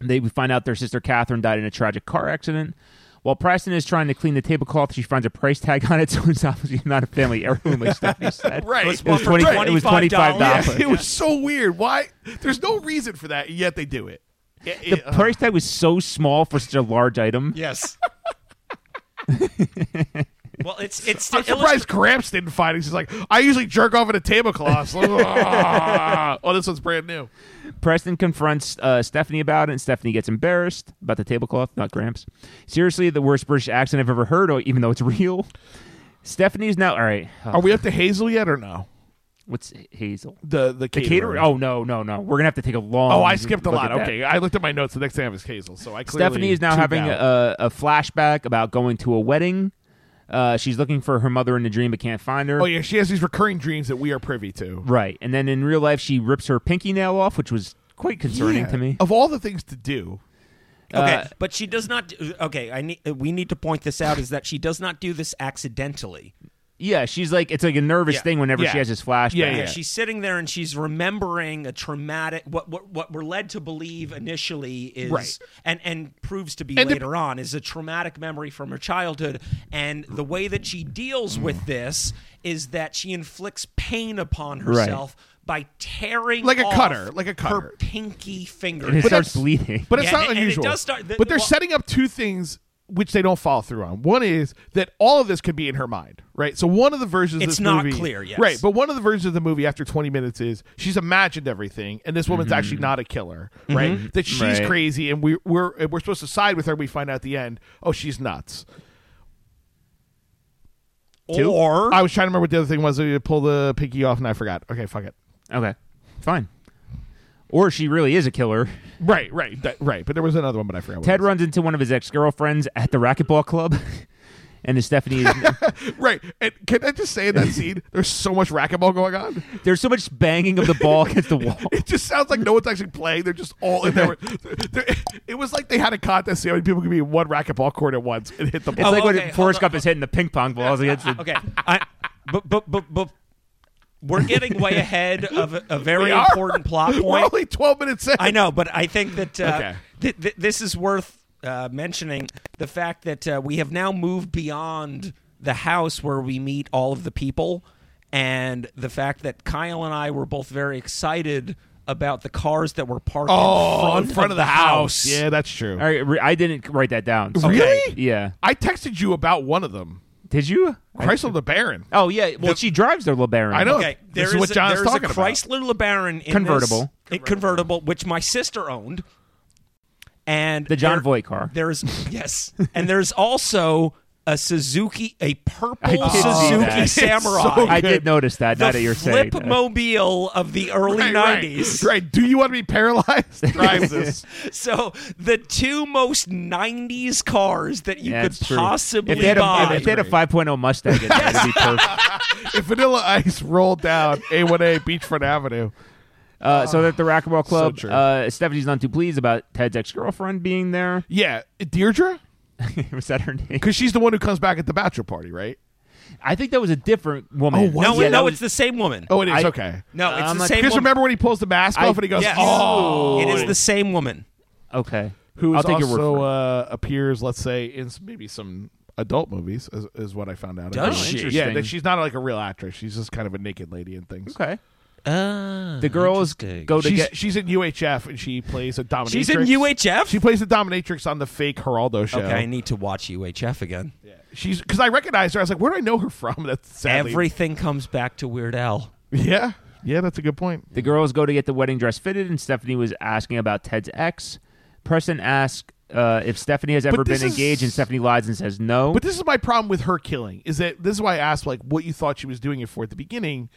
[SPEAKER 1] They we find out their sister Catherine died in a tragic car accident. While Preston is trying to clean the tablecloth, she finds a price tag on it, so it's obviously not a family heirloom, like Stephanie said.
[SPEAKER 2] Right.
[SPEAKER 3] It was,
[SPEAKER 1] It was
[SPEAKER 3] for
[SPEAKER 1] 20 it was
[SPEAKER 3] $25.
[SPEAKER 2] Yeah,
[SPEAKER 1] $25.
[SPEAKER 2] it was so weird. Why? There's no reason for that, yet they do it. It-
[SPEAKER 1] The
[SPEAKER 2] it- uh,
[SPEAKER 1] price tag was so small for such a large item.
[SPEAKER 3] Yes. well, it's it's to
[SPEAKER 2] I'm surprised
[SPEAKER 3] illustrate.
[SPEAKER 2] Gramps didn't find it. She's like, I usually jerk off in a tablecloth. oh, this one's brand new.
[SPEAKER 1] Preston confronts uh, Stephanie about it, and Stephanie gets embarrassed about the tablecloth, not Gramps. Seriously, the worst British accent I've ever heard, or- even though it's real. Stephanie's now all right. uh,
[SPEAKER 2] Are we up to Hazel yet or no?
[SPEAKER 1] what's Hazel?
[SPEAKER 2] The the
[SPEAKER 1] The
[SPEAKER 2] caterer.
[SPEAKER 1] caterer? Oh no, no, no. We're gonna have to take a long.
[SPEAKER 2] Oh, I skipped a
[SPEAKER 1] look
[SPEAKER 2] lot.
[SPEAKER 1] at that.
[SPEAKER 2] Okay, I looked at my notes. The next thing I have is Hazel. So I clearly
[SPEAKER 1] Stephanie is now
[SPEAKER 2] tuned
[SPEAKER 1] having
[SPEAKER 2] out.
[SPEAKER 1] a, uh, a flashback about going to a wedding. Uh, she's looking for her mother in a dream, but can't find her.
[SPEAKER 2] Oh yeah, she has these recurring dreams that we are privy to.
[SPEAKER 1] Right, and then in real life, she rips her pinky nail off, which was quite concerning
[SPEAKER 2] Yeah. Oh.
[SPEAKER 1] to me.
[SPEAKER 2] Of all the things to do,
[SPEAKER 3] Okay,
[SPEAKER 1] uh,
[SPEAKER 3] but she does not. do- Okay, I need. We need to point this out: is that she does not do this accidentally.
[SPEAKER 1] Yeah, she's like it's like a nervous
[SPEAKER 3] Yeah.
[SPEAKER 1] thing whenever
[SPEAKER 2] Yeah.
[SPEAKER 1] she has this flashback.
[SPEAKER 2] Yeah, yeah.
[SPEAKER 3] She's sitting there and she's remembering a traumatic. What what what we're led to believe initially is,
[SPEAKER 2] Right.
[SPEAKER 3] and and proves to be
[SPEAKER 2] And the-
[SPEAKER 3] later on is a traumatic memory from her childhood. And the way that she deals with this is that she inflicts pain upon herself. By tearing
[SPEAKER 2] Like a
[SPEAKER 3] off
[SPEAKER 2] cutter, like a cutter.
[SPEAKER 3] her pinky finger.
[SPEAKER 1] and it
[SPEAKER 2] But
[SPEAKER 1] starts
[SPEAKER 2] that's-
[SPEAKER 1] bleeding.
[SPEAKER 2] but it's
[SPEAKER 3] Yeah,
[SPEAKER 2] not
[SPEAKER 3] and- and it
[SPEAKER 2] unusual.
[SPEAKER 3] does start- the-
[SPEAKER 2] but they're
[SPEAKER 3] well-
[SPEAKER 2] setting up two things which they don't follow through on. One is that all of this could be in her mind, right? So one of the versions of
[SPEAKER 3] It's
[SPEAKER 2] this
[SPEAKER 3] not
[SPEAKER 2] movie-
[SPEAKER 3] clear, yes.
[SPEAKER 2] right? But one of the versions of the movie after 20 minutes is she's imagined everything, and this woman's
[SPEAKER 3] Mm-hmm.
[SPEAKER 2] actually not a killer, right? That she's
[SPEAKER 1] Right.
[SPEAKER 2] crazy, and we, we're and we're supposed to side with her. We find out at the end, oh, she's nuts.
[SPEAKER 3] or
[SPEAKER 2] I was trying to remember what the other thing was. To pull the pinky off, and I forgot. Okay, fuck it.
[SPEAKER 1] okay, fine. Or she really is a killer.
[SPEAKER 2] Right, right, that- right. But there was another one, but I forgot. What
[SPEAKER 1] Ted
[SPEAKER 2] it was.
[SPEAKER 1] runs into one of his ex girlfriends at the racquetball club, and his Stephanie. Is,
[SPEAKER 2] Right. And can I just say in that scene, there's so much racquetball going on.
[SPEAKER 1] there's so much banging of the ball against the wall.
[SPEAKER 2] It just sounds like no one's actually playing. They're just all in there. They're- It was like they had a contest. See how many people could be in one racquetball court at once and hit the
[SPEAKER 1] It's
[SPEAKER 2] ball.
[SPEAKER 3] Oh,
[SPEAKER 1] like
[SPEAKER 3] okay,
[SPEAKER 1] when
[SPEAKER 3] hold
[SPEAKER 1] Forrest
[SPEAKER 3] on,
[SPEAKER 1] Gump is hitting the ping pong balls against the.
[SPEAKER 3] okay, I, but but but but we're getting way ahead of a, a very
[SPEAKER 2] We are.
[SPEAKER 3] important plot
[SPEAKER 2] We're
[SPEAKER 3] point.
[SPEAKER 2] only 12 minutes in.
[SPEAKER 3] I know, but I think that uh,
[SPEAKER 2] Okay.
[SPEAKER 3] th- th- this is worth uh, mentioning the fact that uh, we have now moved beyond the house where we meet all of the people, and the fact that Kyle and I were both very excited about the cars that were parked in,
[SPEAKER 2] Oh,
[SPEAKER 3] front
[SPEAKER 2] in front of the house. Yeah, that's true.
[SPEAKER 1] All right, re- I didn't write that down. so-
[SPEAKER 2] Really?
[SPEAKER 1] Yeah.
[SPEAKER 2] I texted you about one of them.
[SPEAKER 1] Did you?
[SPEAKER 2] Chrysler LeBaron.
[SPEAKER 1] Oh yeah. Well, she drives their LeBaron.
[SPEAKER 2] I know.
[SPEAKER 3] Okay,
[SPEAKER 2] This
[SPEAKER 3] there
[SPEAKER 2] is what
[SPEAKER 3] a,
[SPEAKER 2] John's
[SPEAKER 3] there's
[SPEAKER 2] talking
[SPEAKER 3] a
[SPEAKER 2] about.
[SPEAKER 3] Chrysler LeBaron in
[SPEAKER 1] Convertible.
[SPEAKER 3] this- in convertible, which my sister owned, and
[SPEAKER 1] the John
[SPEAKER 3] there-
[SPEAKER 1] Voight car.
[SPEAKER 3] There's yes, and there's also a Suzuki, a
[SPEAKER 1] I
[SPEAKER 3] purple
[SPEAKER 1] did see that.
[SPEAKER 3] Suzuki
[SPEAKER 1] It's
[SPEAKER 3] Samurai.
[SPEAKER 2] so
[SPEAKER 1] I did
[SPEAKER 2] good.
[SPEAKER 1] notice that.
[SPEAKER 3] the
[SPEAKER 1] now that you're saying
[SPEAKER 3] flip
[SPEAKER 1] that.
[SPEAKER 3] mobile of the early
[SPEAKER 2] Right, right.
[SPEAKER 3] 90s.
[SPEAKER 2] Right. Do you want to be paralyzed? Drive this.
[SPEAKER 3] So the two most 90s cars that you
[SPEAKER 1] Yeah,
[SPEAKER 3] could
[SPEAKER 1] it's true.
[SPEAKER 3] possibly
[SPEAKER 1] if they had a,
[SPEAKER 3] buy.
[SPEAKER 1] If they had a 5.0 Mustang, in there, it'd be perfect.
[SPEAKER 2] if Vanilla Ice rolled down A1A Beachfront Avenue.
[SPEAKER 1] Uh, so that the racquetball club,
[SPEAKER 2] true.
[SPEAKER 1] uh, Stephanie's not too pleased about Ted's ex girlfriend being there.
[SPEAKER 2] Yeah, Deirdre?
[SPEAKER 1] Was that her name?
[SPEAKER 2] Because she's the one who comes back at the bachelor party, right?
[SPEAKER 1] I think that was a different woman.
[SPEAKER 2] Oh, was
[SPEAKER 3] No,
[SPEAKER 1] Yeah,
[SPEAKER 3] no,
[SPEAKER 1] that was-
[SPEAKER 3] it's the same woman.
[SPEAKER 2] Oh, it is
[SPEAKER 1] I-
[SPEAKER 2] okay.
[SPEAKER 3] no, it's
[SPEAKER 1] I'm
[SPEAKER 3] the
[SPEAKER 1] not-
[SPEAKER 3] same.
[SPEAKER 2] Because
[SPEAKER 3] woman.
[SPEAKER 2] remember when he pulls the mask
[SPEAKER 1] I-
[SPEAKER 2] off and he goes,
[SPEAKER 3] Yes.
[SPEAKER 2] "Oh,
[SPEAKER 3] it is the same woman.
[SPEAKER 1] okay.
[SPEAKER 2] who
[SPEAKER 1] I'll take your
[SPEAKER 2] also
[SPEAKER 1] word for it.
[SPEAKER 2] uh, appears, let's say, in s- maybe some adult movies, is, is what I found out.
[SPEAKER 3] Does
[SPEAKER 2] about.
[SPEAKER 3] she?
[SPEAKER 2] Yeah,
[SPEAKER 1] Interesting.
[SPEAKER 2] that she's not like a real actress. She's just kind of a naked lady and things.
[SPEAKER 1] Okay.
[SPEAKER 3] Ah,
[SPEAKER 1] The girls
[SPEAKER 3] interesting.
[SPEAKER 1] go to
[SPEAKER 2] She's,
[SPEAKER 1] get.
[SPEAKER 2] she's in UHF and she plays a dominatrix.
[SPEAKER 3] She's in UHF.
[SPEAKER 2] She plays the dominatrix on the fake Geraldo show.
[SPEAKER 3] okay, I need to watch UHF again.
[SPEAKER 2] She's because I recognized her. I was like, where do I know her from? That's sadly.
[SPEAKER 3] Everything comes back to Weird Al.
[SPEAKER 2] yeah, yeah, that's a good point.
[SPEAKER 1] The girls go to get the wedding dress fitted, and Stephanie was asking about Ted's ex. Preston asks uh, if Stephanie has ever
[SPEAKER 2] this
[SPEAKER 1] been engaged,
[SPEAKER 2] is-
[SPEAKER 1] and Stephanie lies and says no.
[SPEAKER 2] But this is my problem with her killing. Is that this is why I asked like what you thought she was doing it for at the beginning.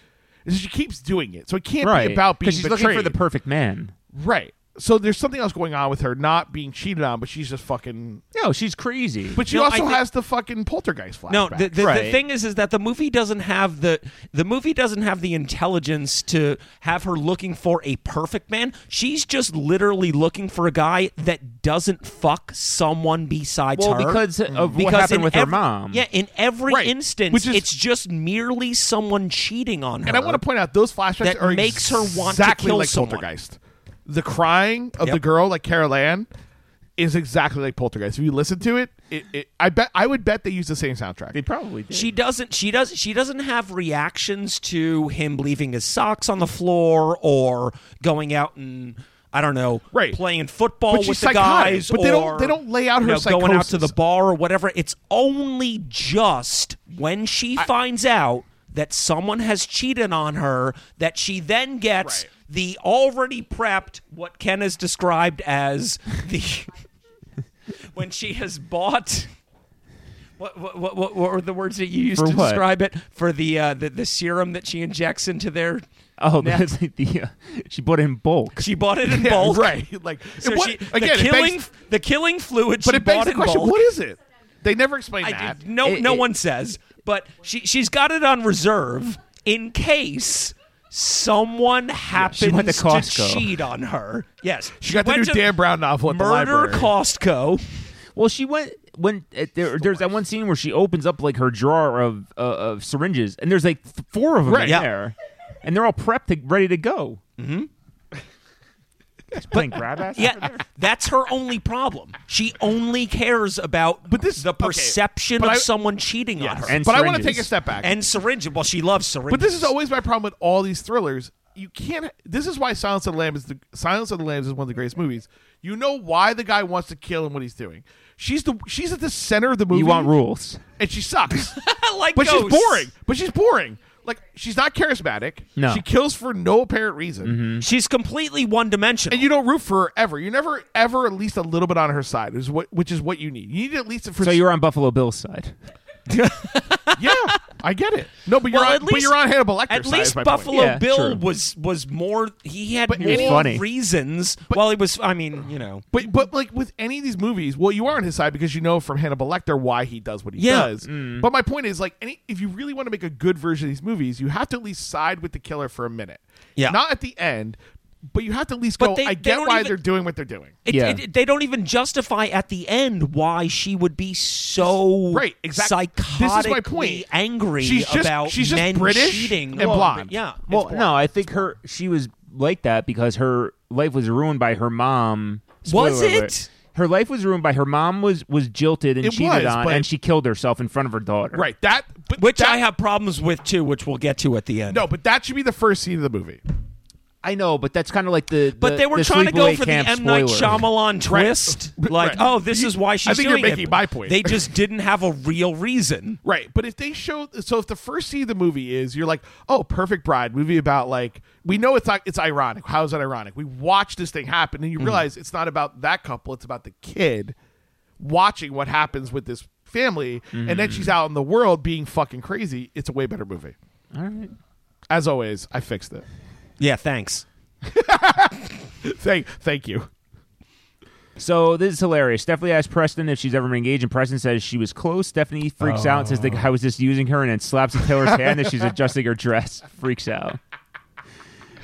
[SPEAKER 2] Is she keeps doing it, so it can't
[SPEAKER 1] right.
[SPEAKER 2] be about being
[SPEAKER 1] 'Cause she's
[SPEAKER 2] betrayed.
[SPEAKER 1] looking for the perfect man.
[SPEAKER 2] right. So there's something else going on with her, not being cheated on, but she's just fucking.
[SPEAKER 1] No, she's crazy.
[SPEAKER 2] But she
[SPEAKER 3] No, I
[SPEAKER 2] also
[SPEAKER 3] thi-
[SPEAKER 2] has the fucking poltergeist flashback.
[SPEAKER 3] No, the, the, the
[SPEAKER 1] Right.
[SPEAKER 3] thing is, is that the movie doesn't have the the movie doesn't have the intelligence to have her looking for a perfect man. She's just literally looking for a guy that doesn't fuck someone besides
[SPEAKER 1] well,
[SPEAKER 3] her.
[SPEAKER 1] because of what
[SPEAKER 3] Because in
[SPEAKER 1] happened with her
[SPEAKER 3] ev-
[SPEAKER 1] mom.
[SPEAKER 3] Yeah, in every
[SPEAKER 2] Right.
[SPEAKER 3] instance,
[SPEAKER 2] Which is-
[SPEAKER 3] it's just merely someone cheating on her.
[SPEAKER 2] and I want to point out those flashbacks
[SPEAKER 3] That
[SPEAKER 2] are
[SPEAKER 3] makes her want to
[SPEAKER 2] exactly
[SPEAKER 3] kill
[SPEAKER 2] like
[SPEAKER 3] someone.
[SPEAKER 2] poltergeist. The crying of the
[SPEAKER 3] Yep.
[SPEAKER 2] girl, like Carol Ann, is exactly like poltergeist. If you listen to it, it, it I bet I would bet they use the same soundtrack.
[SPEAKER 1] They probably did.
[SPEAKER 3] She doesn't. She does. She doesn't have reactions to him leaving his socks on the floor or going out and I don't know,
[SPEAKER 2] Right.
[SPEAKER 3] playing football
[SPEAKER 2] But
[SPEAKER 3] with
[SPEAKER 2] she's
[SPEAKER 3] the
[SPEAKER 2] psychotic,
[SPEAKER 3] guys.
[SPEAKER 2] but they don't-
[SPEAKER 3] or,
[SPEAKER 2] they don't lay out
[SPEAKER 3] you
[SPEAKER 2] her
[SPEAKER 3] know, going out to the
[SPEAKER 2] psychosis.
[SPEAKER 3] bar or whatever. It's only just when she finds out that someone has cheated on her that she then gets
[SPEAKER 2] Right.
[SPEAKER 3] the already prepped what Ken has described as the when she has bought. What what, what, what what were the words that you used
[SPEAKER 1] For
[SPEAKER 3] to
[SPEAKER 1] what?
[SPEAKER 3] describe it for the, uh, the the serum that she injects into their?
[SPEAKER 1] Oh, that's like the, uh, she bought it in bulk.
[SPEAKER 3] She bought it in bulk,
[SPEAKER 2] right? Like
[SPEAKER 3] So
[SPEAKER 2] it wa-
[SPEAKER 3] she,
[SPEAKER 2] again,
[SPEAKER 3] the
[SPEAKER 2] it
[SPEAKER 3] killing
[SPEAKER 2] begs-
[SPEAKER 3] the killing fluid.
[SPEAKER 2] But
[SPEAKER 3] she
[SPEAKER 2] it begs
[SPEAKER 3] bought
[SPEAKER 2] the
[SPEAKER 3] in
[SPEAKER 2] question:
[SPEAKER 3] bulk.
[SPEAKER 2] What is it? They never explain
[SPEAKER 3] I
[SPEAKER 2] that.
[SPEAKER 3] did, no,
[SPEAKER 1] It-
[SPEAKER 3] no
[SPEAKER 1] it-
[SPEAKER 3] one says. But she she's got it on reserve in case someone happens
[SPEAKER 1] she went to Costco.
[SPEAKER 3] cheat on her. Yes,
[SPEAKER 2] She got the new
[SPEAKER 3] went to
[SPEAKER 2] Dan Brown novel at the
[SPEAKER 3] Murder
[SPEAKER 2] library.
[SPEAKER 3] Costco.
[SPEAKER 1] Well, she went when uh, there, there's that one scene where she opens up like her drawer of uh, of syringes, and there's like th- four of them
[SPEAKER 2] Right.
[SPEAKER 1] in
[SPEAKER 3] Yeah.
[SPEAKER 1] there, and they're all prepped, to, ready to go. Mm-hmm. playing grab ass.
[SPEAKER 3] Yeah, that's her only problem. She only cares about
[SPEAKER 2] But this-
[SPEAKER 3] the
[SPEAKER 2] okay,
[SPEAKER 3] perception
[SPEAKER 2] but
[SPEAKER 3] of
[SPEAKER 2] I-
[SPEAKER 3] someone cheating on her
[SPEAKER 1] And
[SPEAKER 2] but I want to
[SPEAKER 1] syringes.
[SPEAKER 2] take a step back.
[SPEAKER 3] and syringe. Well, she loves syringe.
[SPEAKER 2] but this is always my problem with all these thrillers. You can't. This is why Silence of the Lambs is the Silence of the Lambs is one of the greatest movies. You know why the guy wants to kill and what he's doing. She's the she's at the center of the movie.
[SPEAKER 1] You want rules?
[SPEAKER 2] and she sucks.
[SPEAKER 3] like
[SPEAKER 2] but she's
[SPEAKER 3] ghosts.
[SPEAKER 2] boring. But she's boring. Like she's not charismatic.
[SPEAKER 1] No.
[SPEAKER 2] she kills for no apparent reason.
[SPEAKER 3] She's completely one dimensional.
[SPEAKER 2] and you don't root for her ever. You're never ever at least a little bit on her side, is what which is what you need. You need at least for
[SPEAKER 1] So you're on Buffalo Bill's side.
[SPEAKER 2] yeah. I get it. No, but you're
[SPEAKER 3] Well,
[SPEAKER 2] on,
[SPEAKER 3] at
[SPEAKER 2] but
[SPEAKER 3] least-
[SPEAKER 2] you're on Hannibal Lecter. side,
[SPEAKER 3] at
[SPEAKER 2] is
[SPEAKER 3] least
[SPEAKER 2] my
[SPEAKER 3] Buffalo
[SPEAKER 2] Point.
[SPEAKER 1] Yeah,
[SPEAKER 3] Bill
[SPEAKER 1] true.
[SPEAKER 3] was was more. He had
[SPEAKER 2] But he was
[SPEAKER 3] more
[SPEAKER 1] funny.
[SPEAKER 3] reasons. while he was, I mean, you know,
[SPEAKER 2] But but like with any of these movies, well, you are on his side because you know from Hannibal Lecter why he does what he
[SPEAKER 3] Yeah. Mm.
[SPEAKER 2] does. But my point is like any if you really want to make a good version of these movies, you have to at least side with the killer for a minute.
[SPEAKER 3] Yeah.
[SPEAKER 2] Not at the end, but you have to at least
[SPEAKER 3] But
[SPEAKER 2] go.
[SPEAKER 3] they-
[SPEAKER 2] I
[SPEAKER 3] they
[SPEAKER 2] get
[SPEAKER 3] don't
[SPEAKER 2] why
[SPEAKER 3] even-
[SPEAKER 2] they're doing what they're doing.
[SPEAKER 3] it,
[SPEAKER 1] Yeah.
[SPEAKER 3] it- they don't even justify at the end why she would be so
[SPEAKER 2] Right, exactly. This is my
[SPEAKER 3] psychotically
[SPEAKER 2] point.
[SPEAKER 3] angry
[SPEAKER 2] She's just-
[SPEAKER 3] about
[SPEAKER 2] she's just
[SPEAKER 3] men
[SPEAKER 2] British
[SPEAKER 3] cheating
[SPEAKER 2] and
[SPEAKER 3] on-
[SPEAKER 2] blonde.
[SPEAKER 3] Yeah, it's
[SPEAKER 1] Well,
[SPEAKER 3] boring.
[SPEAKER 1] no, I think her she was like that because her life was ruined by her mom.
[SPEAKER 3] Was
[SPEAKER 1] Spoiler alert.
[SPEAKER 3] it?
[SPEAKER 1] Her life was ruined by her mom was was jilted and
[SPEAKER 2] It
[SPEAKER 1] cheated
[SPEAKER 2] was,
[SPEAKER 1] on,
[SPEAKER 2] but-
[SPEAKER 1] and she killed herself in front of her daughter.
[SPEAKER 2] Right. That but
[SPEAKER 3] which
[SPEAKER 2] that-
[SPEAKER 3] I have problems with too, which we'll get to at the end.
[SPEAKER 2] No, but that should be the first scene of the movie.
[SPEAKER 1] I know, but that's kind of like the.
[SPEAKER 3] But
[SPEAKER 1] the-
[SPEAKER 3] they were
[SPEAKER 1] the
[SPEAKER 3] trying to go
[SPEAKER 1] Sleepaway
[SPEAKER 3] for the
[SPEAKER 1] Camp
[SPEAKER 3] M Night
[SPEAKER 1] spoiler.
[SPEAKER 3] Shyamalan
[SPEAKER 2] Right.
[SPEAKER 3] twist,
[SPEAKER 2] Right.
[SPEAKER 3] like, oh, this
[SPEAKER 2] You-
[SPEAKER 3] is why she's
[SPEAKER 2] I think
[SPEAKER 3] doing
[SPEAKER 2] you're
[SPEAKER 3] it.
[SPEAKER 2] making my point.
[SPEAKER 3] They just didn't have a real reason.
[SPEAKER 2] Right, but if they show so if the first scene of the movie is you're like, "Oh, Perfect Bride," movie about like we know it's like it's ironic. How is that ironic? We watch this thing happen
[SPEAKER 1] Mm-hmm.
[SPEAKER 2] and you realize it's not about that couple, it's about the kid watching what happens with this family and then
[SPEAKER 1] Mm-hmm.
[SPEAKER 2] she's out in the world being fucking crazy. It's a way better movie.
[SPEAKER 1] All right.
[SPEAKER 2] As always, I fixed it.
[SPEAKER 3] Yeah, thanks.
[SPEAKER 2] Thank thank you.
[SPEAKER 1] So this is hilarious. Stephanie asks Preston if she's ever been engaged, and Preston says she was close. Stephanie freaks out and says the guy was just using her, and then slaps the Taylor's hand as she's adjusting her dress. Freaks out.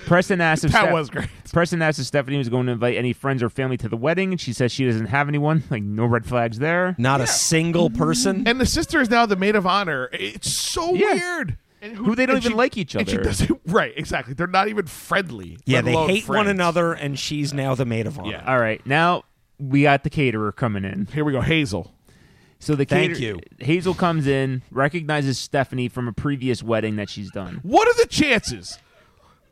[SPEAKER 1] Preston asked if
[SPEAKER 2] That
[SPEAKER 1] Steph-
[SPEAKER 2] was great.
[SPEAKER 1] Preston asked if Stephanie was going to invite any friends or family to the wedding, and she says she doesn't have anyone. Like no red flags there.
[SPEAKER 3] Not a single person.
[SPEAKER 2] And the sister is now the maid of honor. It's so
[SPEAKER 1] Yeah.
[SPEAKER 2] weird. And
[SPEAKER 1] Who they don't
[SPEAKER 2] and
[SPEAKER 1] even like each
[SPEAKER 2] and she
[SPEAKER 1] other.
[SPEAKER 2] doesn't- right, exactly. They're not even friendly.
[SPEAKER 3] Yeah,
[SPEAKER 2] let
[SPEAKER 3] they
[SPEAKER 2] alone
[SPEAKER 3] hate one
[SPEAKER 2] friends.
[SPEAKER 3] another, and she's now the maid of honor.
[SPEAKER 2] Yeah.
[SPEAKER 1] All right, now we got the caterer coming in.
[SPEAKER 2] Here we go, Hazel.
[SPEAKER 1] So the
[SPEAKER 3] Thank
[SPEAKER 1] cater-
[SPEAKER 3] you.
[SPEAKER 1] Hazel comes in, recognizes Stephanie from a previous wedding that she's done
[SPEAKER 2] What are the chances?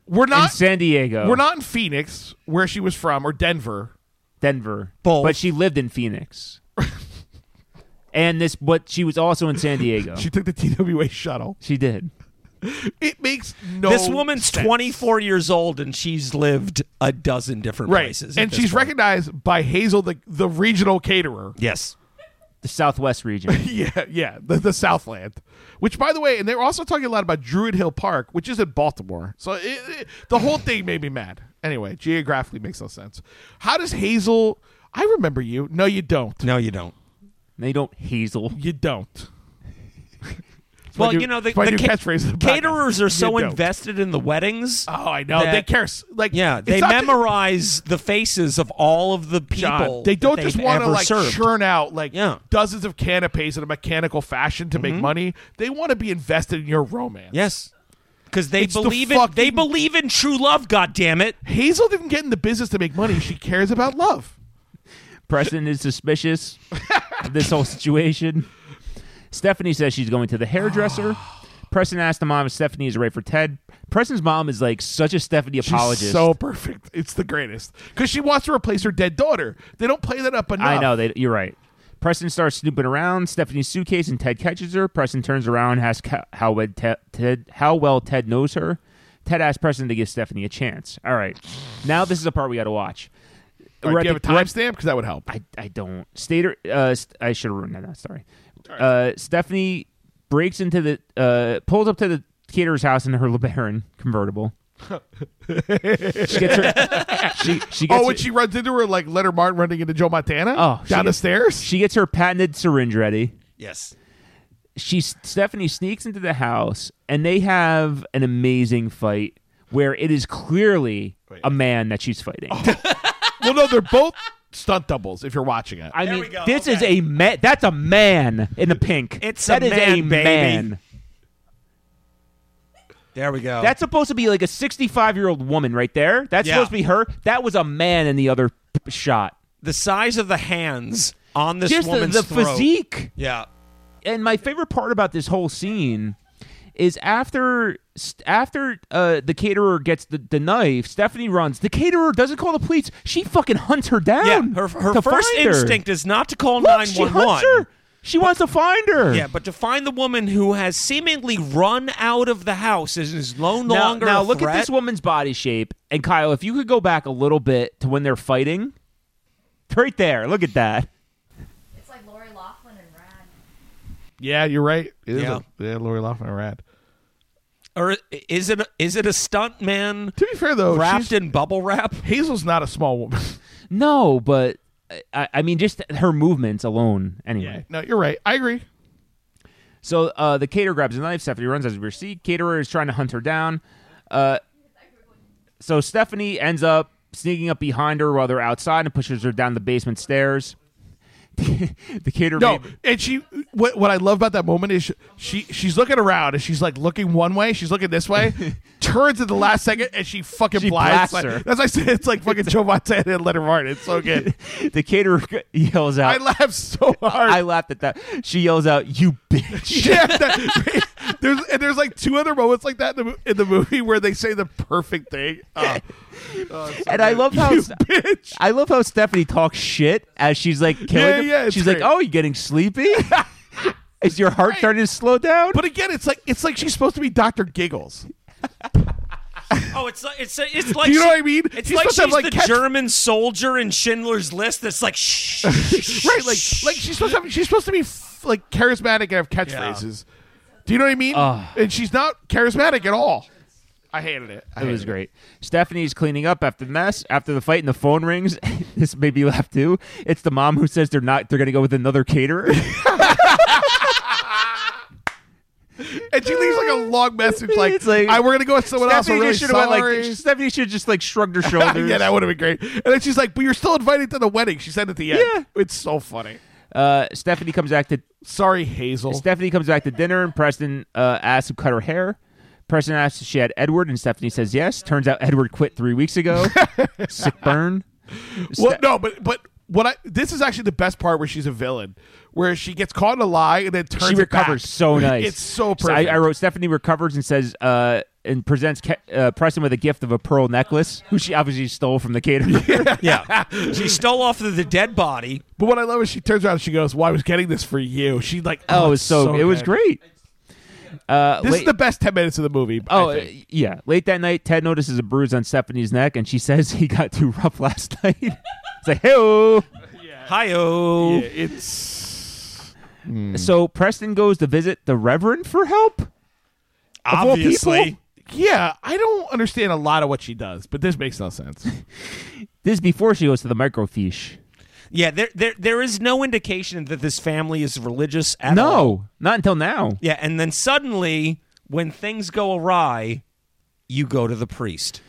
[SPEAKER 2] We're
[SPEAKER 1] in
[SPEAKER 2] not
[SPEAKER 1] San Diego.
[SPEAKER 2] we're not in Phoenix, where she was from, or Denver.
[SPEAKER 1] Denver,
[SPEAKER 3] Both.
[SPEAKER 1] but she lived in Phoenix. and this, but she was also in San Diego.
[SPEAKER 2] She
[SPEAKER 1] she,
[SPEAKER 2] took the TWA shuttle.
[SPEAKER 1] did.
[SPEAKER 2] It makes no
[SPEAKER 3] This woman's
[SPEAKER 2] sense.
[SPEAKER 3] 24 years old, and she's lived a dozen different
[SPEAKER 2] Right.
[SPEAKER 3] places. at
[SPEAKER 2] And
[SPEAKER 3] this
[SPEAKER 2] she's
[SPEAKER 3] point.
[SPEAKER 2] recognized by Hazel the the regional caterer.
[SPEAKER 3] Yes.
[SPEAKER 1] The Southwest region.
[SPEAKER 2] Yeah, yeah, the, the Southland, which by the way, and they were also talking a lot about Druid Hill Park, which is in Baltimore. So it, it- the whole thing made me mad. Anyway, geographically makes no sense. How does Hazel? I remember you. No, you don't.
[SPEAKER 3] No, you don't.
[SPEAKER 1] they don't Hazel.
[SPEAKER 2] You don't. It's my
[SPEAKER 3] Well,
[SPEAKER 2] new-
[SPEAKER 3] you know, the,
[SPEAKER 2] it's my
[SPEAKER 3] the
[SPEAKER 2] new
[SPEAKER 3] ca-
[SPEAKER 2] catchphrase. of the podcast.
[SPEAKER 3] caterers are so
[SPEAKER 2] You don't.
[SPEAKER 3] invested in the weddings.
[SPEAKER 2] Oh, I know.
[SPEAKER 3] that-
[SPEAKER 2] they care. s- Like,
[SPEAKER 3] Yeah,
[SPEAKER 2] it's
[SPEAKER 3] they
[SPEAKER 2] not just-
[SPEAKER 3] memorize the faces of all of the people.
[SPEAKER 2] John, they don't
[SPEAKER 3] that
[SPEAKER 2] just
[SPEAKER 3] they've
[SPEAKER 2] want to
[SPEAKER 3] ever
[SPEAKER 2] like
[SPEAKER 3] served.
[SPEAKER 2] churn out like
[SPEAKER 3] Yeah. Mm-hmm.
[SPEAKER 2] dozens of canapes in a mechanical fashion to make money. They want to be invested in your romance.
[SPEAKER 3] Yes, because they
[SPEAKER 2] It's the
[SPEAKER 3] believe in they
[SPEAKER 2] fucking-
[SPEAKER 3] believe in true love. God damn it!
[SPEAKER 2] Hazel didn't get in the business to make money. She cares about love.
[SPEAKER 1] Preston is suspicious of this whole situation. Stephanie says she's going to the hairdresser. Preston asked the mom if Stephanie is right for Ted. Preston's mom is like such a Stephanie
[SPEAKER 2] She's
[SPEAKER 1] apologist.
[SPEAKER 2] so perfect. It's the greatest because she wants to replace her dead daughter. They don't play that up enough.
[SPEAKER 1] I know that you're right. Preston starts snooping around Stephanie's suitcase, and Ted catches her. Preston turns around, and asks how- how well Ted, Ted how well Ted knows her. Ted asks Preston to give Stephanie a chance. All right, now this is the part we got to watch.
[SPEAKER 2] All
[SPEAKER 1] We're
[SPEAKER 2] right,
[SPEAKER 1] at
[SPEAKER 2] do you have a
[SPEAKER 1] the- we're at-
[SPEAKER 2] timestamp? Because that would help.
[SPEAKER 1] I, I don't. Stater, uh, st- I should have ruined that. Sorry. Uh, Stephanie breaks into the, uh, pulls up to the caterer's house in her LeBaron convertible. she gets her. She, she gets
[SPEAKER 2] oh, when
[SPEAKER 1] her-
[SPEAKER 2] she runs into her like Leonard Martin running into Joe Montana
[SPEAKER 1] Oh, she
[SPEAKER 2] down the
[SPEAKER 1] gets-
[SPEAKER 2] stairs.
[SPEAKER 1] she gets her patented syringe ready.
[SPEAKER 3] Yes,
[SPEAKER 1] she Stephanie sneaks into the house and they have an amazing fight where it is clearly a man that she's fighting.
[SPEAKER 3] Oh,
[SPEAKER 2] well, no, they're both stunt doubles. If you're watching it,
[SPEAKER 1] I
[SPEAKER 3] There
[SPEAKER 1] mean,
[SPEAKER 3] we go,
[SPEAKER 1] this is
[SPEAKER 3] okay.
[SPEAKER 1] a man. That's a man in the pink.
[SPEAKER 3] It's
[SPEAKER 1] That
[SPEAKER 3] a
[SPEAKER 1] is
[SPEAKER 3] man, baby. Oh.
[SPEAKER 1] man.
[SPEAKER 3] there we go.
[SPEAKER 1] That's supposed to be like a 65 year old woman right there. That's
[SPEAKER 3] Yeah.
[SPEAKER 1] supposed to be her. That was a man in the other p- shot.
[SPEAKER 3] the size of the hands on this
[SPEAKER 1] Just the,
[SPEAKER 3] woman's
[SPEAKER 1] the
[SPEAKER 3] throat.
[SPEAKER 1] physique.
[SPEAKER 3] Yeah,
[SPEAKER 1] and my favorite part about this whole scene is after after uh, the caterer gets the, the knife, Stephanie runs. The caterer doesn't call the police. She fucking hunts her down.
[SPEAKER 3] yeah. Her her
[SPEAKER 1] to
[SPEAKER 3] first
[SPEAKER 1] find her.
[SPEAKER 3] instinct is not to call
[SPEAKER 1] Look,
[SPEAKER 3] nine
[SPEAKER 1] she
[SPEAKER 3] one
[SPEAKER 1] hunts
[SPEAKER 3] one.
[SPEAKER 1] her. She wants to find her.
[SPEAKER 3] Yeah, but to find the woman who has seemingly run out of the house and is no
[SPEAKER 1] now,
[SPEAKER 3] longer
[SPEAKER 1] now
[SPEAKER 3] a
[SPEAKER 1] look at
[SPEAKER 3] threat-
[SPEAKER 1] this woman's body shape. And Kyle, if you could go back a little bit to when they're fighting, right there. Look at that.
[SPEAKER 4] It's like Lori Laughlin and Rad.
[SPEAKER 2] yeah, you're right. It is
[SPEAKER 3] Yeah.
[SPEAKER 2] a- yeah, Lori Loughlin Rad.
[SPEAKER 3] or is it is it a stunt man
[SPEAKER 2] To be fair though,
[SPEAKER 3] wrapped
[SPEAKER 2] she's,
[SPEAKER 3] in bubble wrap?
[SPEAKER 2] Hazel's not a small woman.
[SPEAKER 1] No, but I, I mean, just her movements alone. Anyway.
[SPEAKER 2] no, you're right. I agree.
[SPEAKER 1] So uh, the caterer grabs a knife. Stephanie runs as we see. Caterer is trying to hunt her down. Uh, so Stephanie ends up sneaking up behind her while they're outside and pushes her down the basement stairs. the caterer.
[SPEAKER 2] No,
[SPEAKER 1] baby-
[SPEAKER 2] and she what, what I love about that moment is she she's looking around and she's like looking one way, she's looking this way, turns at the last second and she fucking
[SPEAKER 1] She
[SPEAKER 2] blinds.
[SPEAKER 1] blasts
[SPEAKER 2] like-
[SPEAKER 1] her.
[SPEAKER 2] That's why I said it's like fucking Joe Montana and Leonard Martin. It's so good.
[SPEAKER 1] the caterer yells out.
[SPEAKER 2] I laughed so hard.
[SPEAKER 1] I laughed at that. She yells out, "You bitch!"
[SPEAKER 2] yeah, that- there's and there's like two other moments like that in the, mo- in the movie where they say the perfect thing. Uh,
[SPEAKER 3] Oh,
[SPEAKER 1] and I love how
[SPEAKER 2] you bitch.
[SPEAKER 1] I love how Stephanie talks shit as she's like killing.
[SPEAKER 2] Yeah,
[SPEAKER 1] him.
[SPEAKER 2] yeah, it's
[SPEAKER 1] she's
[SPEAKER 2] great.
[SPEAKER 1] like, "Oh, you getting sleepy? Is your heart starting to slow down?"
[SPEAKER 2] But again, it's like it's like she's supposed to be Doctor Giggles.
[SPEAKER 3] Oh, it's like it's it's like
[SPEAKER 2] Do you know
[SPEAKER 3] she-
[SPEAKER 2] what I mean?
[SPEAKER 3] It's
[SPEAKER 2] She's
[SPEAKER 3] like
[SPEAKER 2] supposed
[SPEAKER 3] she's
[SPEAKER 2] to have, like,
[SPEAKER 3] the
[SPEAKER 2] catch-
[SPEAKER 3] German soldier in Schindler's List. That's like shh,
[SPEAKER 2] right? Like, like she's supposed to have, she's supposed to be f- like charismatic and have catchphrases. Do you know what I mean?
[SPEAKER 1] Ugh.
[SPEAKER 2] and she's not charismatic at all. I hated it. I
[SPEAKER 1] It
[SPEAKER 2] hated
[SPEAKER 1] was great. Stephanie's cleaning up after the mess, after the fight, and the phone rings. this made me laugh too. It's the mom who says they're not. They're going to go with another caterer.
[SPEAKER 2] And and she leaves like a long message, like,
[SPEAKER 1] It's like-
[SPEAKER 2] "I- "We're gonna go with someone else." I'm really
[SPEAKER 1] should have
[SPEAKER 2] sorry.
[SPEAKER 1] like Stephanie should just like shrugged her shoulders.
[SPEAKER 2] yeah, that would have been great. And then she's like, "But you're still invited to the wedding." She said at the end.
[SPEAKER 1] Yeah.
[SPEAKER 2] it's so funny.
[SPEAKER 1] uh, Stephanie comes back to
[SPEAKER 2] Sorry, Hazel.
[SPEAKER 1] Stephanie comes back to dinner, and Preston uh, asks who cut her hair. Preston asks if she had Edward, and Stephanie says yes. Turns out Edward quit three weeks ago. Sick burn.
[SPEAKER 2] Well,
[SPEAKER 1] Ste-
[SPEAKER 2] no, but but what I this is actually the best part where she's a villain, where she gets caught in a lie and then turns.
[SPEAKER 1] she
[SPEAKER 2] it back.
[SPEAKER 1] recovers so nice.
[SPEAKER 2] It's so
[SPEAKER 1] I,
[SPEAKER 2] perfect.
[SPEAKER 1] I wrote Stephanie recovers and says uh, and presents Ke- uh, Preston with a gift of a pearl necklace, who she obviously stole from the caterer.
[SPEAKER 3] Yeah, she stole off the, the dead body.
[SPEAKER 2] but what I love is she turns around and she goes, "Well, I was getting this for you." She like,
[SPEAKER 1] oh, it was
[SPEAKER 2] it's
[SPEAKER 1] so, it was
[SPEAKER 2] good.
[SPEAKER 1] great. Uh,
[SPEAKER 2] This
[SPEAKER 1] late-
[SPEAKER 2] is the best ten minutes of the movie. I
[SPEAKER 1] Oh,
[SPEAKER 2] think.
[SPEAKER 1] uh, yeah. Late that night, Ted notices a bruise on Stephanie's neck, and she says he got too rough last night. it's like, hey,
[SPEAKER 3] Hi-oh.
[SPEAKER 2] Yeah, it's Mm.
[SPEAKER 1] So Preston goes to visit the Reverend for help. all
[SPEAKER 3] Obviously,
[SPEAKER 1] people?
[SPEAKER 2] yeah. I don't understand a lot of what she does, but this makes no sense.
[SPEAKER 1] This is before she goes to the microfiche.
[SPEAKER 3] yeah. There, there, there is no indication that this family is religious at all.
[SPEAKER 1] No, not until now.
[SPEAKER 3] Yeah, and then suddenly, when things go awry, you go to the priest.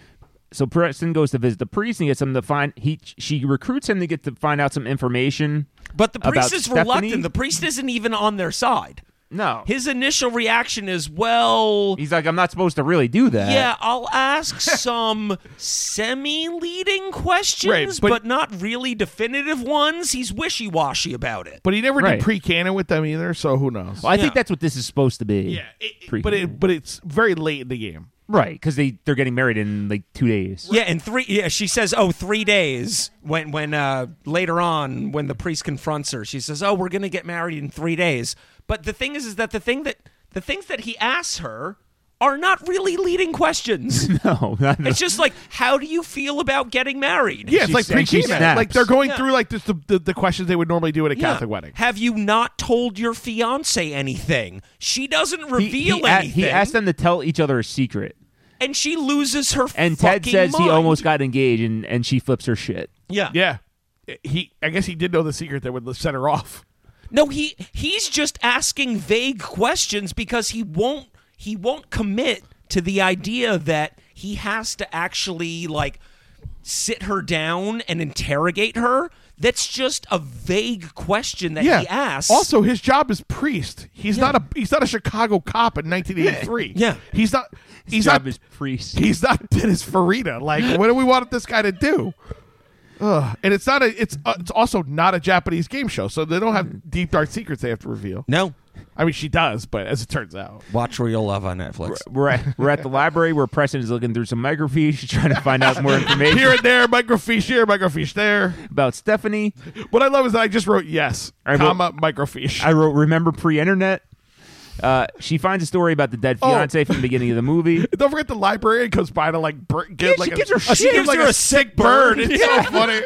[SPEAKER 1] So Preston goes to visit the priest and gets him to find. He she recruits him to get to find out some information.
[SPEAKER 3] But the priest
[SPEAKER 1] About
[SPEAKER 3] is
[SPEAKER 1] Stephanie?
[SPEAKER 3] reluctant. The priest isn't even on their side.
[SPEAKER 1] No,
[SPEAKER 3] His initial reaction is, well,
[SPEAKER 1] he's like, I'm not supposed to really do that.
[SPEAKER 3] yeah, I'll ask some semi leading questions,
[SPEAKER 2] but-
[SPEAKER 3] but, not really definitive ones. He's wishy washy about it.
[SPEAKER 2] But he never
[SPEAKER 1] Right.
[SPEAKER 2] did pre-canon with them either, so who knows?
[SPEAKER 1] Well, I think
[SPEAKER 3] Yeah.
[SPEAKER 1] that's what this is supposed to be.
[SPEAKER 2] yeah, it- it- but it, but it's very late in the game.
[SPEAKER 1] right because they they're getting married in like two days.
[SPEAKER 3] Yeah, and three. Yeah, she says, "Oh, three days." When when uh, later on, when the priest confronts her, she says, "Oh, we're gonna get married in three days." But the thing is, is that the thing that the things that he asks her are not really leading questions.
[SPEAKER 1] No, not
[SPEAKER 3] it's just like, "How do you feel about getting married?"
[SPEAKER 2] Yeah, it's
[SPEAKER 1] She
[SPEAKER 2] like
[SPEAKER 1] sa- and she
[SPEAKER 2] pre-canon.
[SPEAKER 1] snaps.
[SPEAKER 2] Like they're going
[SPEAKER 3] Yeah.
[SPEAKER 2] through like just the, the the questions they would normally do at a
[SPEAKER 3] Yeah.
[SPEAKER 2] Catholic wedding.
[SPEAKER 3] Have you not told your fiance anything? She doesn't
[SPEAKER 1] He-
[SPEAKER 3] reveal
[SPEAKER 1] he, a-
[SPEAKER 3] anything,
[SPEAKER 1] he asked them to tell each other a secret,
[SPEAKER 3] and she loses her.
[SPEAKER 1] and Ted
[SPEAKER 3] fucking
[SPEAKER 1] says he
[SPEAKER 3] mind.
[SPEAKER 1] almost got engaged, and and she flips her shit.
[SPEAKER 3] yeah
[SPEAKER 2] Yeah, he. I guess he did know the secret that would set her off.
[SPEAKER 3] No, he he's just asking vague questions because he won't he won't commit to the idea that he has to actually like sit her down and interrogate her. That's just a vague question that
[SPEAKER 2] Yeah.
[SPEAKER 3] he asks.
[SPEAKER 2] Also, his job is priest. He's not a he's not a Chicago cop in 1983.
[SPEAKER 3] Yeah.
[SPEAKER 2] He's not. He's
[SPEAKER 1] job
[SPEAKER 2] not.
[SPEAKER 1] is priest.
[SPEAKER 2] he's not Dennis Farina. Like, what do we want this guy to do? Ugh. And it's not a. It's uh, it's also not a Japanese game show, so they don't
[SPEAKER 1] Mm-hmm.
[SPEAKER 2] have deep dark secrets they have to reveal.
[SPEAKER 3] no.
[SPEAKER 2] I mean, she does, but as it turns out,
[SPEAKER 3] Watch Real Love on Netflix.
[SPEAKER 1] We're at, we're at the library where Preston is looking through some microfiche, trying to find out more information
[SPEAKER 2] here and there, microfiche here, microfiche there.
[SPEAKER 1] about Stephanie.
[SPEAKER 2] What I love is that I just wrote yes,
[SPEAKER 1] right,
[SPEAKER 2] comma microfiche.
[SPEAKER 1] I wrote, remember pre-internet. Uh, she finds a story about the dead
[SPEAKER 2] Oh.
[SPEAKER 1] fiance from the beginning of the movie.
[SPEAKER 2] don't forget the librarian comes by to like bur- give
[SPEAKER 1] Yeah,
[SPEAKER 2] like
[SPEAKER 1] she
[SPEAKER 2] a,
[SPEAKER 1] gives her
[SPEAKER 2] a-
[SPEAKER 1] shit.
[SPEAKER 2] gives, like
[SPEAKER 1] Gives her
[SPEAKER 2] a
[SPEAKER 1] a
[SPEAKER 2] sick burn.
[SPEAKER 1] burn.
[SPEAKER 2] It's so funny.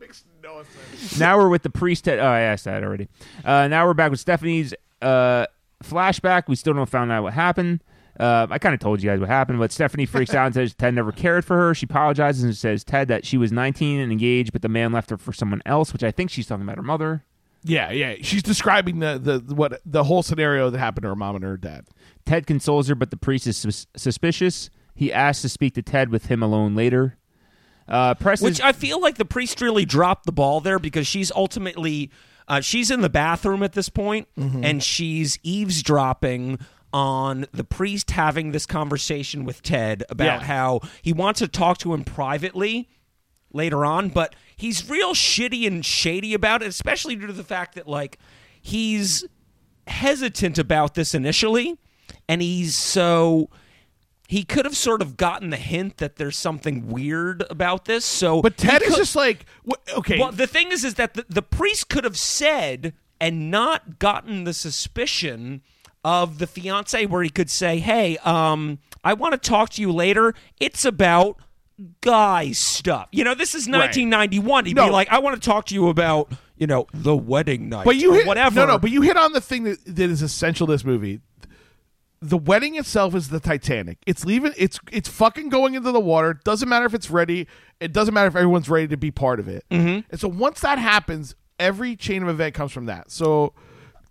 [SPEAKER 2] Makes no sense.
[SPEAKER 1] now we're with the priest. Ted- oh, I asked that already. Uh, now we're back with Stephanie's uh, flashback. We still don't found out what happened. Uh, I kind of told you guys what happened, but Stephanie freaks out and says Ted never cared for her. She apologizes and says Ted that she was 19 and engaged, but the man left her for someone else, which I think she's talking about her mother.
[SPEAKER 2] Yeah, yeah. She's describing the, the what the whole scenario that happened to her mom and her dad.
[SPEAKER 1] Ted consoles her, but the priest is sus- suspicious. He asks to speak to Ted with him alone later. Uh, Preston,
[SPEAKER 3] Which I feel like the priest really dropped the ball there because she's ultimately uh, she's in the bathroom at this point, and she's eavesdropping on the priest having this conversation with Ted about
[SPEAKER 2] Yeah.
[SPEAKER 3] how he wants to talk to him privately later on, but he's real shitty and shady about it, especially due to the fact that like he's hesitant about this initially, and he's so he could have sort of gotten the hint that there's something weird about this. So,
[SPEAKER 2] But Ted
[SPEAKER 3] he
[SPEAKER 2] is
[SPEAKER 3] could-
[SPEAKER 2] just like, wh- okay,
[SPEAKER 3] Well, the thing is, is that the, the priest could have said and not gotten the suspicion of the fiance, where he could say, "Hey, um, I want to talk to you later. It's about." guy stuff. You know, this is 1991. He'd
[SPEAKER 2] No.
[SPEAKER 3] be like, I want to talk to you about, you know, the wedding night
[SPEAKER 2] but you
[SPEAKER 3] or
[SPEAKER 2] hit,
[SPEAKER 3] whatever.
[SPEAKER 2] No, no. But you hit on the thing that, that is essential to this movie. The wedding itself is the Titanic. It's leaving. It's it's fucking going into the water. It doesn't matter if it's ready. It doesn't matter if everyone's ready to be part of it.
[SPEAKER 3] Mm-hmm.
[SPEAKER 2] And so once that happens, every chain of event comes from that. So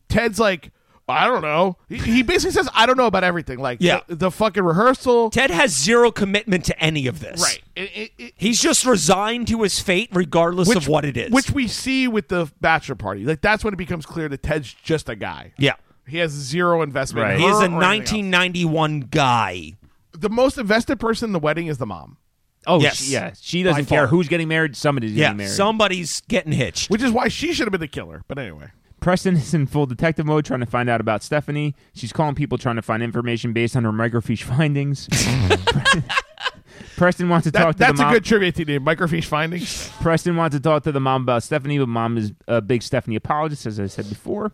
[SPEAKER 2] Ted's like, I don't know. He, he basically says, I don't know about everything. Like,
[SPEAKER 3] Yeah.
[SPEAKER 2] the, the fucking rehearsal.
[SPEAKER 3] Ted has zero commitment to any of this.
[SPEAKER 2] right. It- it- it-
[SPEAKER 3] He's just resigned to his fate regardless
[SPEAKER 2] which,
[SPEAKER 3] of what it is.
[SPEAKER 2] Which we see with the bachelor party. Like, that's when it becomes clear that Ted's just a guy.
[SPEAKER 3] yeah.
[SPEAKER 2] He has zero investment.
[SPEAKER 1] Right.
[SPEAKER 2] in
[SPEAKER 3] He is
[SPEAKER 2] her
[SPEAKER 3] a
[SPEAKER 2] or anything else.
[SPEAKER 3] 1991 guy.
[SPEAKER 2] The most invested person in the wedding is the mom,
[SPEAKER 1] Oh,
[SPEAKER 3] Yes.
[SPEAKER 1] she, yeah. She
[SPEAKER 3] By
[SPEAKER 1] doesn't care
[SPEAKER 3] far.
[SPEAKER 1] who's getting married. Somebody's
[SPEAKER 3] Yeah.
[SPEAKER 1] getting married.
[SPEAKER 3] Somebody's getting hitched.
[SPEAKER 2] which is why she should have been the killer. But anyway.
[SPEAKER 1] Preston is in full detective mode trying to find out about Stephanie. She's calling people trying to find information based on her microfiche findings. Preston wants to
[SPEAKER 2] That,
[SPEAKER 1] talk to
[SPEAKER 2] that's
[SPEAKER 1] the
[SPEAKER 2] a
[SPEAKER 1] mom.
[SPEAKER 2] good trivia to the microfiche findings.
[SPEAKER 1] Preston wants to talk to the mom about Stephanie, but mom is a big Stephanie apologist, as I said before.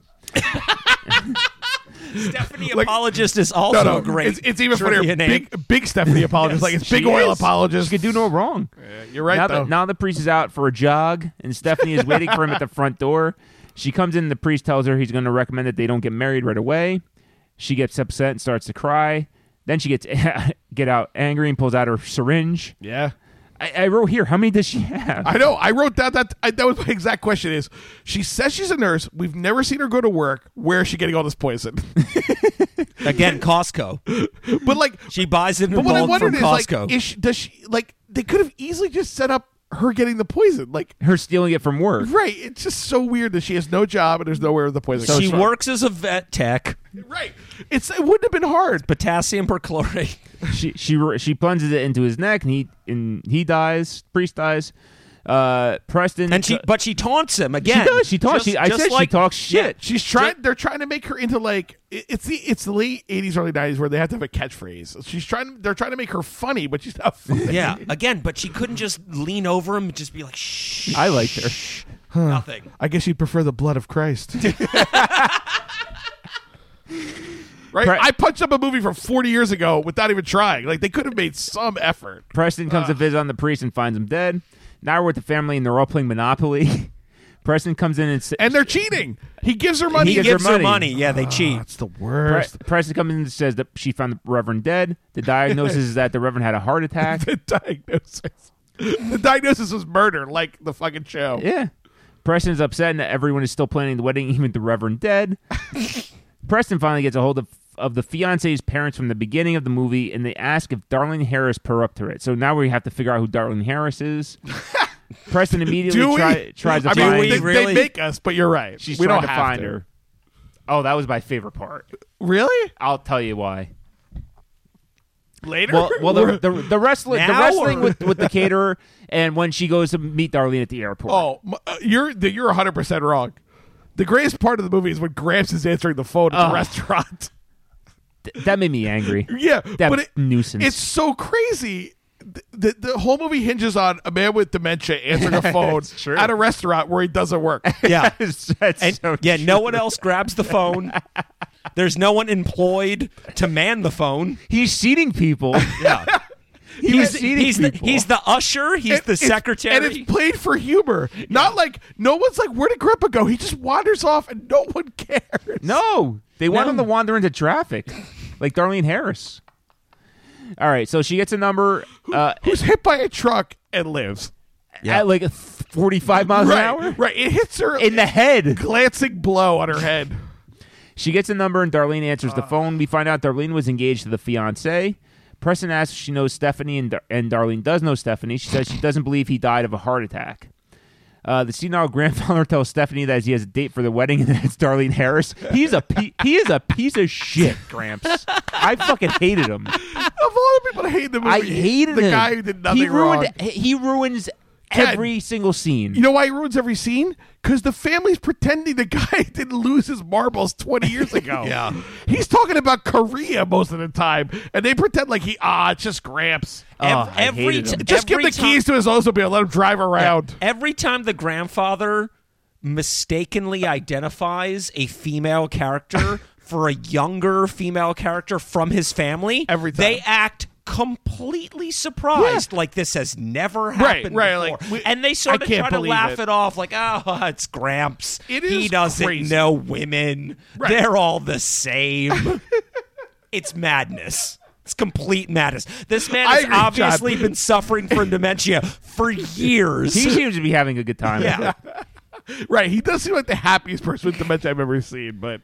[SPEAKER 3] Stephanie
[SPEAKER 2] Like-
[SPEAKER 3] Apologist is also
[SPEAKER 2] no, no,
[SPEAKER 3] great.
[SPEAKER 2] It's, it's even
[SPEAKER 3] trivia
[SPEAKER 2] funnier.
[SPEAKER 3] name.
[SPEAKER 2] Big, big Stephanie apologist. like it's big
[SPEAKER 1] She
[SPEAKER 2] oil
[SPEAKER 1] is.
[SPEAKER 2] apologist.
[SPEAKER 1] She could do no wrong.
[SPEAKER 2] You're right
[SPEAKER 1] now,
[SPEAKER 2] though.
[SPEAKER 1] that, now the priest is out for a jog, and Stephanie is waiting for him at the front door. She comes in, the priest tells her he's going to recommend that they don't get married right away. She gets upset and starts to cry. Then she gets get out angry and pulls out her syringe.
[SPEAKER 2] yeah.
[SPEAKER 1] I, I wrote here, how many does she have?
[SPEAKER 2] I know. I wrote down that I, that was my exact question. Is she says she's a nurse? We've never seen her go to work. Where is she getting all this poison?
[SPEAKER 3] Again, Costco.
[SPEAKER 2] but like,
[SPEAKER 3] She buys it in
[SPEAKER 2] but what I
[SPEAKER 3] bulk from
[SPEAKER 2] wondered is like,
[SPEAKER 3] Costco.
[SPEAKER 2] is she, does she like? They could have easily just set up her getting the poison. Like,
[SPEAKER 1] Her stealing it from work.
[SPEAKER 2] right? It's just so weird that she has no job and there's nowhere the poison.
[SPEAKER 3] she
[SPEAKER 2] comes from.
[SPEAKER 3] works as a vet tech.
[SPEAKER 2] Right. It's it wouldn't have been hard.
[SPEAKER 3] Potassium perchlorate.
[SPEAKER 1] she she she plunges it into his neck, and he and he dies. Priest dies. Uh, Preston
[SPEAKER 3] And she, but she taunts him
[SPEAKER 1] she
[SPEAKER 3] again.
[SPEAKER 1] does. She talks.
[SPEAKER 3] Just-
[SPEAKER 1] she, I
[SPEAKER 3] just
[SPEAKER 1] said she
[SPEAKER 3] like-
[SPEAKER 1] talks shit.
[SPEAKER 2] She's trying. They're trying to make her into like it- it's the it's the late eighties, early nineties where they have to have a catchphrase. She's trying. They're trying to make her funny, but she's not funny.
[SPEAKER 3] Yeah. Again, but she couldn't just lean over him and just be like, shh.
[SPEAKER 1] I liked her.
[SPEAKER 3] Nothing.
[SPEAKER 2] I guess you'd prefer the blood of Christ. right?
[SPEAKER 1] Pre-
[SPEAKER 2] I punched up a movie from 40 years ago without even trying. Like, they could have made some effort.
[SPEAKER 1] Preston comes to visit on the priest and finds him dead. Now we're with the family, and they're all playing Monopoly. Preston comes in and, s-
[SPEAKER 2] And they're cheating. He gives her money.
[SPEAKER 3] He
[SPEAKER 1] gives her
[SPEAKER 3] gives her
[SPEAKER 1] money.
[SPEAKER 3] money. Yeah, they cheat.
[SPEAKER 2] That's the
[SPEAKER 1] Pre-
[SPEAKER 2] worst.
[SPEAKER 1] Preston comes in and says that she found the Reverend dead. The diagnosis is that the Reverend had a heart attack.
[SPEAKER 2] the diagnosis. The diagnosis was murder, like the fucking show.
[SPEAKER 1] Yeah. Preston's upset and that everyone is still planning the wedding, even the Reverend dead. Preston finally gets a hold of, of the fiance's parents from the beginning of the movie and they ask if Darlene Harris per up to it. So now we have to figure out who Darlene Harris is. Preston immediately
[SPEAKER 2] Do we?
[SPEAKER 1] try, tries to
[SPEAKER 2] I mean,
[SPEAKER 1] find
[SPEAKER 2] they, they
[SPEAKER 3] really?
[SPEAKER 2] make us, but you're right.
[SPEAKER 1] She's
[SPEAKER 2] we
[SPEAKER 1] trying
[SPEAKER 2] don't
[SPEAKER 1] to
[SPEAKER 2] have
[SPEAKER 1] find
[SPEAKER 2] to.
[SPEAKER 1] her. Oh, that was my favorite part.
[SPEAKER 2] Really?
[SPEAKER 1] I'll tell you why.
[SPEAKER 2] Later?
[SPEAKER 1] Well, well, the the, the wrestling, the
[SPEAKER 3] Now
[SPEAKER 1] wrestling
[SPEAKER 3] or-
[SPEAKER 1] with, with the caterer, and when she goes to meet Darlene at the airport.
[SPEAKER 2] oh, m- uh, you're the, you're 100 percent wrong. The greatest part of the movie is when Gramps is answering the phone at the
[SPEAKER 1] Ugh.
[SPEAKER 2] restaurant.
[SPEAKER 1] Th- that made me angry.
[SPEAKER 2] Yeah,
[SPEAKER 1] That
[SPEAKER 2] but it,
[SPEAKER 1] nuisance.
[SPEAKER 2] It's so crazy. The, the, the whole movie hinges on a man with dementia answering a phone
[SPEAKER 1] true.
[SPEAKER 2] at a restaurant where he doesn't work.
[SPEAKER 3] Yeah.
[SPEAKER 1] That's- that's
[SPEAKER 3] And
[SPEAKER 1] so
[SPEAKER 3] yeah, no one else grabs the phone. There's no one employed to man the phone.
[SPEAKER 1] He's seating people.
[SPEAKER 3] Yeah.
[SPEAKER 1] He was
[SPEAKER 3] He's,
[SPEAKER 1] seating
[SPEAKER 3] he's the,
[SPEAKER 1] people.
[SPEAKER 3] he's the usher. He's
[SPEAKER 2] And
[SPEAKER 3] the
[SPEAKER 2] it's-
[SPEAKER 3] secretary.
[SPEAKER 2] and it's played for humor. Not like no one's like, "Where did Grandpa go?" He just wanders off, and no one cares.
[SPEAKER 1] no, they want
[SPEAKER 3] No.
[SPEAKER 1] him to wander into traffic, like Darlene Harris. All right, so she gets a number uh,
[SPEAKER 2] Who's hit by a truck and lives?
[SPEAKER 1] at like a th- forty-five miles
[SPEAKER 2] right,
[SPEAKER 1] an hour
[SPEAKER 2] right. It hits her
[SPEAKER 1] in the head.
[SPEAKER 2] glancing blow on her head.
[SPEAKER 1] She gets a number and Darlene answers the phone. We find out Darlene was engaged to the fiance. Preston asks if she knows Stephanie, and, Dar- and Darlene does know Stephanie. She says she doesn't believe he died of a heart attack. Uh, the senile grandfather tells Stephanie that he has a date for the wedding, and that it's Darlene Harris. He's a pe- he is a piece of shit, Gramps. I fucking hated him.
[SPEAKER 2] Of all the people that hate the movie,
[SPEAKER 1] I hated
[SPEAKER 2] the
[SPEAKER 1] him.
[SPEAKER 2] guy who did nothing
[SPEAKER 1] he ruined,
[SPEAKER 2] wrong.
[SPEAKER 1] He ruins
[SPEAKER 2] Ted,
[SPEAKER 1] every single scene.
[SPEAKER 2] You know why he ruins every scene? Because the family's pretending the guy didn't lose his marbles 20 years ago.
[SPEAKER 3] Yeah.
[SPEAKER 2] He's talking about Korea most of the time, and they pretend like he, ah, it's just Gramps.
[SPEAKER 1] Oh, I
[SPEAKER 3] every
[SPEAKER 1] hated
[SPEAKER 3] ti-
[SPEAKER 1] him.
[SPEAKER 2] just give the
[SPEAKER 3] every ti-
[SPEAKER 2] keys to his Oldsmobile, let him drive around.
[SPEAKER 3] Every time the grandfather mistakenly identifies a female character for a younger female character from his family,
[SPEAKER 2] Every time.
[SPEAKER 3] they act completely surprised, like this has never
[SPEAKER 2] Right,
[SPEAKER 3] happened
[SPEAKER 2] right,
[SPEAKER 3] before.
[SPEAKER 2] like, we-
[SPEAKER 3] and they sort
[SPEAKER 2] I
[SPEAKER 3] of
[SPEAKER 2] can't
[SPEAKER 3] try to
[SPEAKER 2] believe
[SPEAKER 3] laugh
[SPEAKER 2] it.
[SPEAKER 3] it. off, like, "Oh, it's Gramps.
[SPEAKER 2] It
[SPEAKER 3] he
[SPEAKER 2] is
[SPEAKER 3] doesn't
[SPEAKER 2] crazy.
[SPEAKER 3] know women.
[SPEAKER 2] Right.
[SPEAKER 3] They're all the same." it's madness. It's complete madness. This man
[SPEAKER 2] I
[SPEAKER 3] has
[SPEAKER 2] agree, John.
[SPEAKER 3] obviously been suffering from dementia for years.
[SPEAKER 1] He seems to be having a good time.
[SPEAKER 3] Yeah.
[SPEAKER 2] Right. He does seem like the happiest person with dementia I've ever seen, but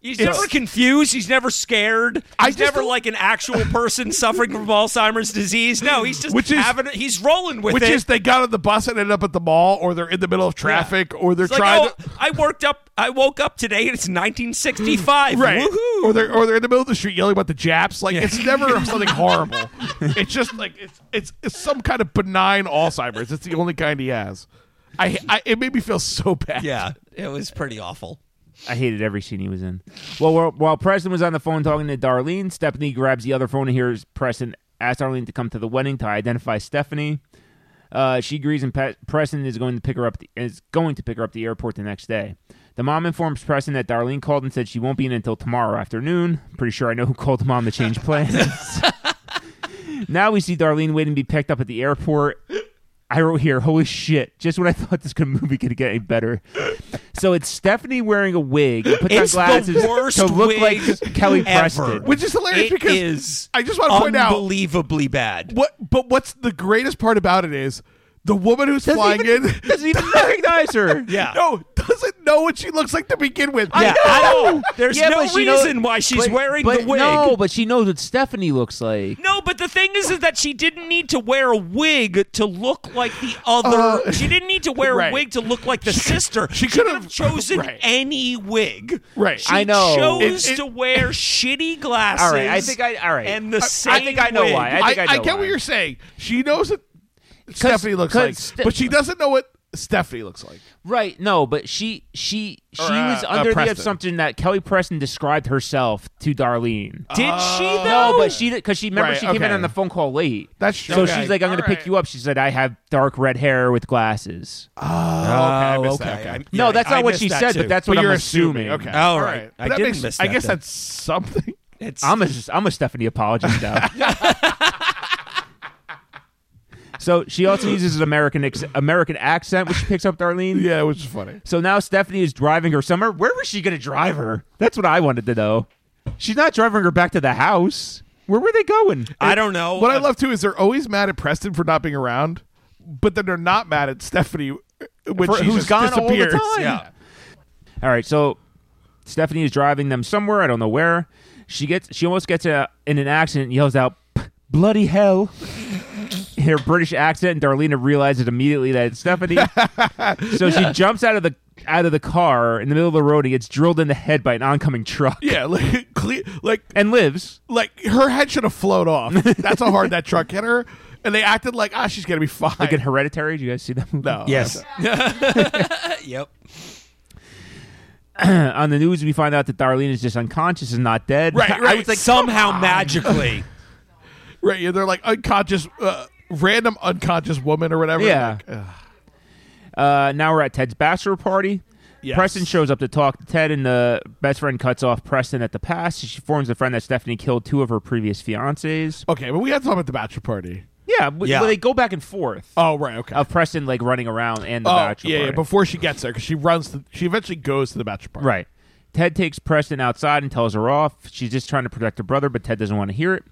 [SPEAKER 3] He's
[SPEAKER 2] It's-
[SPEAKER 3] never confused. He's never scared. He's
[SPEAKER 2] I just
[SPEAKER 3] never
[SPEAKER 2] don't-
[SPEAKER 3] like an actual person suffering from Alzheimer's disease. No, he's just
[SPEAKER 2] Which is-
[SPEAKER 3] having. He's rolling with
[SPEAKER 2] Which
[SPEAKER 3] it.
[SPEAKER 2] is they got on the bus and ended up at the mall, or they're in the middle of traffic, or they're
[SPEAKER 3] It's like,
[SPEAKER 2] trying
[SPEAKER 3] oh,
[SPEAKER 2] to
[SPEAKER 3] I worked up. I woke up today and it's 1965.
[SPEAKER 2] right,
[SPEAKER 3] Woohoo.
[SPEAKER 2] or they're or they're in the middle of the street yelling about the Japs. Like it's never something horrible. It's just like it's it's it's some kind of benign Alzheimer's. It's the only kind he has. I, I it made me feel so bad.
[SPEAKER 3] Yeah, it was pretty awful.
[SPEAKER 1] I hated every scene he was in. Well, while, while Preston was on the phone talking to Darlene, Stephanie grabs the other phone and hears Preston ask Darlene to come to the wedding to identify Stephanie. Uh, she agrees, and Pe- Preston is going to pick her up. The, is going to pick her up at the airport the next day. The mom informs Preston that Darlene called and said she won't be in until tomorrow afternoon. Pretty sure I know who called the mom to change plans. now we see Darlene waiting to be picked up at the airport. I wrote here, holy shit! Just when I thought this good movie could get any better, so it's Stephanie wearing a wig and puts
[SPEAKER 3] It's
[SPEAKER 1] on
[SPEAKER 3] the
[SPEAKER 1] glasses
[SPEAKER 3] worst
[SPEAKER 1] to look
[SPEAKER 3] wig
[SPEAKER 1] like Kelly
[SPEAKER 3] ever.
[SPEAKER 1] Preston.
[SPEAKER 2] Which is hilarious
[SPEAKER 3] It
[SPEAKER 2] because
[SPEAKER 3] is
[SPEAKER 2] I just want to point out
[SPEAKER 3] unbelievably bad.
[SPEAKER 2] what but what's the greatest part about it is the woman who's
[SPEAKER 1] doesn't
[SPEAKER 2] flying
[SPEAKER 1] even,
[SPEAKER 2] in
[SPEAKER 1] doesn't even recognize her.
[SPEAKER 3] Yeah.
[SPEAKER 2] no doesn't know what she looks like to begin with.
[SPEAKER 3] Yeah, I know. There's
[SPEAKER 1] Yeah,
[SPEAKER 3] no
[SPEAKER 1] but she
[SPEAKER 3] reason
[SPEAKER 1] knows-
[SPEAKER 3] why she's
[SPEAKER 1] but-
[SPEAKER 3] wearing
[SPEAKER 1] but
[SPEAKER 3] the wig.
[SPEAKER 1] No, but she knows what Stephanie looks like.
[SPEAKER 3] No, but the thing is, is that she didn't need to wear a wig to look like the other.
[SPEAKER 2] Uh,
[SPEAKER 3] she didn't need to wear
[SPEAKER 2] right.
[SPEAKER 3] a wig to look like the sister.
[SPEAKER 2] she
[SPEAKER 3] could
[SPEAKER 2] could've-
[SPEAKER 3] have chosen
[SPEAKER 2] right.
[SPEAKER 3] any wig.
[SPEAKER 2] Right.
[SPEAKER 3] She
[SPEAKER 1] I know.
[SPEAKER 3] chose
[SPEAKER 2] It- it-
[SPEAKER 3] to wear shitty glasses.
[SPEAKER 1] All right, I think I. All right,
[SPEAKER 3] and the same.
[SPEAKER 1] I think I know
[SPEAKER 3] wig.
[SPEAKER 1] why. I
[SPEAKER 2] I,
[SPEAKER 1] think I, know
[SPEAKER 2] I get
[SPEAKER 1] why.
[SPEAKER 2] what you're saying. She knows what Stephanie looks
[SPEAKER 1] 'cause
[SPEAKER 2] like,
[SPEAKER 1] Ste-
[SPEAKER 2] but she doesn't know what Stephanie looks like.
[SPEAKER 1] Right, no, but she she she
[SPEAKER 2] Or, uh,
[SPEAKER 1] was
[SPEAKER 2] uh,
[SPEAKER 1] under the
[SPEAKER 2] Preston.
[SPEAKER 1] assumption that Kelly Preston described herself to Darlene. Oh.
[SPEAKER 3] Did she though?
[SPEAKER 1] no, but she because she remember
[SPEAKER 2] Right,
[SPEAKER 1] she came in
[SPEAKER 2] okay.
[SPEAKER 1] on the phone call late.
[SPEAKER 2] That's
[SPEAKER 1] So
[SPEAKER 2] true.
[SPEAKER 1] she's like, "I'm going to pick you up." She said, "I have dark red hair with glasses."
[SPEAKER 2] I
[SPEAKER 3] Oh,
[SPEAKER 2] missed
[SPEAKER 3] okay.
[SPEAKER 2] that, okay.
[SPEAKER 3] I'm-
[SPEAKER 1] no,
[SPEAKER 3] yeah,
[SPEAKER 1] that's not
[SPEAKER 3] I
[SPEAKER 1] what
[SPEAKER 3] missed
[SPEAKER 1] she
[SPEAKER 3] that
[SPEAKER 1] said,
[SPEAKER 3] too.
[SPEAKER 1] but that's
[SPEAKER 2] But
[SPEAKER 1] what
[SPEAKER 2] you're
[SPEAKER 1] I'm
[SPEAKER 2] assuming.
[SPEAKER 1] assuming. Uh,
[SPEAKER 2] Okay.
[SPEAKER 3] Oh,
[SPEAKER 2] All
[SPEAKER 3] right. I
[SPEAKER 2] that
[SPEAKER 3] didn't
[SPEAKER 2] makes,
[SPEAKER 3] miss
[SPEAKER 2] I
[SPEAKER 3] that
[SPEAKER 2] guess
[SPEAKER 3] then.
[SPEAKER 2] that's something.
[SPEAKER 3] It's,
[SPEAKER 1] I'm a I'm a Stephanie apologist now. so she also uses an American ex- American accent, which she picks up Darlene.
[SPEAKER 2] Yeah, which is funny.
[SPEAKER 1] So now Stephanie is driving her somewhere. Where was she going to drive her? That's what I wanted to know. She's not driving her back to the house. Where were they going?
[SPEAKER 3] I don't know.
[SPEAKER 2] What I
[SPEAKER 3] Uh,
[SPEAKER 2] love too is they're always mad at Preston for not being around, but then they're not mad at Stephanie when
[SPEAKER 1] For-
[SPEAKER 2] she
[SPEAKER 1] who's
[SPEAKER 2] just
[SPEAKER 1] gone all the
[SPEAKER 2] disappears.
[SPEAKER 1] time.
[SPEAKER 3] Yeah.
[SPEAKER 1] All right, so Stephanie is driving them somewhere. I don't know where. She gets. She almost gets uh in an accident. and Yells out, "P- "Bloody hell!" in her British accent, and Darlena realizes immediately that it's Stephanie. so she jumps out of the out of the car in the middle of the road and gets drilled in the head by an oncoming truck
[SPEAKER 2] Yeah, like cle- like
[SPEAKER 1] and lives.
[SPEAKER 2] like her head should have flown off. That's how hard that truck hit her. And they acted like, ah, she's gonna be fine.
[SPEAKER 1] Like in Hereditary, do you guys see that movie?
[SPEAKER 2] no.
[SPEAKER 3] Yes. yep.
[SPEAKER 1] On the news, we find out that Darlene is just unconscious and not dead.
[SPEAKER 2] Right,
[SPEAKER 1] I
[SPEAKER 2] right.
[SPEAKER 1] was like,
[SPEAKER 3] somehow magically.
[SPEAKER 2] Right. Yeah, they're like unconscious, uh, random unconscious woman or whatever.
[SPEAKER 1] Yeah.
[SPEAKER 2] Like, ugh.
[SPEAKER 1] Uh, now we're at Ted's bachelor party.
[SPEAKER 2] Yes.
[SPEAKER 1] Preston shows up to talk to Ted, and the best friend cuts off Preston at the pass. She forms the friend that Stephanie killed two of her previous fiancés.
[SPEAKER 2] okay, but we have to talk about the bachelor party.
[SPEAKER 1] Yeah, w-
[SPEAKER 3] Yeah.
[SPEAKER 1] well, they go back and forth
[SPEAKER 2] Oh, right. Okay.
[SPEAKER 1] of Preston like running around and the
[SPEAKER 2] oh,
[SPEAKER 1] bachelor
[SPEAKER 2] yeah, yeah.
[SPEAKER 1] party.
[SPEAKER 2] Before she gets there, because she runs, to, she eventually goes to the bachelor party.
[SPEAKER 1] right. Ted takes Preston outside and tells her off. She's just trying to protect her brother, but Ted doesn't want to hear it.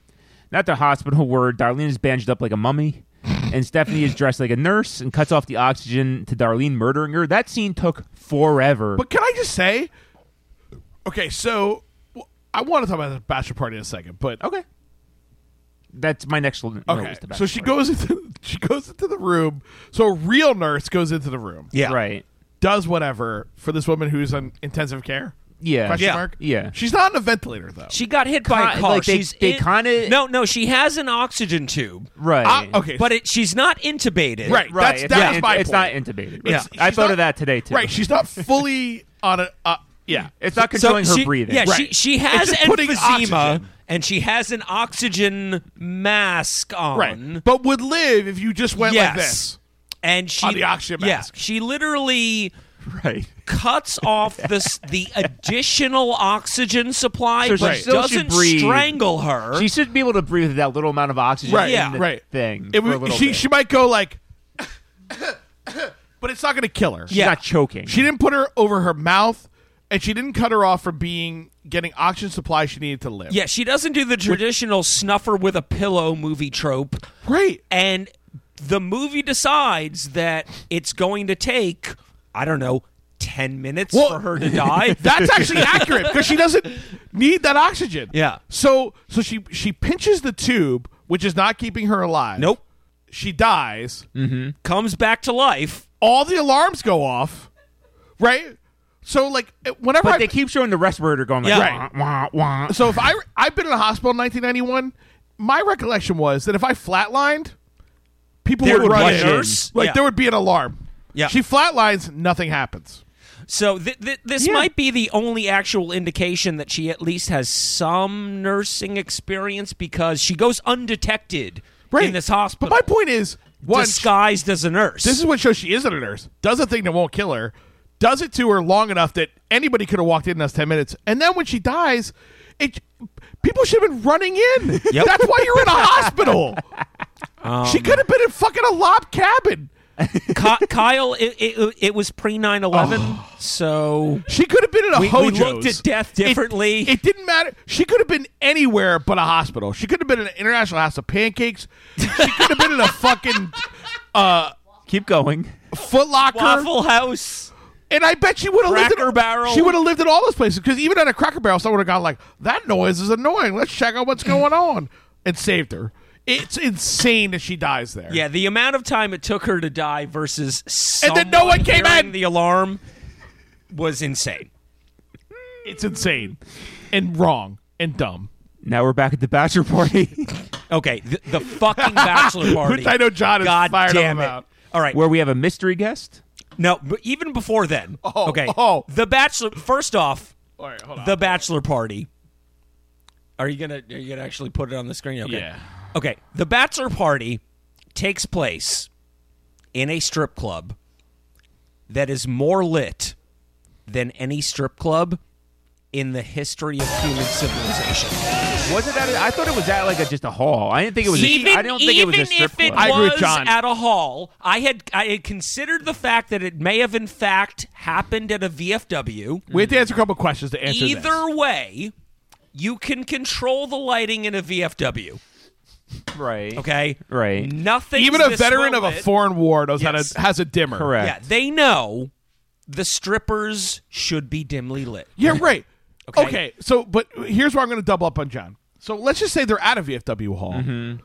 [SPEAKER 1] Not the hospital word. Darlene is bandaged up like a mummy, and Stephanie is dressed like a nurse and cuts off the oxygen to Darlene murdering her. That scene took forever.
[SPEAKER 2] But can I just say, okay, so w- I want to talk about the bachelor party in a second, but
[SPEAKER 1] Okay. That's my next one.
[SPEAKER 2] okay. So she goes into she goes into the room. So a real nurse goes into the room,
[SPEAKER 3] Yeah.
[SPEAKER 1] Right.
[SPEAKER 2] does whatever for this woman who's on intensive care.
[SPEAKER 1] Yeah.
[SPEAKER 2] Question
[SPEAKER 3] Yeah.
[SPEAKER 2] mark.
[SPEAKER 1] Yeah.
[SPEAKER 2] She's not on a ventilator though.
[SPEAKER 3] She got hit by
[SPEAKER 1] Ki-
[SPEAKER 3] a car.
[SPEAKER 1] like, they-
[SPEAKER 3] she's
[SPEAKER 1] they
[SPEAKER 3] in-
[SPEAKER 1] kinda-
[SPEAKER 3] no, no. She has an oxygen tube,
[SPEAKER 1] Right.
[SPEAKER 2] Ah, okay.
[SPEAKER 3] but it, she's not intubated.
[SPEAKER 2] Right.
[SPEAKER 1] Right.
[SPEAKER 2] That's-
[SPEAKER 1] it's
[SPEAKER 2] that
[SPEAKER 1] not
[SPEAKER 2] was
[SPEAKER 1] in-
[SPEAKER 2] my
[SPEAKER 1] It's
[SPEAKER 2] point.
[SPEAKER 1] not intubated.
[SPEAKER 3] Yeah.
[SPEAKER 1] It's- I
[SPEAKER 2] She's
[SPEAKER 1] thought
[SPEAKER 2] not-
[SPEAKER 1] of that today too.
[SPEAKER 2] Right. She's not fully on a. Uh, yeah.
[SPEAKER 1] It's not
[SPEAKER 3] So
[SPEAKER 1] controlling
[SPEAKER 3] she,
[SPEAKER 1] her breathing.
[SPEAKER 3] Yeah, she
[SPEAKER 2] Right.
[SPEAKER 3] she has
[SPEAKER 2] just putting
[SPEAKER 3] emphysema
[SPEAKER 2] oxygen.
[SPEAKER 3] and she has an oxygen mask on.
[SPEAKER 2] Right. But would live if you just went
[SPEAKER 3] yes.
[SPEAKER 2] like this.
[SPEAKER 3] And she
[SPEAKER 2] On the oxygen
[SPEAKER 3] yeah,
[SPEAKER 2] mask.
[SPEAKER 3] she literally
[SPEAKER 1] Right.
[SPEAKER 3] cuts off the the additional oxygen supply,
[SPEAKER 1] So she
[SPEAKER 3] but
[SPEAKER 1] still should
[SPEAKER 3] doesn't
[SPEAKER 1] breathe.
[SPEAKER 3] strangle her.
[SPEAKER 1] She should be able to breathe with that little amount of oxygen.
[SPEAKER 2] Right,
[SPEAKER 1] in the
[SPEAKER 2] right.
[SPEAKER 1] Thing.
[SPEAKER 2] It
[SPEAKER 1] for a
[SPEAKER 2] would-
[SPEAKER 1] little
[SPEAKER 2] she
[SPEAKER 1] bit.
[SPEAKER 2] she might go like, but it's not going to kill her.
[SPEAKER 1] She's
[SPEAKER 3] yeah.
[SPEAKER 1] not choking.
[SPEAKER 2] She didn't put her over her mouth, and she didn't cut her off from being getting oxygen supply she needed to live.
[SPEAKER 3] yeah, she doesn't do the traditional snuffer with a pillow movie trope.
[SPEAKER 2] Right.
[SPEAKER 3] and the movie decides that it's going to take i don't know ten minutes
[SPEAKER 2] Well,
[SPEAKER 3] for her to die.
[SPEAKER 2] That's actually accurate because she doesn't need that oxygen.
[SPEAKER 3] Yeah.
[SPEAKER 2] So so she she pinches the tube, which is not keeping her alive.
[SPEAKER 3] Nope.
[SPEAKER 2] She dies.
[SPEAKER 3] Comes back to life.
[SPEAKER 2] All the alarms go off. Right. So like whenever I
[SPEAKER 1] But they keep showing the respirator going like
[SPEAKER 3] Yeah.
[SPEAKER 1] wah, wah, wah.
[SPEAKER 2] so if I I've been in a hospital in 1991, my recollection was that if I flatlined, people
[SPEAKER 3] There
[SPEAKER 2] would
[SPEAKER 3] would
[SPEAKER 2] run
[SPEAKER 3] be a
[SPEAKER 2] in.
[SPEAKER 3] nurse.
[SPEAKER 2] Like
[SPEAKER 3] Yeah.
[SPEAKER 2] there would be an alarm.
[SPEAKER 3] Yeah.
[SPEAKER 2] She flatlines, nothing happens.
[SPEAKER 3] So th- th- this
[SPEAKER 2] Yeah.
[SPEAKER 3] might be the only actual indication that she at least has some nursing experience because she goes undetected
[SPEAKER 2] Right
[SPEAKER 3] in this hospital,
[SPEAKER 2] But my point is, one,
[SPEAKER 3] disguised as a nurse.
[SPEAKER 2] This is what shows she isn't a nurse. Does a thing that won't kill her. Does it to her long enough that anybody could have walked in in those ten minutes. And then when she dies, it people should have been running in.
[SPEAKER 3] Yep. Um,
[SPEAKER 2] That's why you're in a hospital. she could have been in fucking a lob cabin.
[SPEAKER 3] Ki- Kyle. It, it, it was pre
[SPEAKER 2] Oh.
[SPEAKER 3] 9-11, so
[SPEAKER 2] She could have been in a
[SPEAKER 3] we, we
[SPEAKER 2] Hojo's.
[SPEAKER 3] looked at death
[SPEAKER 2] It-
[SPEAKER 3] differently.
[SPEAKER 2] It, didn't matter. She could have been anywhere but a hospital. She could have been in an international house of pancakes. She could have been in a fucking
[SPEAKER 1] keep going.
[SPEAKER 2] Foot Locker.
[SPEAKER 3] Waffle House.
[SPEAKER 2] And I bet she would have lived
[SPEAKER 3] Cracker
[SPEAKER 2] in,
[SPEAKER 3] Barrel.
[SPEAKER 2] She would have lived in all those places because even at a Cracker Barrel, someone would have gone like, "That noise is annoying. Let's check out what's going on," and saved her. It's insane that she dies there.
[SPEAKER 3] Yeah, the amount of time it took her to die versus
[SPEAKER 2] And then no
[SPEAKER 3] someone
[SPEAKER 2] one came
[SPEAKER 3] hearing
[SPEAKER 2] in.
[SPEAKER 3] The alarm was insane.
[SPEAKER 2] it's insane and wrong and dumb.
[SPEAKER 1] Now we're back at the bachelor party
[SPEAKER 3] Okay, the, the fucking bachelor party.
[SPEAKER 2] Which I know John is
[SPEAKER 3] God
[SPEAKER 2] fired up
[SPEAKER 3] damn it.
[SPEAKER 2] about.
[SPEAKER 3] All right.
[SPEAKER 1] where we have a mystery guest.
[SPEAKER 3] No, but even before then.
[SPEAKER 2] Oh,
[SPEAKER 3] okay.
[SPEAKER 2] oh.
[SPEAKER 3] The Bachelor. First off,
[SPEAKER 2] All right, hold on.
[SPEAKER 3] the Bachelor party. Are you gonna Are you gonna actually put it on the screen? Okay.
[SPEAKER 2] Yeah.
[SPEAKER 3] Okay. The Bachelor party takes place in a strip club that is more lit than any strip club in the history of human civilization.
[SPEAKER 1] Was it that? I thought it was at like a, just a hall. I didn't think it was.
[SPEAKER 3] even,
[SPEAKER 1] a, I don't think it was a
[SPEAKER 3] even
[SPEAKER 1] strip
[SPEAKER 3] if it
[SPEAKER 1] club.
[SPEAKER 2] I agree
[SPEAKER 3] was
[SPEAKER 2] with John.
[SPEAKER 3] at a hall. I had I had considered the fact that it may have in fact happened at a VFW.
[SPEAKER 2] we have to answer a couple questions to answer this.
[SPEAKER 3] Either way, you can control the lighting in a VFW.
[SPEAKER 1] right.
[SPEAKER 3] Okay,
[SPEAKER 1] Right.
[SPEAKER 3] Nothing.
[SPEAKER 2] Even a veteran of a foreign war knows
[SPEAKER 3] Yes.
[SPEAKER 2] how to has a dimmer.
[SPEAKER 1] Correct.
[SPEAKER 3] Yeah, they know the strippers should be dimly lit.
[SPEAKER 2] Yeah, right.
[SPEAKER 3] Okay.
[SPEAKER 2] okay. So, but here's where I'm going to double up on John. So let's just say they're at a VFW hall.
[SPEAKER 3] Mm-hmm.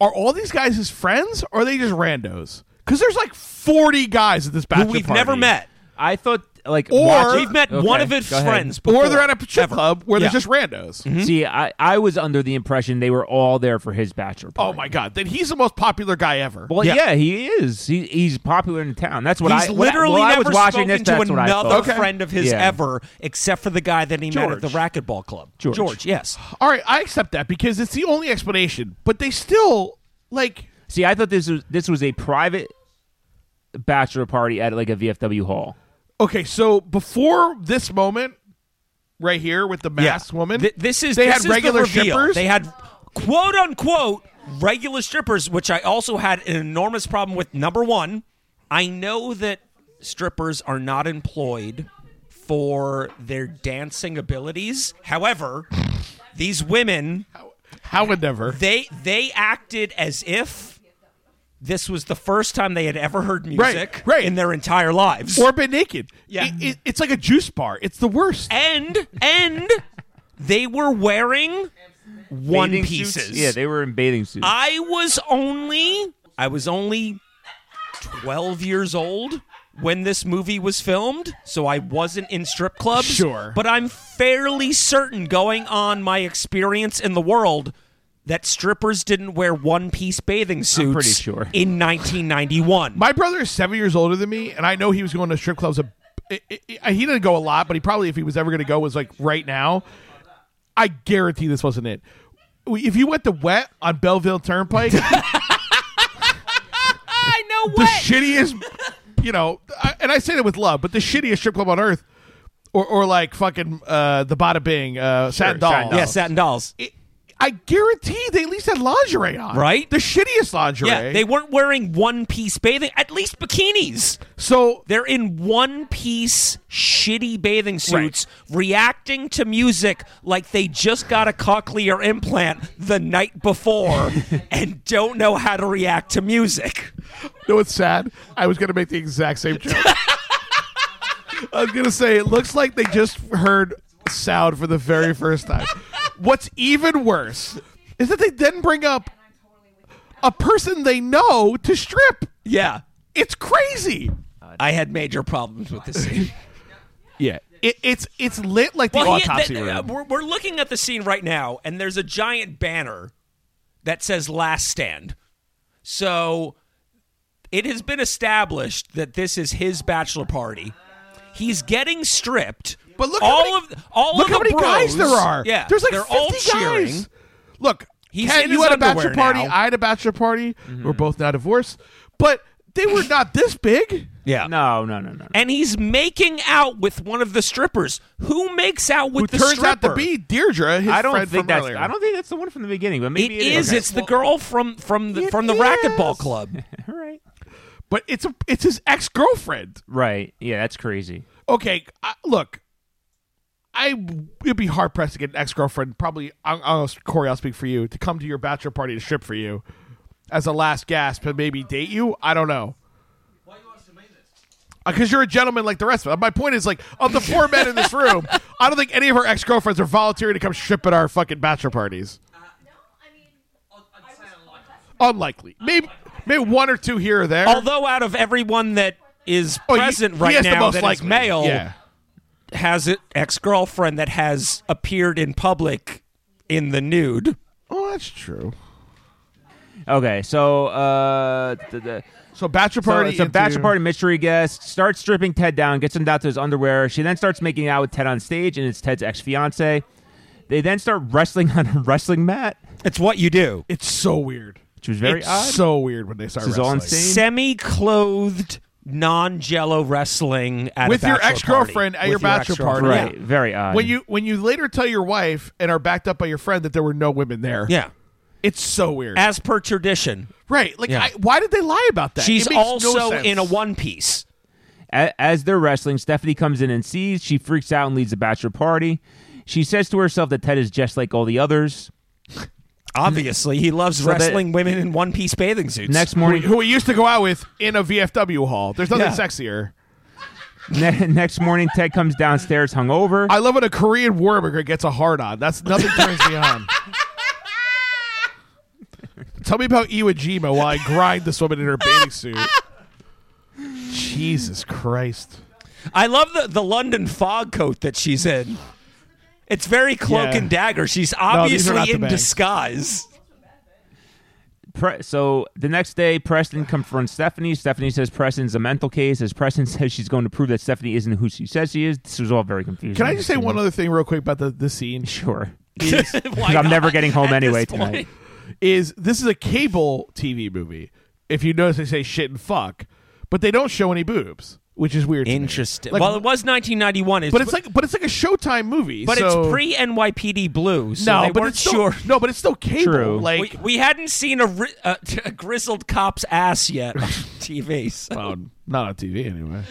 [SPEAKER 2] Are all these guys his friends, or are they just randos? Because there's like 40 guys at this bachelor
[SPEAKER 3] Who we've
[SPEAKER 2] party.
[SPEAKER 3] never met.
[SPEAKER 1] I thought like
[SPEAKER 2] Or-
[SPEAKER 1] watching-
[SPEAKER 2] We've
[SPEAKER 3] Met
[SPEAKER 1] Okay,
[SPEAKER 3] one of his
[SPEAKER 1] go ahead.
[SPEAKER 3] friends, Hmm? before,
[SPEAKER 2] Or they're at a strip
[SPEAKER 3] ever.
[SPEAKER 2] club where
[SPEAKER 3] Yeah. Mm-hmm.
[SPEAKER 2] they're just randos.
[SPEAKER 1] See, I, I was under the impression they were all there for his bachelor party.
[SPEAKER 2] Oh my god! Then he's the most popular guy ever.
[SPEAKER 1] Well,
[SPEAKER 3] Yeah.
[SPEAKER 1] yeah, he is. He, he's popular in town. That's what
[SPEAKER 3] He's
[SPEAKER 1] I when I-
[SPEAKER 3] literally
[SPEAKER 1] while I
[SPEAKER 3] never
[SPEAKER 1] was watching
[SPEAKER 3] spoken
[SPEAKER 1] this.
[SPEAKER 3] to
[SPEAKER 1] That's what I
[SPEAKER 3] another
[SPEAKER 1] thought.
[SPEAKER 2] Okay.
[SPEAKER 3] friend of his
[SPEAKER 1] Yeah.
[SPEAKER 3] ever, except for the guy that he met at the racquetball club.
[SPEAKER 1] George.
[SPEAKER 3] yes.
[SPEAKER 2] all right, I accept that because it's the only explanation. But they still like
[SPEAKER 1] See, I thought this was this was a private bachelor party at like a VFW hall.
[SPEAKER 2] okay. So before this moment, right here with the masked woman,
[SPEAKER 3] Th- this is
[SPEAKER 2] they
[SPEAKER 3] this
[SPEAKER 2] had
[SPEAKER 3] is the
[SPEAKER 2] regular
[SPEAKER 3] reveal.
[SPEAKER 2] shippers.
[SPEAKER 3] They had quote unquote regular strippers, which I also had an enormous problem with. Number one, I know that strippers are not employed for their dancing abilities. However, these women
[SPEAKER 2] How would never?
[SPEAKER 3] they they acted as if this was the first time they had ever heard
[SPEAKER 2] Right,
[SPEAKER 3] music
[SPEAKER 2] right.
[SPEAKER 3] in their entire lives.
[SPEAKER 2] or been naked.
[SPEAKER 3] Yeah.
[SPEAKER 2] It- it- it's like a juice bar. It's the worst.
[SPEAKER 3] and and they were wearing one
[SPEAKER 1] Bathing
[SPEAKER 3] pieces.
[SPEAKER 1] Suits? Yeah, they were in bathing suits.
[SPEAKER 3] I was only I was only 12 years old when this movie was filmed, so I wasn't in strip clubs.
[SPEAKER 2] Sure.
[SPEAKER 3] But I'm fairly certain going on my experience in the world that strippers didn't wear one-piece bathing suits
[SPEAKER 1] pretty sure.
[SPEAKER 3] in 1991.
[SPEAKER 2] My brother is seven years older than me, and I know he was going to strip clubs. A, i- i- i- he didn't go a lot, but he probably, if he was ever going to go, was like right now. I guarantee this wasn't it. We- If you went to Wet on Belleville Turnpike, the
[SPEAKER 3] I know
[SPEAKER 2] shittiest, you know, I- and I say that with love, but the shittiest strip club on earth, or, or like fucking uh, the Bada Bing, uh, Satin Doll.
[SPEAKER 1] Satin Doll.
[SPEAKER 3] yeah, satin dolls.
[SPEAKER 2] It- I guarantee they at least had lingerie on.
[SPEAKER 3] Right?
[SPEAKER 2] The shittiest lingerie.
[SPEAKER 3] Yeah, they weren't wearing one-piece bathing, at least bikinis.
[SPEAKER 2] so
[SPEAKER 3] They're in one piece shitty bathing suits reacting to music like they just got a cochlear implant the night before and don't know how to react to music.
[SPEAKER 2] You know what's sad? I was going to make the exact same joke. I was gonna say it looks like they just heard sound for the very first time. What's even worse is that they then bring up
[SPEAKER 4] I'm totally with you.
[SPEAKER 2] a person they know to strip.
[SPEAKER 3] Yeah.
[SPEAKER 2] It's crazy.
[SPEAKER 3] I had major problems with this scene.
[SPEAKER 2] Yeah, it, it's it's lit like the
[SPEAKER 3] Well, he-
[SPEAKER 2] autopsy
[SPEAKER 3] that-
[SPEAKER 2] room.
[SPEAKER 3] uh, we're, we're looking at the scene right now, and there's a giant banner that says "Last Stand." So it has been established that this is his bachelor party. He's getting stripped.
[SPEAKER 2] But look how
[SPEAKER 3] all
[SPEAKER 2] many-
[SPEAKER 3] of all
[SPEAKER 2] Look
[SPEAKER 3] of
[SPEAKER 2] how
[SPEAKER 3] the
[SPEAKER 2] many guys there
[SPEAKER 3] bros-
[SPEAKER 2] are.
[SPEAKER 3] Yeah,
[SPEAKER 2] there's like
[SPEAKER 3] they're
[SPEAKER 2] 50
[SPEAKER 3] all cheering.
[SPEAKER 2] guys. Look,
[SPEAKER 3] He's
[SPEAKER 2] Ken,
[SPEAKER 3] in
[SPEAKER 2] you
[SPEAKER 3] his
[SPEAKER 2] had a bachelor
[SPEAKER 3] underwear
[SPEAKER 2] party.
[SPEAKER 3] now. Mhm.
[SPEAKER 2] I had a bachelor party. We're both now divorced, but they were not this big.
[SPEAKER 3] Yeah,
[SPEAKER 1] No, no, no, no. no.
[SPEAKER 3] and he's making out with one of the strippers. Who makes out with
[SPEAKER 2] Who
[SPEAKER 3] the
[SPEAKER 2] turns
[SPEAKER 3] stripper?
[SPEAKER 2] out to be Deirdre, his
[SPEAKER 1] I don't
[SPEAKER 2] friend
[SPEAKER 1] think
[SPEAKER 2] from
[SPEAKER 1] that's.
[SPEAKER 2] earlier.
[SPEAKER 1] I don't think that's the one from the beginning, but
[SPEAKER 3] It
[SPEAKER 1] maybe it
[SPEAKER 3] is.
[SPEAKER 1] Okay.
[SPEAKER 3] It's the girl from from the
[SPEAKER 2] It
[SPEAKER 3] from the
[SPEAKER 2] is.
[SPEAKER 3] racquetball club.
[SPEAKER 1] All right.
[SPEAKER 2] but it's a, it's his ex girlfriend.
[SPEAKER 1] Right. Yeah, that's crazy.
[SPEAKER 2] Okay, I, look, I would be hard pressed to get an ex girlfriend. Probably, I'll, I'll, Corey, I'll speak for you to come to your bachelor party to strip for you as a last gasp and maybe date you. I don't know.
[SPEAKER 5] Why you asking me this?
[SPEAKER 2] because you're a gentleman like the rest of us. My point is, like, of the four men in this room, I don't think any of our ex girlfriends are volunteering to come strip at our fucking bachelor parties.
[SPEAKER 4] No, I mean,
[SPEAKER 5] I'd, I'd say I like it.
[SPEAKER 2] Unlikely. Maybe, maybe one or two here or there.
[SPEAKER 3] Although out of everyone that is
[SPEAKER 2] Oh, he-
[SPEAKER 3] present
[SPEAKER 2] he
[SPEAKER 3] right
[SPEAKER 2] is the
[SPEAKER 3] now,
[SPEAKER 2] most
[SPEAKER 3] that is
[SPEAKER 2] likely.
[SPEAKER 3] male
[SPEAKER 2] Yeah.
[SPEAKER 3] has an ex-girlfriend that has appeared in public in the nude.
[SPEAKER 2] Oh, that's true.
[SPEAKER 1] Okay, so uh, the, the,
[SPEAKER 2] So bachelor
[SPEAKER 1] so
[SPEAKER 2] party.
[SPEAKER 1] it's a
[SPEAKER 2] into-
[SPEAKER 1] bachelor party mystery guest starts stripping Ted down, gets him down to his underwear. She then starts making out with Ted on stage, and it's Ted's ex fiance. They then start wrestling on a wrestling mat,
[SPEAKER 3] It's what you do.
[SPEAKER 2] It's so weird.
[SPEAKER 1] which was very
[SPEAKER 2] it's
[SPEAKER 1] odd.
[SPEAKER 2] so weird when they start
[SPEAKER 1] This is all
[SPEAKER 2] wrestling.
[SPEAKER 1] insane.
[SPEAKER 3] Semi-clothed, non-jello wrestling at a
[SPEAKER 2] With your
[SPEAKER 3] bachelor
[SPEAKER 2] ex-girlfriend
[SPEAKER 3] party.
[SPEAKER 2] at your
[SPEAKER 3] With
[SPEAKER 2] bachelor party.
[SPEAKER 1] right,
[SPEAKER 3] ex-girlfriend.
[SPEAKER 1] very odd.
[SPEAKER 2] When you when you later tell your wife and are backed up by your friend that there were no women there,
[SPEAKER 3] Yeah.
[SPEAKER 2] it's so weird.
[SPEAKER 3] yeah, as per tradition,
[SPEAKER 2] right? Like,
[SPEAKER 3] Yeah.
[SPEAKER 2] I, why did they lie about that?
[SPEAKER 3] she's
[SPEAKER 2] It makes no
[SPEAKER 3] also
[SPEAKER 2] sense.
[SPEAKER 3] in a one piece.
[SPEAKER 1] A- as they're wrestling, Stephanie comes in and sees. She freaks out and leads the bachelor party. She says to herself that Ted is just like all the others.
[SPEAKER 3] Obviously, he loves
[SPEAKER 1] that-
[SPEAKER 3] wrestling women in one piece bathing suits.
[SPEAKER 1] Next
[SPEAKER 2] who we,
[SPEAKER 1] morning,
[SPEAKER 2] who we used to go out with in a VFW hall. There's nothing
[SPEAKER 3] Yeah.
[SPEAKER 2] sexier.
[SPEAKER 1] ne- next morning, Ted comes downstairs hungover.
[SPEAKER 2] I love when a Korean Warburger gets a hard on. That's nothing turns me on. Tell me about Iwo Jima while I grind this woman in her bathing suit. Jesus Christ.
[SPEAKER 3] I love the, the London fog coat that she's in. It's very cloak
[SPEAKER 2] Yeah.
[SPEAKER 3] and dagger. She's
[SPEAKER 2] No, these are
[SPEAKER 3] obviously
[SPEAKER 2] not the
[SPEAKER 3] in
[SPEAKER 2] bangs.
[SPEAKER 3] disguise.
[SPEAKER 1] Pre- so the next day, Preston confronts Stephanie. Stephanie says Preston's a mental case. As Preston says she's going to prove that Stephanie isn't who she says she is. This was all very confusing.
[SPEAKER 2] Can I just say one other thing real quick about the, the scene?
[SPEAKER 1] Sure.
[SPEAKER 3] Why
[SPEAKER 1] I'm
[SPEAKER 3] not?
[SPEAKER 1] never getting home
[SPEAKER 3] At
[SPEAKER 1] anyway
[SPEAKER 3] this
[SPEAKER 1] tonight.
[SPEAKER 3] point.
[SPEAKER 2] Is this is a cable TV movie. If you notice they say shit and fuck, but they don't show any boobs, which is weird. to me.
[SPEAKER 3] Interesting.
[SPEAKER 2] Like,
[SPEAKER 3] well, it was 1991.
[SPEAKER 2] but it's like but it's like a Showtime movie.
[SPEAKER 3] but
[SPEAKER 2] so-
[SPEAKER 3] it's pre NYPD Blue. So
[SPEAKER 2] no,
[SPEAKER 3] they
[SPEAKER 2] but
[SPEAKER 3] weren't
[SPEAKER 2] it's still,
[SPEAKER 3] sure.
[SPEAKER 2] No, but it's still cable.
[SPEAKER 1] True.
[SPEAKER 2] Like
[SPEAKER 3] we, we hadn't seen a, ri- a, a grizzled cop's ass yet on TV. so-
[SPEAKER 2] Well, not on TV anyway.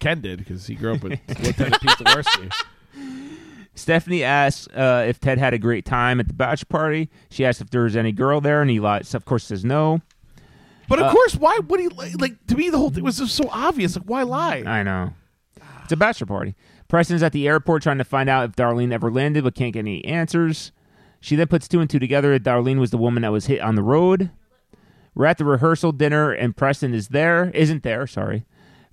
[SPEAKER 2] Ken did because he grew up with Lieutenant Pete Dvorsky.
[SPEAKER 1] Stephanie asks uh, if Ted had a great time at the bachelor party. She asks if there was any girl there, and he lies, of course says no.
[SPEAKER 2] But of course, why would he li- like? To me, the whole thing was just so obvious. Like, why lie?
[SPEAKER 1] I know. It's a bachelor party. Preston's at the airport trying to find out if Darlene ever landed, but can't get any answers. She then puts two and two together that Darlene was the woman that was hit on the road. We're at the rehearsal dinner, and Preston is there. Isn't there? Sorry.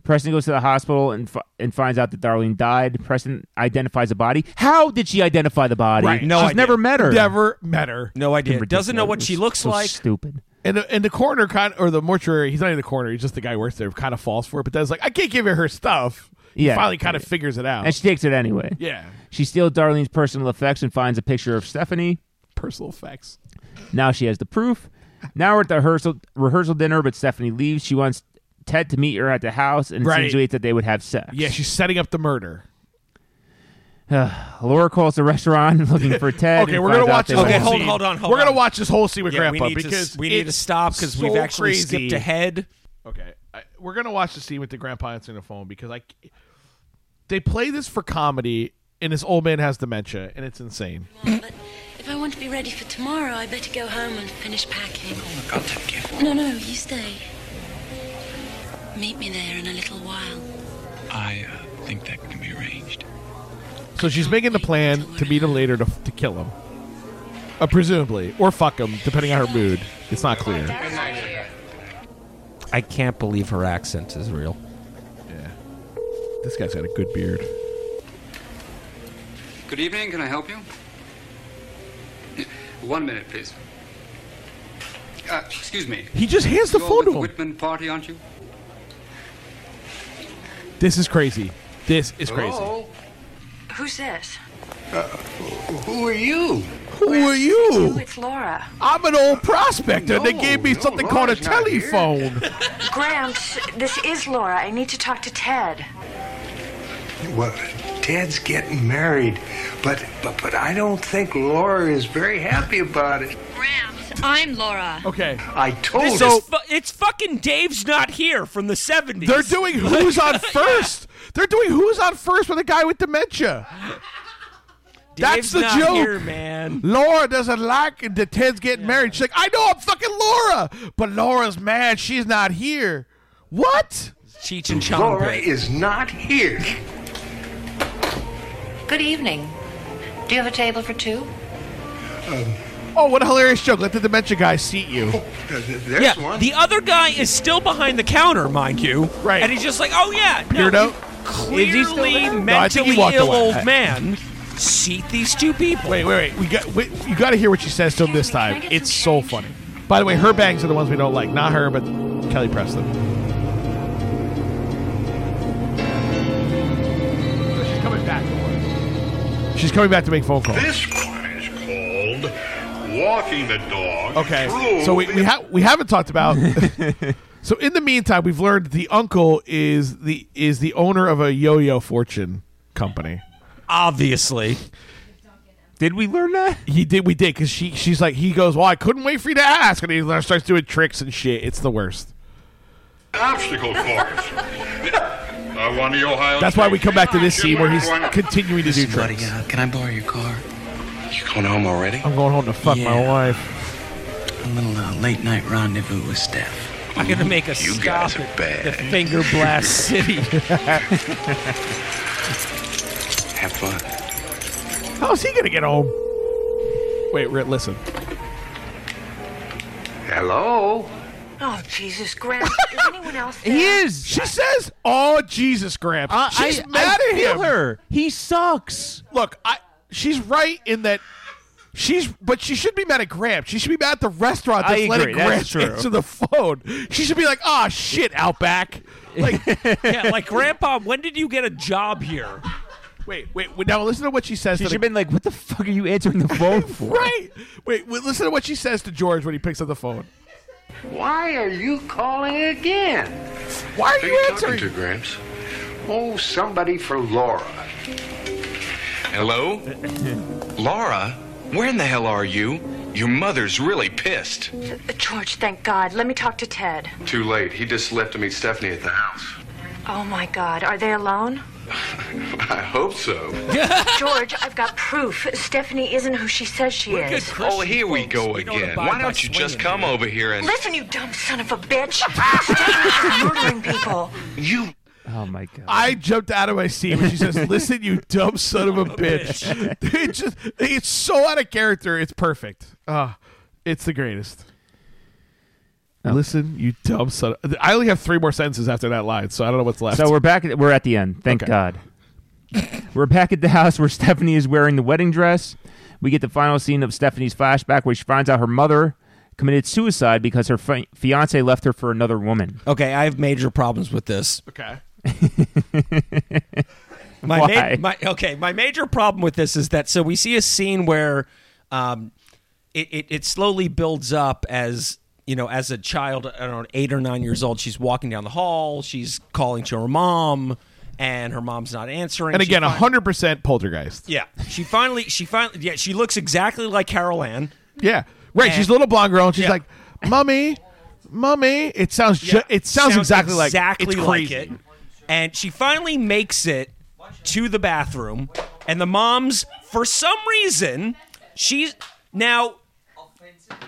[SPEAKER 1] Preston goes to the hospital and fi- and finds out that Darlene died. Preston identifies a body. How did she identify the body?
[SPEAKER 3] Right, no
[SPEAKER 1] she's
[SPEAKER 3] idea.
[SPEAKER 1] never met her.
[SPEAKER 2] Never met her.
[SPEAKER 3] no idea.
[SPEAKER 1] Ridiculous.
[SPEAKER 3] Doesn't know what she looks
[SPEAKER 1] So
[SPEAKER 3] like.
[SPEAKER 1] Stupid.
[SPEAKER 2] And the, and the coroner kind or the mortuary. He's not in the coroner. He's just the guy who works there. Kind of falls for it, but then it's like I can't give her her stuff. He
[SPEAKER 1] Yeah.
[SPEAKER 2] finally kind of figures it out.
[SPEAKER 1] And she takes it anyway.
[SPEAKER 2] yeah,
[SPEAKER 1] She steals Darlene's personal effects and finds a picture of Stephanie.
[SPEAKER 2] personal effects.
[SPEAKER 1] Now she has the proof. Now we're at the rehearsal rehearsal dinner, but Stephanie leaves. She wants Ted to meet her at the house and
[SPEAKER 2] Right.
[SPEAKER 1] insinuates that they would have sex.
[SPEAKER 2] Yeah, she's setting up the murder.
[SPEAKER 1] Laura calls the restaurant looking for Ted.
[SPEAKER 2] Okay,
[SPEAKER 1] and
[SPEAKER 2] we're
[SPEAKER 1] finds
[SPEAKER 2] gonna
[SPEAKER 1] out
[SPEAKER 2] watch
[SPEAKER 1] they
[SPEAKER 2] this.
[SPEAKER 1] were-
[SPEAKER 3] Okay,
[SPEAKER 2] whole
[SPEAKER 3] hold-
[SPEAKER 2] scene.
[SPEAKER 3] hold on, hold
[SPEAKER 2] we're gonna
[SPEAKER 3] on.
[SPEAKER 2] watch this whole scene with
[SPEAKER 3] Yeah, we
[SPEAKER 2] Grandpa
[SPEAKER 3] need,
[SPEAKER 2] because
[SPEAKER 3] to, we need to
[SPEAKER 2] it's
[SPEAKER 3] stop because we've
[SPEAKER 2] so
[SPEAKER 3] actually
[SPEAKER 2] crazy.
[SPEAKER 3] skipped ahead.
[SPEAKER 2] Okay, I, we're gonna watch the scene with the grandpa answering the phone because I, c- they play this for comedy, and this old man has dementia, and it's insane.
[SPEAKER 6] But if I want to be ready for tomorrow, I better go home and finish packing. Oh, look, I'll take you. No, no, you stay. Meet me there in a little while.
[SPEAKER 7] I, uh, think that can be arranged.
[SPEAKER 2] So she's making the plan to meet him later to, to kill him. Uh, presumably. Or fuck him, depending on her mood. It's not clear.
[SPEAKER 3] I can't believe her accent is real.
[SPEAKER 2] This guy's got a good beard.
[SPEAKER 7] Good evening. Can I help you? One minute, please. Uh, excuse me.
[SPEAKER 2] He just hands the
[SPEAKER 7] You're
[SPEAKER 2] phone
[SPEAKER 7] with
[SPEAKER 2] to him.
[SPEAKER 7] Whitman party, aren't you?
[SPEAKER 2] This is crazy. This is crazy.
[SPEAKER 6] Who's this?
[SPEAKER 7] Who are you?
[SPEAKER 2] Who are
[SPEAKER 6] Oh,
[SPEAKER 2] you?
[SPEAKER 6] it's Laura.
[SPEAKER 2] I'm an old prospector. they
[SPEAKER 7] No,
[SPEAKER 2] gave me
[SPEAKER 7] no,
[SPEAKER 2] something called a
[SPEAKER 7] Laura's not here.
[SPEAKER 2] telephone.
[SPEAKER 6] Graham, s- this is Laura. I need to talk to Ted.
[SPEAKER 8] Well, Ted's getting married, but but but I don't think Laura is very happy about it.
[SPEAKER 4] Rams, I'm Laura.
[SPEAKER 2] okay.
[SPEAKER 8] I told
[SPEAKER 3] This
[SPEAKER 8] her.
[SPEAKER 3] is fu- it's fucking Dave's not here from the 70s.
[SPEAKER 2] They're doing who's on first. They're doing who's on first with a guy with dementia. That's
[SPEAKER 3] Dave's
[SPEAKER 2] the
[SPEAKER 3] not
[SPEAKER 2] joke.
[SPEAKER 3] here, man.
[SPEAKER 2] Laura doesn't like the Ted's getting married. She's like, I know I'm fucking Laura, but Laura's mad. She's not here. What?
[SPEAKER 3] Cheech and Chong.
[SPEAKER 8] Laura
[SPEAKER 3] bit.
[SPEAKER 8] is not here.
[SPEAKER 9] Good evening. Do you have a table for two?
[SPEAKER 2] Oh, what a hilarious joke! Let the dementia guy seat you.
[SPEAKER 8] Th- th- There's
[SPEAKER 3] yeah,
[SPEAKER 8] one.
[SPEAKER 3] the other guy is still behind the counter, mind you.
[SPEAKER 2] Right.
[SPEAKER 3] And he's just like, oh, yeah. No,
[SPEAKER 2] Beardo?
[SPEAKER 3] you
[SPEAKER 2] Is he still
[SPEAKER 3] Clearly
[SPEAKER 2] there? No, I think he
[SPEAKER 3] mentally
[SPEAKER 2] walked
[SPEAKER 3] ill
[SPEAKER 2] away. I-
[SPEAKER 3] old man. Seat these two people.
[SPEAKER 2] Wait, wait, wait. We got wait, you got to hear what she says to him this time. It's so funny. By the way, her bangs are the ones we don't like. Not her, but Kelly Preston. So she's coming back. for it. She's coming back to make phone calls.
[SPEAKER 10] This one is called Walking the Dog.
[SPEAKER 2] Okay.
[SPEAKER 10] Through
[SPEAKER 2] So we we, ha- we haven't talked about. so in the meantime, we've learned the uncle is the is the owner of a yo-yo fortune company.
[SPEAKER 3] Obviously.
[SPEAKER 1] Did we learn that?
[SPEAKER 2] He did. We did because she she's like he goes. Well, I couldn't wait for you to ask, and he starts doing tricks and shit. It's the worst.
[SPEAKER 10] an obstacle course. uh, one of the Ohio
[SPEAKER 2] That's why we
[SPEAKER 10] States-
[SPEAKER 2] come back to this scene where he's
[SPEAKER 10] One-
[SPEAKER 2] continuing to do
[SPEAKER 7] Listen,
[SPEAKER 2] tricks.
[SPEAKER 7] buddy, uh, can I borrow your car?
[SPEAKER 8] you going home already?
[SPEAKER 2] I'm going home to fuck my
[SPEAKER 7] Yeah.
[SPEAKER 2] wife.
[SPEAKER 7] A little uh, late night rendezvous with Steph.
[SPEAKER 3] I'm going to make a
[SPEAKER 10] You
[SPEAKER 3] stop
[SPEAKER 10] guys are
[SPEAKER 3] at
[SPEAKER 10] bad.
[SPEAKER 3] the Finger Blast City.
[SPEAKER 8] Have fun.
[SPEAKER 2] How's he gonna get home? Wait, Rit, listen.
[SPEAKER 8] Hello.
[SPEAKER 6] Oh, Jesus, Graham. Is anyone else there?
[SPEAKER 1] He is.
[SPEAKER 2] She says, "Oh Jesus, Gramps."
[SPEAKER 1] I-
[SPEAKER 2] she's
[SPEAKER 1] I,
[SPEAKER 2] mad
[SPEAKER 1] I
[SPEAKER 2] at
[SPEAKER 1] feel
[SPEAKER 2] him.
[SPEAKER 1] her. He sucks.
[SPEAKER 2] Look, I. She's right in that. She's, but she should be mad at Gramps. She should be mad at the restaurant
[SPEAKER 1] I
[SPEAKER 2] that's letting
[SPEAKER 1] agree, that's
[SPEAKER 2] Gramps
[SPEAKER 1] true.
[SPEAKER 2] answer the phone. She should be like, "Ah, shit, Outback." Like,
[SPEAKER 3] yeah, like, Grandpa, when did you get a job here?
[SPEAKER 2] wait, wait, wait. Now listen to what she says.
[SPEAKER 1] She
[SPEAKER 2] to
[SPEAKER 1] should
[SPEAKER 2] the-
[SPEAKER 1] have been like, "What the fuck are you answering the phone for?"
[SPEAKER 2] Right. Wait, wait, listen to what she says to George when he picks up the phone.
[SPEAKER 8] Why are you calling again?
[SPEAKER 2] Why are
[SPEAKER 8] Who
[SPEAKER 2] you
[SPEAKER 8] you talking to,
[SPEAKER 2] answering?
[SPEAKER 8] Gramps? Oh, somebody for Laura.
[SPEAKER 7] Hello? Laura? Where in the hell are you? Your mother's really pissed.
[SPEAKER 6] Uh, George, thank God. Let me talk to Ted.
[SPEAKER 7] Too late. He just left to meet Stephanie at the house.
[SPEAKER 6] Oh, my God. Are they alone?
[SPEAKER 7] I hope so.
[SPEAKER 6] George, I've got proof. Stephanie isn't who she says she
[SPEAKER 3] Good
[SPEAKER 6] is.
[SPEAKER 7] Oh,
[SPEAKER 3] Christian
[SPEAKER 7] here we
[SPEAKER 3] folks.
[SPEAKER 7] go
[SPEAKER 3] We don't
[SPEAKER 7] again.
[SPEAKER 3] abide
[SPEAKER 7] Why
[SPEAKER 3] by
[SPEAKER 7] don't you just
[SPEAKER 3] swinging.
[SPEAKER 7] come over here and.
[SPEAKER 6] Listen, you dumb son of a bitch. Stephanie's murdering people.
[SPEAKER 7] You.
[SPEAKER 1] Oh my god.
[SPEAKER 2] I jumped out of my seat when she says, "Listen, you dumb son of a bitch." it just, it's so out of character. It's perfect. Ah, it's the greatest.
[SPEAKER 1] Oh.
[SPEAKER 2] Listen, you dumb son. Of, I only have three more sentences after that line, so I don't know what's left.
[SPEAKER 1] so we're back. At, we're at the end. Thank
[SPEAKER 2] Okay.
[SPEAKER 1] God. we're back at the house where Stephanie is wearing the wedding dress. We get the final scene of Stephanie's flashback, where she finds out her mother committed suicide because her fi- fiance left her for another woman.
[SPEAKER 3] Okay, I have major problems with this.
[SPEAKER 2] okay.
[SPEAKER 3] My,
[SPEAKER 1] Why?
[SPEAKER 3] ma- my okay. My major problem with this is that so we see a scene where, um, it, it it slowly builds up as you know as a child. I don't know, eight or nine years old. She's walking down the hall. She's calling to her mom, and her mom's not answering.
[SPEAKER 2] And
[SPEAKER 3] She
[SPEAKER 2] again,
[SPEAKER 3] fin-
[SPEAKER 2] hundred percent poltergeist.
[SPEAKER 3] Yeah, she finally. She finally. Yeah, she looks exactly like Carol Ann.
[SPEAKER 2] Yeah, right.
[SPEAKER 3] And-
[SPEAKER 2] she's a little blonde girl, and she's
[SPEAKER 3] Yeah.
[SPEAKER 2] like, "Mummy, mummy." It sounds, ju- it sounds, exactly like
[SPEAKER 3] exactly
[SPEAKER 2] it's
[SPEAKER 3] like
[SPEAKER 2] crazy.
[SPEAKER 3] it. And she finally makes it to the bathroom, and the mom's for some reason she's now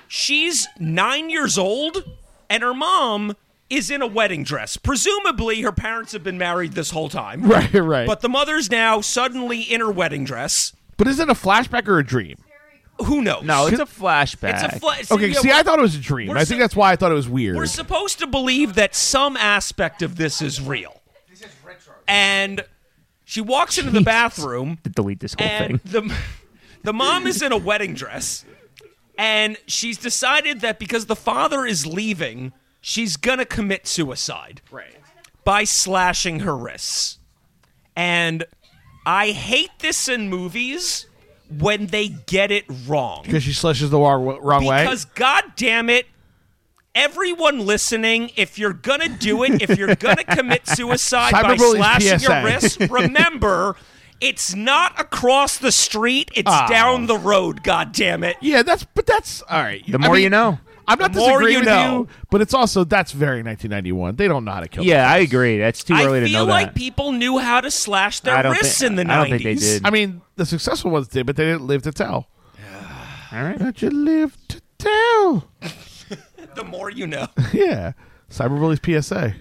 [SPEAKER 3] she's nine years old, and her mom is in a wedding dress. Presumably, her parents have been married this whole time.
[SPEAKER 2] Right, right.
[SPEAKER 3] But the mother's now suddenly in her wedding dress.
[SPEAKER 2] But is it a flashback or a dream?
[SPEAKER 3] Who knows?
[SPEAKER 1] No, it's a flashback.
[SPEAKER 3] Oh, It's a fla-
[SPEAKER 2] Okay,
[SPEAKER 3] yeah,
[SPEAKER 2] see,
[SPEAKER 3] we're-
[SPEAKER 2] I thought it was a dream.
[SPEAKER 3] we're
[SPEAKER 2] I
[SPEAKER 3] so-
[SPEAKER 2] think that's why I thought it was weird.
[SPEAKER 3] We're supposed to believe that some aspect of this is real. And she walks into the bathroom,
[SPEAKER 1] to delete this whole
[SPEAKER 3] and
[SPEAKER 1] thing.
[SPEAKER 3] the the mom is in a wedding dress, and she's decided that because the father is leaving, she's gonna commit suicide
[SPEAKER 2] Right.
[SPEAKER 3] by slashing her wrists. And I hate this in movies when they get it wrong
[SPEAKER 2] Because she slashes the wrong, wrong way.
[SPEAKER 3] because god damn it everyone listening if you're gonna do it if you're gonna commit suicide by
[SPEAKER 2] Cyberbullying
[SPEAKER 3] slashing your
[SPEAKER 2] PSA.
[SPEAKER 3] wrist remember it's not across the street it's
[SPEAKER 2] Ah.
[SPEAKER 3] down the road god damn it
[SPEAKER 2] Yeah, that's but that's all right.
[SPEAKER 1] The
[SPEAKER 2] I
[SPEAKER 1] more
[SPEAKER 2] mean,
[SPEAKER 1] you know.
[SPEAKER 2] I'm not
[SPEAKER 3] The more
[SPEAKER 2] disagreeing
[SPEAKER 3] you
[SPEAKER 2] with
[SPEAKER 3] know.
[SPEAKER 2] you, but it's also that's very 1991. They don't know how to kill.
[SPEAKER 1] Yeah, I
[SPEAKER 2] themselves.
[SPEAKER 1] agree. That's too
[SPEAKER 3] i
[SPEAKER 1] early to know
[SPEAKER 3] feel like
[SPEAKER 1] that.
[SPEAKER 3] people knew how to slash
[SPEAKER 1] I
[SPEAKER 3] their
[SPEAKER 1] don't
[SPEAKER 3] wrists
[SPEAKER 1] thi-
[SPEAKER 3] in the 90s
[SPEAKER 1] I don't think they did.
[SPEAKER 2] I mean, the successful ones did, but they didn't live to tell.
[SPEAKER 1] All right.
[SPEAKER 2] That you live to tell.
[SPEAKER 3] the more you know
[SPEAKER 1] Oh
[SPEAKER 2] Yeah, cyberbully's PSA.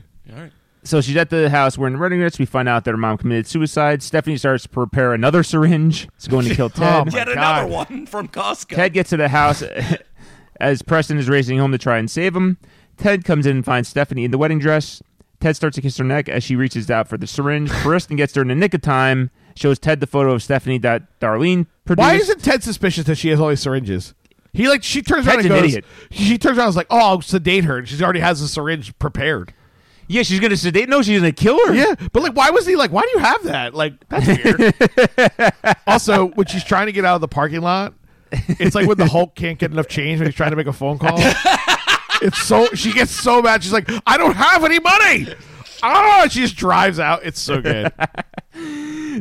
[SPEAKER 1] So she's at the house wearing wedding dress. We find out that her mom committed suicide. Stephanie starts to prepare another syringe. It's going to kill Ted.
[SPEAKER 2] Oh my
[SPEAKER 3] yet another one from costco
[SPEAKER 1] Ted gets to the house as Preston is racing home to try and save him. Ted comes in and finds Stephanie in the wedding dress. Ted starts to kiss her neck as she reaches out for the syringe. Preston gets there in the nick of time, shows Ted the photo of Stephanie that Darlene produced.
[SPEAKER 2] Why isn't Ted suspicious that she has all these syringes? He like she turns around
[SPEAKER 1] Ted's
[SPEAKER 2] and
[SPEAKER 1] an
[SPEAKER 2] goes.
[SPEAKER 1] idiot.
[SPEAKER 2] She turns around and is like, "Oh, I'll sedate her," and she already has a syringe prepared.
[SPEAKER 1] Yeah, she's gonna sedate. No, she's gonna kill her.
[SPEAKER 2] Yeah, but like, why was he like? Why do you have that? Like, that's weird. also, when she's trying to get out of the parking lot, it's like when the Hulk can't get enough change when he's trying to make a phone call. it's so she gets so mad. She's like, I don't have any money. Ah, she just drives out. It's so good.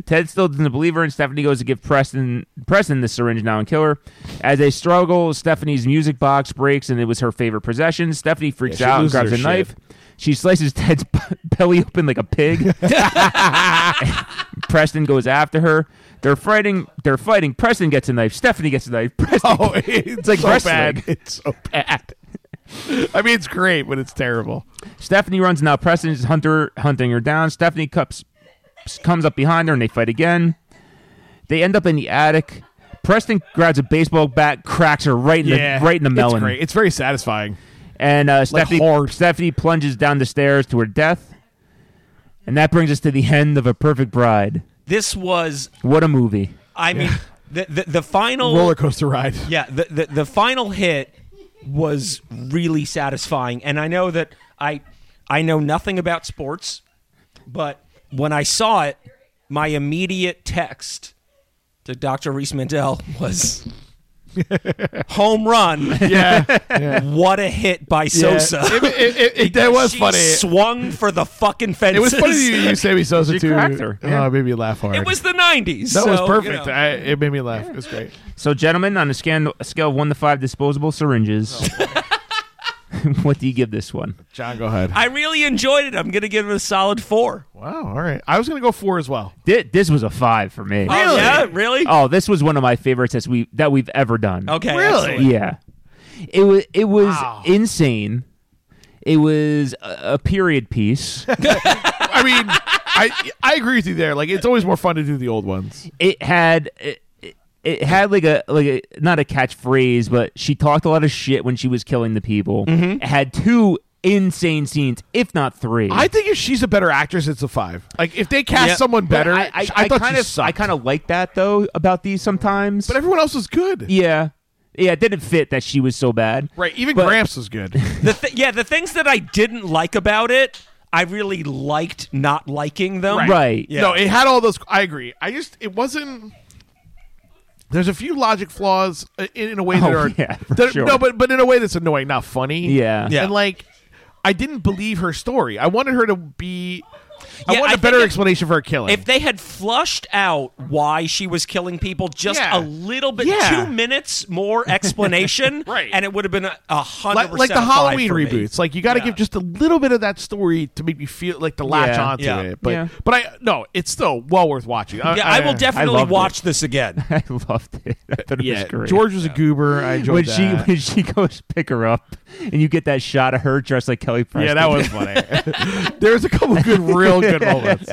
[SPEAKER 1] Ted still doesn't believe her, and Stephanie goes to give Preston Preston the syringe now and kill her. As they struggle, Stephanie's music box breaks, and it was her favorite possession. Stephanie freaks
[SPEAKER 2] Yeah, she
[SPEAKER 1] out and
[SPEAKER 2] loses
[SPEAKER 1] grabs
[SPEAKER 2] her
[SPEAKER 1] a
[SPEAKER 2] shit.
[SPEAKER 1] knife. She slices Ted's b- belly open like a pig. Preston goes after her. They're fighting. They're fighting. Preston gets a knife. Stephanie gets a knife. Preston.
[SPEAKER 2] Oh, it's
[SPEAKER 1] like
[SPEAKER 2] so
[SPEAKER 1] wrestling.
[SPEAKER 2] bad. It's so bad. I mean, it's great, but it's terrible.
[SPEAKER 1] Stephanie runs now. Preston is hunter hunting her down. Stephanie cups, comes up behind her and they fight again. They end up in the attic. Preston grabs a baseball bat, cracks her right in the right in the melon,
[SPEAKER 2] It's great. It's very satisfying.
[SPEAKER 1] and uh,
[SPEAKER 2] Like
[SPEAKER 1] Stephanie
[SPEAKER 2] hard.
[SPEAKER 1] Stephanie plunges down the stairs to her death. And that brings us to the end of A Perfect Bride.
[SPEAKER 3] this was
[SPEAKER 1] What a movie!
[SPEAKER 3] i mean the, the, the final
[SPEAKER 2] Roller coaster ride.
[SPEAKER 3] Yeah, the, the the final hit was really satisfying, and I know that I I know nothing about sports, but when I saw it, my immediate text to Dr. Reese Mandel was home run.
[SPEAKER 2] Yeah,
[SPEAKER 3] What a hit by Sosa.
[SPEAKER 2] It, it, it, it- that was
[SPEAKER 3] she
[SPEAKER 2] funny.
[SPEAKER 3] Swung for the fucking fences.
[SPEAKER 2] It was funny you, you say we Sosa
[SPEAKER 1] She
[SPEAKER 2] too.
[SPEAKER 1] cracked her, yeah.
[SPEAKER 2] Oh, it made me laugh hard.
[SPEAKER 3] It was the '90s.
[SPEAKER 2] that
[SPEAKER 3] so,
[SPEAKER 2] was
[SPEAKER 3] you
[SPEAKER 2] perfect.
[SPEAKER 3] know.
[SPEAKER 2] I, it made me laugh. It was great.
[SPEAKER 1] So, gentlemen, on a, scan, a scale of one to five disposable syringes, what do you give this one?
[SPEAKER 2] John, go ahead.
[SPEAKER 3] I really enjoyed it. I'm gonna give it a solid four.
[SPEAKER 2] wow. All right. I was gonna go four as well.
[SPEAKER 1] Thi- This was a five for me.
[SPEAKER 3] Oh, yeah, really?
[SPEAKER 1] Oh, this was one of my favorites that we that we've ever done.
[SPEAKER 3] Okay.
[SPEAKER 2] Oh, Really?
[SPEAKER 3] excellent.
[SPEAKER 1] Yeah. It was it was
[SPEAKER 2] Wow.
[SPEAKER 1] insane. It was a, a period piece.
[SPEAKER 2] I mean, I I agree with you there. Like, it's always more fun to do the old ones.
[SPEAKER 1] it had it, it- it had like a like a not a catchphrase, but she talked a lot of shit when she was killing the people. It had two insane scenes, if not three.
[SPEAKER 2] Mm-hmm. I think if she's a better actress, it's a five. Like, if they cast
[SPEAKER 3] Yeah.
[SPEAKER 2] someone
[SPEAKER 1] But
[SPEAKER 2] better,
[SPEAKER 1] I, I, I
[SPEAKER 2] thought
[SPEAKER 1] kind
[SPEAKER 2] she
[SPEAKER 1] of
[SPEAKER 2] sucked.
[SPEAKER 1] I kind of like that though about these sometimes.
[SPEAKER 2] But everyone else was good.
[SPEAKER 1] yeah, yeah, it didn't fit that she was so bad.
[SPEAKER 2] Right. Even
[SPEAKER 1] But-
[SPEAKER 2] Gramps was good.
[SPEAKER 3] The th- yeah, the things that I didn't like about it, I really liked not liking them.
[SPEAKER 1] Right.
[SPEAKER 3] Yeah.
[SPEAKER 2] No, it had all those. I agree. I just it wasn't. There's a few logic flaws uh, in, in a way that
[SPEAKER 1] Oh,
[SPEAKER 2] are
[SPEAKER 1] yeah, for
[SPEAKER 2] that-
[SPEAKER 1] sure.
[SPEAKER 2] no, but but in a way that's annoying, not funny.
[SPEAKER 1] Yeah.
[SPEAKER 3] Yeah.
[SPEAKER 2] and like I didn't believe her story. I wanted her to be
[SPEAKER 3] Yeah,
[SPEAKER 2] I want
[SPEAKER 3] I
[SPEAKER 2] a
[SPEAKER 3] think
[SPEAKER 2] better
[SPEAKER 3] if-
[SPEAKER 2] explanation for her killing.
[SPEAKER 3] If they had flushed out why she was killing people just
[SPEAKER 2] Yeah.
[SPEAKER 3] a little bit,
[SPEAKER 2] Yeah.
[SPEAKER 3] two minutes more explanation,
[SPEAKER 2] Right.
[SPEAKER 3] and it would have been a, a hundred
[SPEAKER 2] like,
[SPEAKER 3] percent
[SPEAKER 2] like the
[SPEAKER 3] a five
[SPEAKER 2] Halloween
[SPEAKER 3] for me.
[SPEAKER 2] reboots. Like you got to
[SPEAKER 3] Yeah.
[SPEAKER 2] give just a little bit of that story to make me feel like to latch
[SPEAKER 1] Yeah.
[SPEAKER 2] onto
[SPEAKER 3] Yeah.
[SPEAKER 2] it. But
[SPEAKER 1] Yeah.
[SPEAKER 2] but I no, it's still well worth watching. I,
[SPEAKER 3] Yeah, I will definitely
[SPEAKER 1] loved it.
[SPEAKER 3] watch this again.
[SPEAKER 1] I loved it. I thought it
[SPEAKER 2] Yeah,
[SPEAKER 1] was great.
[SPEAKER 2] George was a goober. I enjoyed
[SPEAKER 1] when
[SPEAKER 2] that.
[SPEAKER 1] she when she goes pick her up, and you get that shot of her dressed like Kelly Preston.
[SPEAKER 2] yeah, that was funny. There's a couple good, real good moments.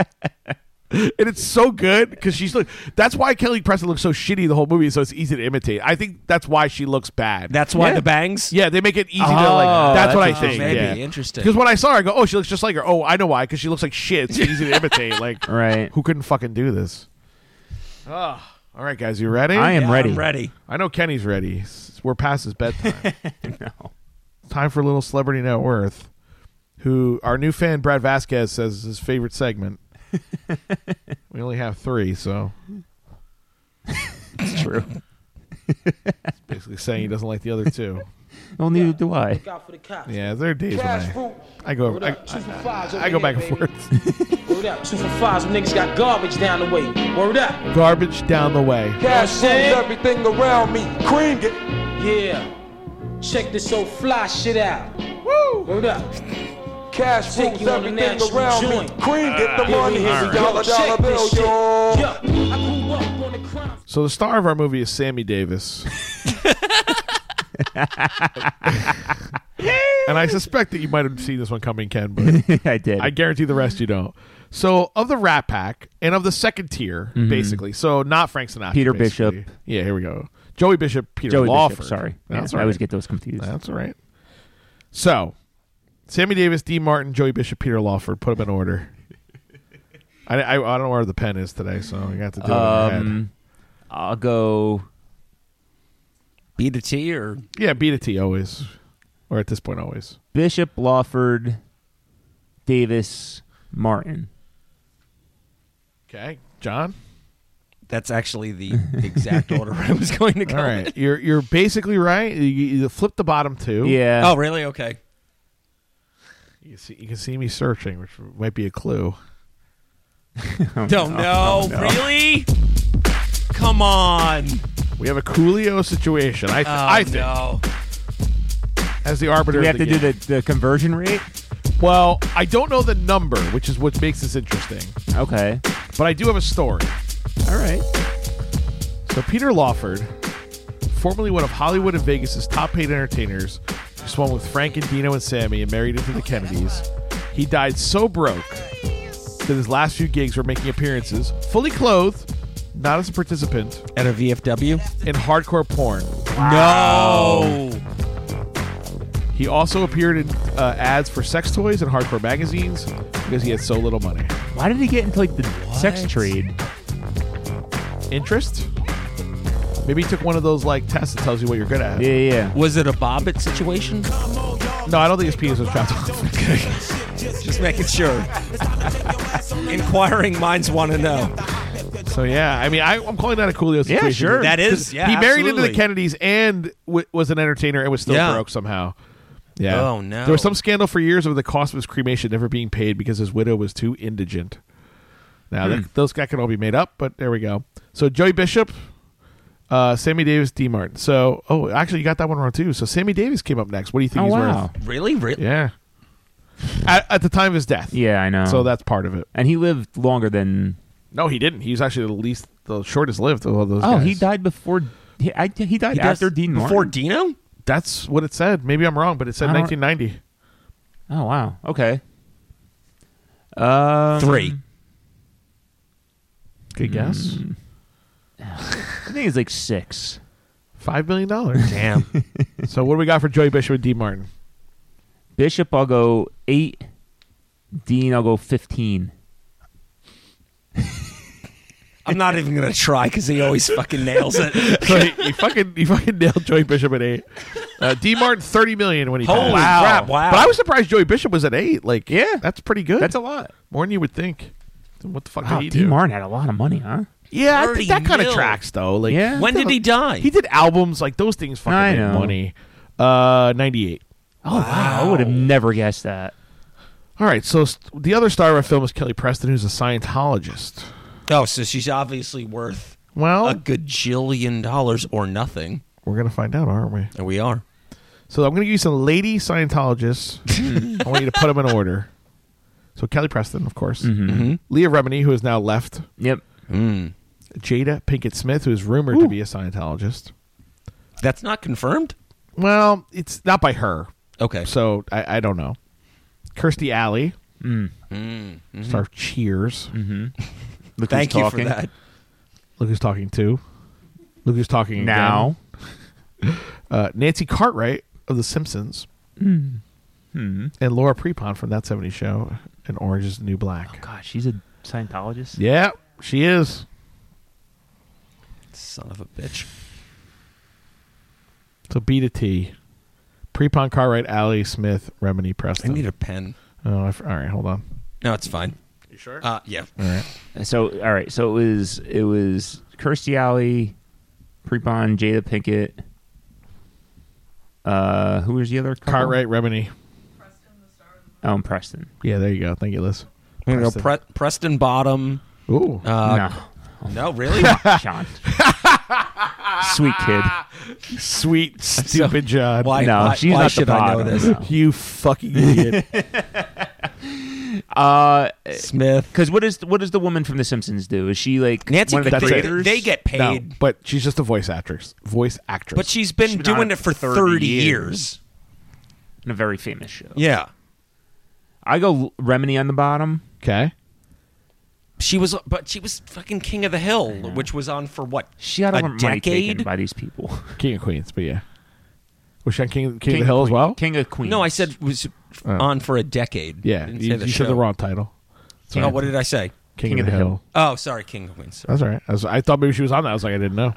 [SPEAKER 2] And it's so good because she's like, that's why Kelly Preston looks so shitty the whole movie, so it's easy to imitate. I think that's why she looks bad.
[SPEAKER 3] That's why
[SPEAKER 1] Yeah.
[SPEAKER 3] the bangs.
[SPEAKER 2] Yeah, they make it easy to like.
[SPEAKER 1] Oh,
[SPEAKER 2] That's, what I
[SPEAKER 1] that's
[SPEAKER 2] think.
[SPEAKER 1] interesting.
[SPEAKER 3] Maybe.
[SPEAKER 2] yeah.
[SPEAKER 3] Interesting.
[SPEAKER 2] Because when I saw her, I go, "Oh, she looks just like her." Oh, I know why. Because she looks like shit. It's easy to imitate. Like,
[SPEAKER 1] Right.
[SPEAKER 2] Who couldn't fucking do this? All right, guys, you ready?
[SPEAKER 1] I am
[SPEAKER 3] Yeah,
[SPEAKER 1] ready.
[SPEAKER 3] I'm ready.
[SPEAKER 2] I know Kenny's ready. S- We're past his bedtime. Time for a little celebrity net worth. Who our new fan Brad Vasquez says is his favorite segment. we only have three, so
[SPEAKER 1] It's true.
[SPEAKER 2] basically saying he doesn't like the other two.
[SPEAKER 1] Well, neither do I.
[SPEAKER 11] Look out for the cops.
[SPEAKER 2] Yeah, there are days when
[SPEAKER 11] Cash
[SPEAKER 2] I,
[SPEAKER 11] fruit.
[SPEAKER 2] I go over,
[SPEAKER 11] Word
[SPEAKER 2] I,
[SPEAKER 11] up. Two for
[SPEAKER 2] I-
[SPEAKER 11] fives
[SPEAKER 2] I
[SPEAKER 11] over here,
[SPEAKER 2] go back and
[SPEAKER 11] baby.
[SPEAKER 2] forth.
[SPEAKER 11] Word up. Two for five. Some niggas got garbage down the way. Word up.
[SPEAKER 2] Garbage down the way.
[SPEAKER 11] Cash rules
[SPEAKER 12] everything around me. Cream it.
[SPEAKER 11] Yeah. Check this old fly Ah, shit out. Woo! Word up.
[SPEAKER 12] Cash
[SPEAKER 11] Take you on the natural joint.
[SPEAKER 12] Cream it. The
[SPEAKER 11] Yeah, we here. Yo, check this shit. Yeah. I grew up on the crime.
[SPEAKER 2] So the star of our movie is Sammy Davis. and I suspect that you might have seen this one coming, Ken, but
[SPEAKER 1] I did.
[SPEAKER 2] I guarantee the rest you don't. So of the Rat Pack and of the second tier, basically. So not Frank Sinatra.
[SPEAKER 1] Mm-hmm. Peter
[SPEAKER 2] basically.
[SPEAKER 1] Bishop.
[SPEAKER 2] Yeah, here we go. Joey Bishop, Peter
[SPEAKER 1] Joey
[SPEAKER 2] Lawford.
[SPEAKER 1] Bishop. Sorry, Yeah,
[SPEAKER 2] that's
[SPEAKER 1] I
[SPEAKER 2] right.
[SPEAKER 1] always get those confused.
[SPEAKER 2] That's all right. So, Sammy Davis, D. Martin, Joey Bishop, Peter Lawford. Put them in order. I, I, I don't know where the pen is today, so I got to do it in my head.
[SPEAKER 1] Um, I'll go.
[SPEAKER 3] Be the T or
[SPEAKER 2] Yeah, beat it to you always, or at this point always.
[SPEAKER 1] Bishop Lawford, Davis Martin.
[SPEAKER 2] Okay, John.
[SPEAKER 3] that's actually the exact order I was going to go.
[SPEAKER 2] All right, you're you're basically right. You, you flip the bottom two.
[SPEAKER 1] Yeah.
[SPEAKER 3] Oh, really? Okay.
[SPEAKER 2] you can, see, you can see me searching, which might be a clue.
[SPEAKER 3] Don't know. Really? Come on.
[SPEAKER 2] We have a Coolio situation. I th-
[SPEAKER 3] Oh,
[SPEAKER 2] I think
[SPEAKER 3] no.
[SPEAKER 2] as the arbiter.
[SPEAKER 1] Do we
[SPEAKER 2] of
[SPEAKER 1] have to
[SPEAKER 2] the
[SPEAKER 1] do
[SPEAKER 2] game.
[SPEAKER 1] the, the conversion rate?
[SPEAKER 2] Well, I don't know the number, which is what makes this interesting.
[SPEAKER 1] Okay.
[SPEAKER 2] But I do have a story.
[SPEAKER 1] All right.
[SPEAKER 2] So Peter Lawford, formerly one of Hollywood and Vegas' top paid entertainers, who swung with Frank and Dino and Sammy and married into the Kennedys, he died so broke that his last few gigs were making appearances, fully clothed, not as a participant,
[SPEAKER 3] At a VFW?
[SPEAKER 2] in hardcore porn.
[SPEAKER 3] No.
[SPEAKER 2] He also appeared in uh, ads for sex toys and hardcore magazines because he had so little money.
[SPEAKER 1] Why did he get into like the sex
[SPEAKER 3] What?
[SPEAKER 1] trade?
[SPEAKER 2] Interest? Maybe he took one of those like tests that tells you what you're good at.
[SPEAKER 1] Yeah, yeah.
[SPEAKER 3] Was it a Bobbit situation?
[SPEAKER 2] No, I don't think his penis was trapped off.
[SPEAKER 3] Just making sure. Inquiring minds want to know.
[SPEAKER 2] So yeah, I mean, I, I'm calling that a Coolio situation.
[SPEAKER 1] sure.
[SPEAKER 3] That is-
[SPEAKER 2] 'Cause
[SPEAKER 3] yeah,
[SPEAKER 2] He married into
[SPEAKER 3] absolutely.
[SPEAKER 2] the Kennedys and w- was an entertainer and was still
[SPEAKER 3] Yeah.
[SPEAKER 2] broke somehow. Yeah.
[SPEAKER 3] Oh, no.
[SPEAKER 2] There was some scandal for years over the cost of his cremation never being paid because his widow was too indigent. Now
[SPEAKER 1] Hmm.
[SPEAKER 2] that, those that can all be made up, but there we go. So Joey Bishop, uh, Sammy Davis, D. Martin. So oh, actually, you got that one wrong too. So Sammy Davis came up next. What do you think
[SPEAKER 1] Oh
[SPEAKER 2] he's
[SPEAKER 1] wow.
[SPEAKER 2] worth?
[SPEAKER 3] Really? Really?
[SPEAKER 2] Yeah. At, at the time of his death.
[SPEAKER 1] Yeah, I know.
[SPEAKER 2] So that's part of it.
[SPEAKER 1] and he lived longer than.
[SPEAKER 2] No, he didn't. He was actually the least, the shortest lived of all those.
[SPEAKER 1] Oh,
[SPEAKER 2] guys.
[SPEAKER 1] he died before. He, I, he died
[SPEAKER 3] He does-
[SPEAKER 1] after Dean Martin.
[SPEAKER 3] Before Dino?
[SPEAKER 2] That's what it said. Maybe I'm wrong, but it said
[SPEAKER 1] I don't-
[SPEAKER 2] 1990.
[SPEAKER 1] Oh wow. Okay. Um,
[SPEAKER 3] Three.
[SPEAKER 1] Hmm.
[SPEAKER 2] Good guess.
[SPEAKER 1] I think it's like six.
[SPEAKER 2] Five million dollars.
[SPEAKER 3] Damn.
[SPEAKER 2] so what do we got for Joey Bishop and D Martin?
[SPEAKER 1] Bishop, I'll go eight. Dean, I'll go fifteen.
[SPEAKER 3] I'm not even going to try because he always fucking nails it.
[SPEAKER 2] So he, he fucking he fucking nailed Joey Bishop at eight. Uh, D Martin thirty million when he
[SPEAKER 3] Holy
[SPEAKER 2] passed.
[SPEAKER 3] Wow. crap, wow.
[SPEAKER 2] But I was surprised Joey Bishop was at eight. Like yeah, that's pretty good.
[SPEAKER 1] That's a lot.
[SPEAKER 2] more than you would think. Then what the fuck
[SPEAKER 1] Wow,
[SPEAKER 2] did he
[SPEAKER 1] Dean
[SPEAKER 2] do?
[SPEAKER 1] Martin had a lot of money, huh?
[SPEAKER 2] yeah, I think
[SPEAKER 3] 30
[SPEAKER 2] that kind of
[SPEAKER 3] mil.
[SPEAKER 2] tracks though. Like
[SPEAKER 1] Yeah.
[SPEAKER 3] When did he die?
[SPEAKER 2] He did albums like those things. Fucking
[SPEAKER 1] I
[SPEAKER 2] made
[SPEAKER 1] know.
[SPEAKER 2] money. Uh, ninety eight.
[SPEAKER 1] Oh wow! I would have never guessed that.
[SPEAKER 2] All right, so st- the other star of our film is Kelly Preston, who's a Scientologist.
[SPEAKER 3] Oh, so she's obviously worth
[SPEAKER 2] well
[SPEAKER 3] a gajillion dollars or nothing.
[SPEAKER 2] We're gonna find out, aren't we?
[SPEAKER 3] And we are.
[SPEAKER 2] So I'm gonna give you some lady Scientologists.
[SPEAKER 3] Mm-hmm.
[SPEAKER 2] I want you to put them in order. So Kelly Preston, of course.
[SPEAKER 1] Mm-hmm.
[SPEAKER 3] Mhm.
[SPEAKER 2] Leah Remini, who has now left.
[SPEAKER 1] Yep.
[SPEAKER 2] Jada Pinkett Smith, who is rumored to be a Scientologist.
[SPEAKER 3] That's not confirmed.
[SPEAKER 2] Well, it's not by her.
[SPEAKER 3] Okay.
[SPEAKER 2] So I, I don't know. Kirstie Alley,
[SPEAKER 1] Mm.
[SPEAKER 2] star of Cheers.
[SPEAKER 1] Mm-hmm. Look
[SPEAKER 3] Thank
[SPEAKER 1] who's
[SPEAKER 3] you
[SPEAKER 1] talking.
[SPEAKER 3] for that.
[SPEAKER 2] Look who's talking to. Look who's talking again.
[SPEAKER 1] Now.
[SPEAKER 2] Uh, Nancy Cartwright of The Simpsons.
[SPEAKER 1] Mm. Hmm.
[SPEAKER 2] and Laura Prepon from That 70 Show and Orange is the New Black.
[SPEAKER 1] God, she's a Scientologist.
[SPEAKER 2] Yeah, she is.
[SPEAKER 3] Son of a bitch.
[SPEAKER 2] So B to T. Prepon, Cartwright, Alley, Smith, Remini,
[SPEAKER 3] I
[SPEAKER 2] Preston.
[SPEAKER 3] need a pen.
[SPEAKER 2] oh, I f- all right, hold on.
[SPEAKER 3] No, it's fine. You sure? Uh, yeah.
[SPEAKER 2] All
[SPEAKER 1] Mm,
[SPEAKER 2] right.
[SPEAKER 1] So all right, so it was it was Kirstie Alley, Prepon, Jada Pinkett. Uh, who was the other? Couple?
[SPEAKER 2] Cartwright, Remini.
[SPEAKER 1] Oh, and Preston.
[SPEAKER 2] Yeah, there you go. Thank you, Liz.
[SPEAKER 3] I'm gonna go
[SPEAKER 2] Preston.
[SPEAKER 3] Pre- Preston Bottom.
[SPEAKER 2] Ooh.
[SPEAKER 3] Uh, No, really?
[SPEAKER 1] no, Sean. Sweet kid.
[SPEAKER 2] Sweet, stupid John.
[SPEAKER 3] Why?
[SPEAKER 1] No,
[SPEAKER 3] why,
[SPEAKER 1] she's
[SPEAKER 3] why
[SPEAKER 1] not the
[SPEAKER 3] should I know
[SPEAKER 1] bottom.
[SPEAKER 3] this?
[SPEAKER 2] You fucking idiot.
[SPEAKER 1] Uh,
[SPEAKER 3] Smith.
[SPEAKER 1] because what is what does the woman from The Simpsons do? Is she like
[SPEAKER 3] Nancy
[SPEAKER 1] one of the
[SPEAKER 3] That's
[SPEAKER 2] it.
[SPEAKER 1] creators?
[SPEAKER 3] They get paid,
[SPEAKER 2] no, but she's just a voice actress. Voice actress.
[SPEAKER 3] but she's been,
[SPEAKER 1] She's been on
[SPEAKER 3] doing
[SPEAKER 1] it
[SPEAKER 3] it for
[SPEAKER 1] 30
[SPEAKER 3] 30,
[SPEAKER 1] years.
[SPEAKER 3] years.
[SPEAKER 1] in a very famous show.
[SPEAKER 3] Yeah.
[SPEAKER 1] I go Remini on the bottom.
[SPEAKER 2] okay.
[SPEAKER 3] She was, but she was fucking King of the Hill, which was on for what?
[SPEAKER 1] She got all
[SPEAKER 3] a
[SPEAKER 1] her money taken
[SPEAKER 3] decade.
[SPEAKER 1] by these people.
[SPEAKER 2] King of Queens, but yeah. Was she on King, King, of the Hill as well?
[SPEAKER 1] King of Queens.
[SPEAKER 3] no, I said was
[SPEAKER 1] Oh.
[SPEAKER 3] on for a decade.
[SPEAKER 2] yeah.
[SPEAKER 3] Didn't
[SPEAKER 2] You,
[SPEAKER 3] say the
[SPEAKER 2] you said the
[SPEAKER 3] show.
[SPEAKER 2] wrong title. Sorry.
[SPEAKER 3] Oh, what did I say?
[SPEAKER 2] King, of the, Hill.
[SPEAKER 3] Oh, sorry, King of Queens. Sorry.
[SPEAKER 2] That's all right. I, was- I thought maybe she was on that. I was like, I didn't know.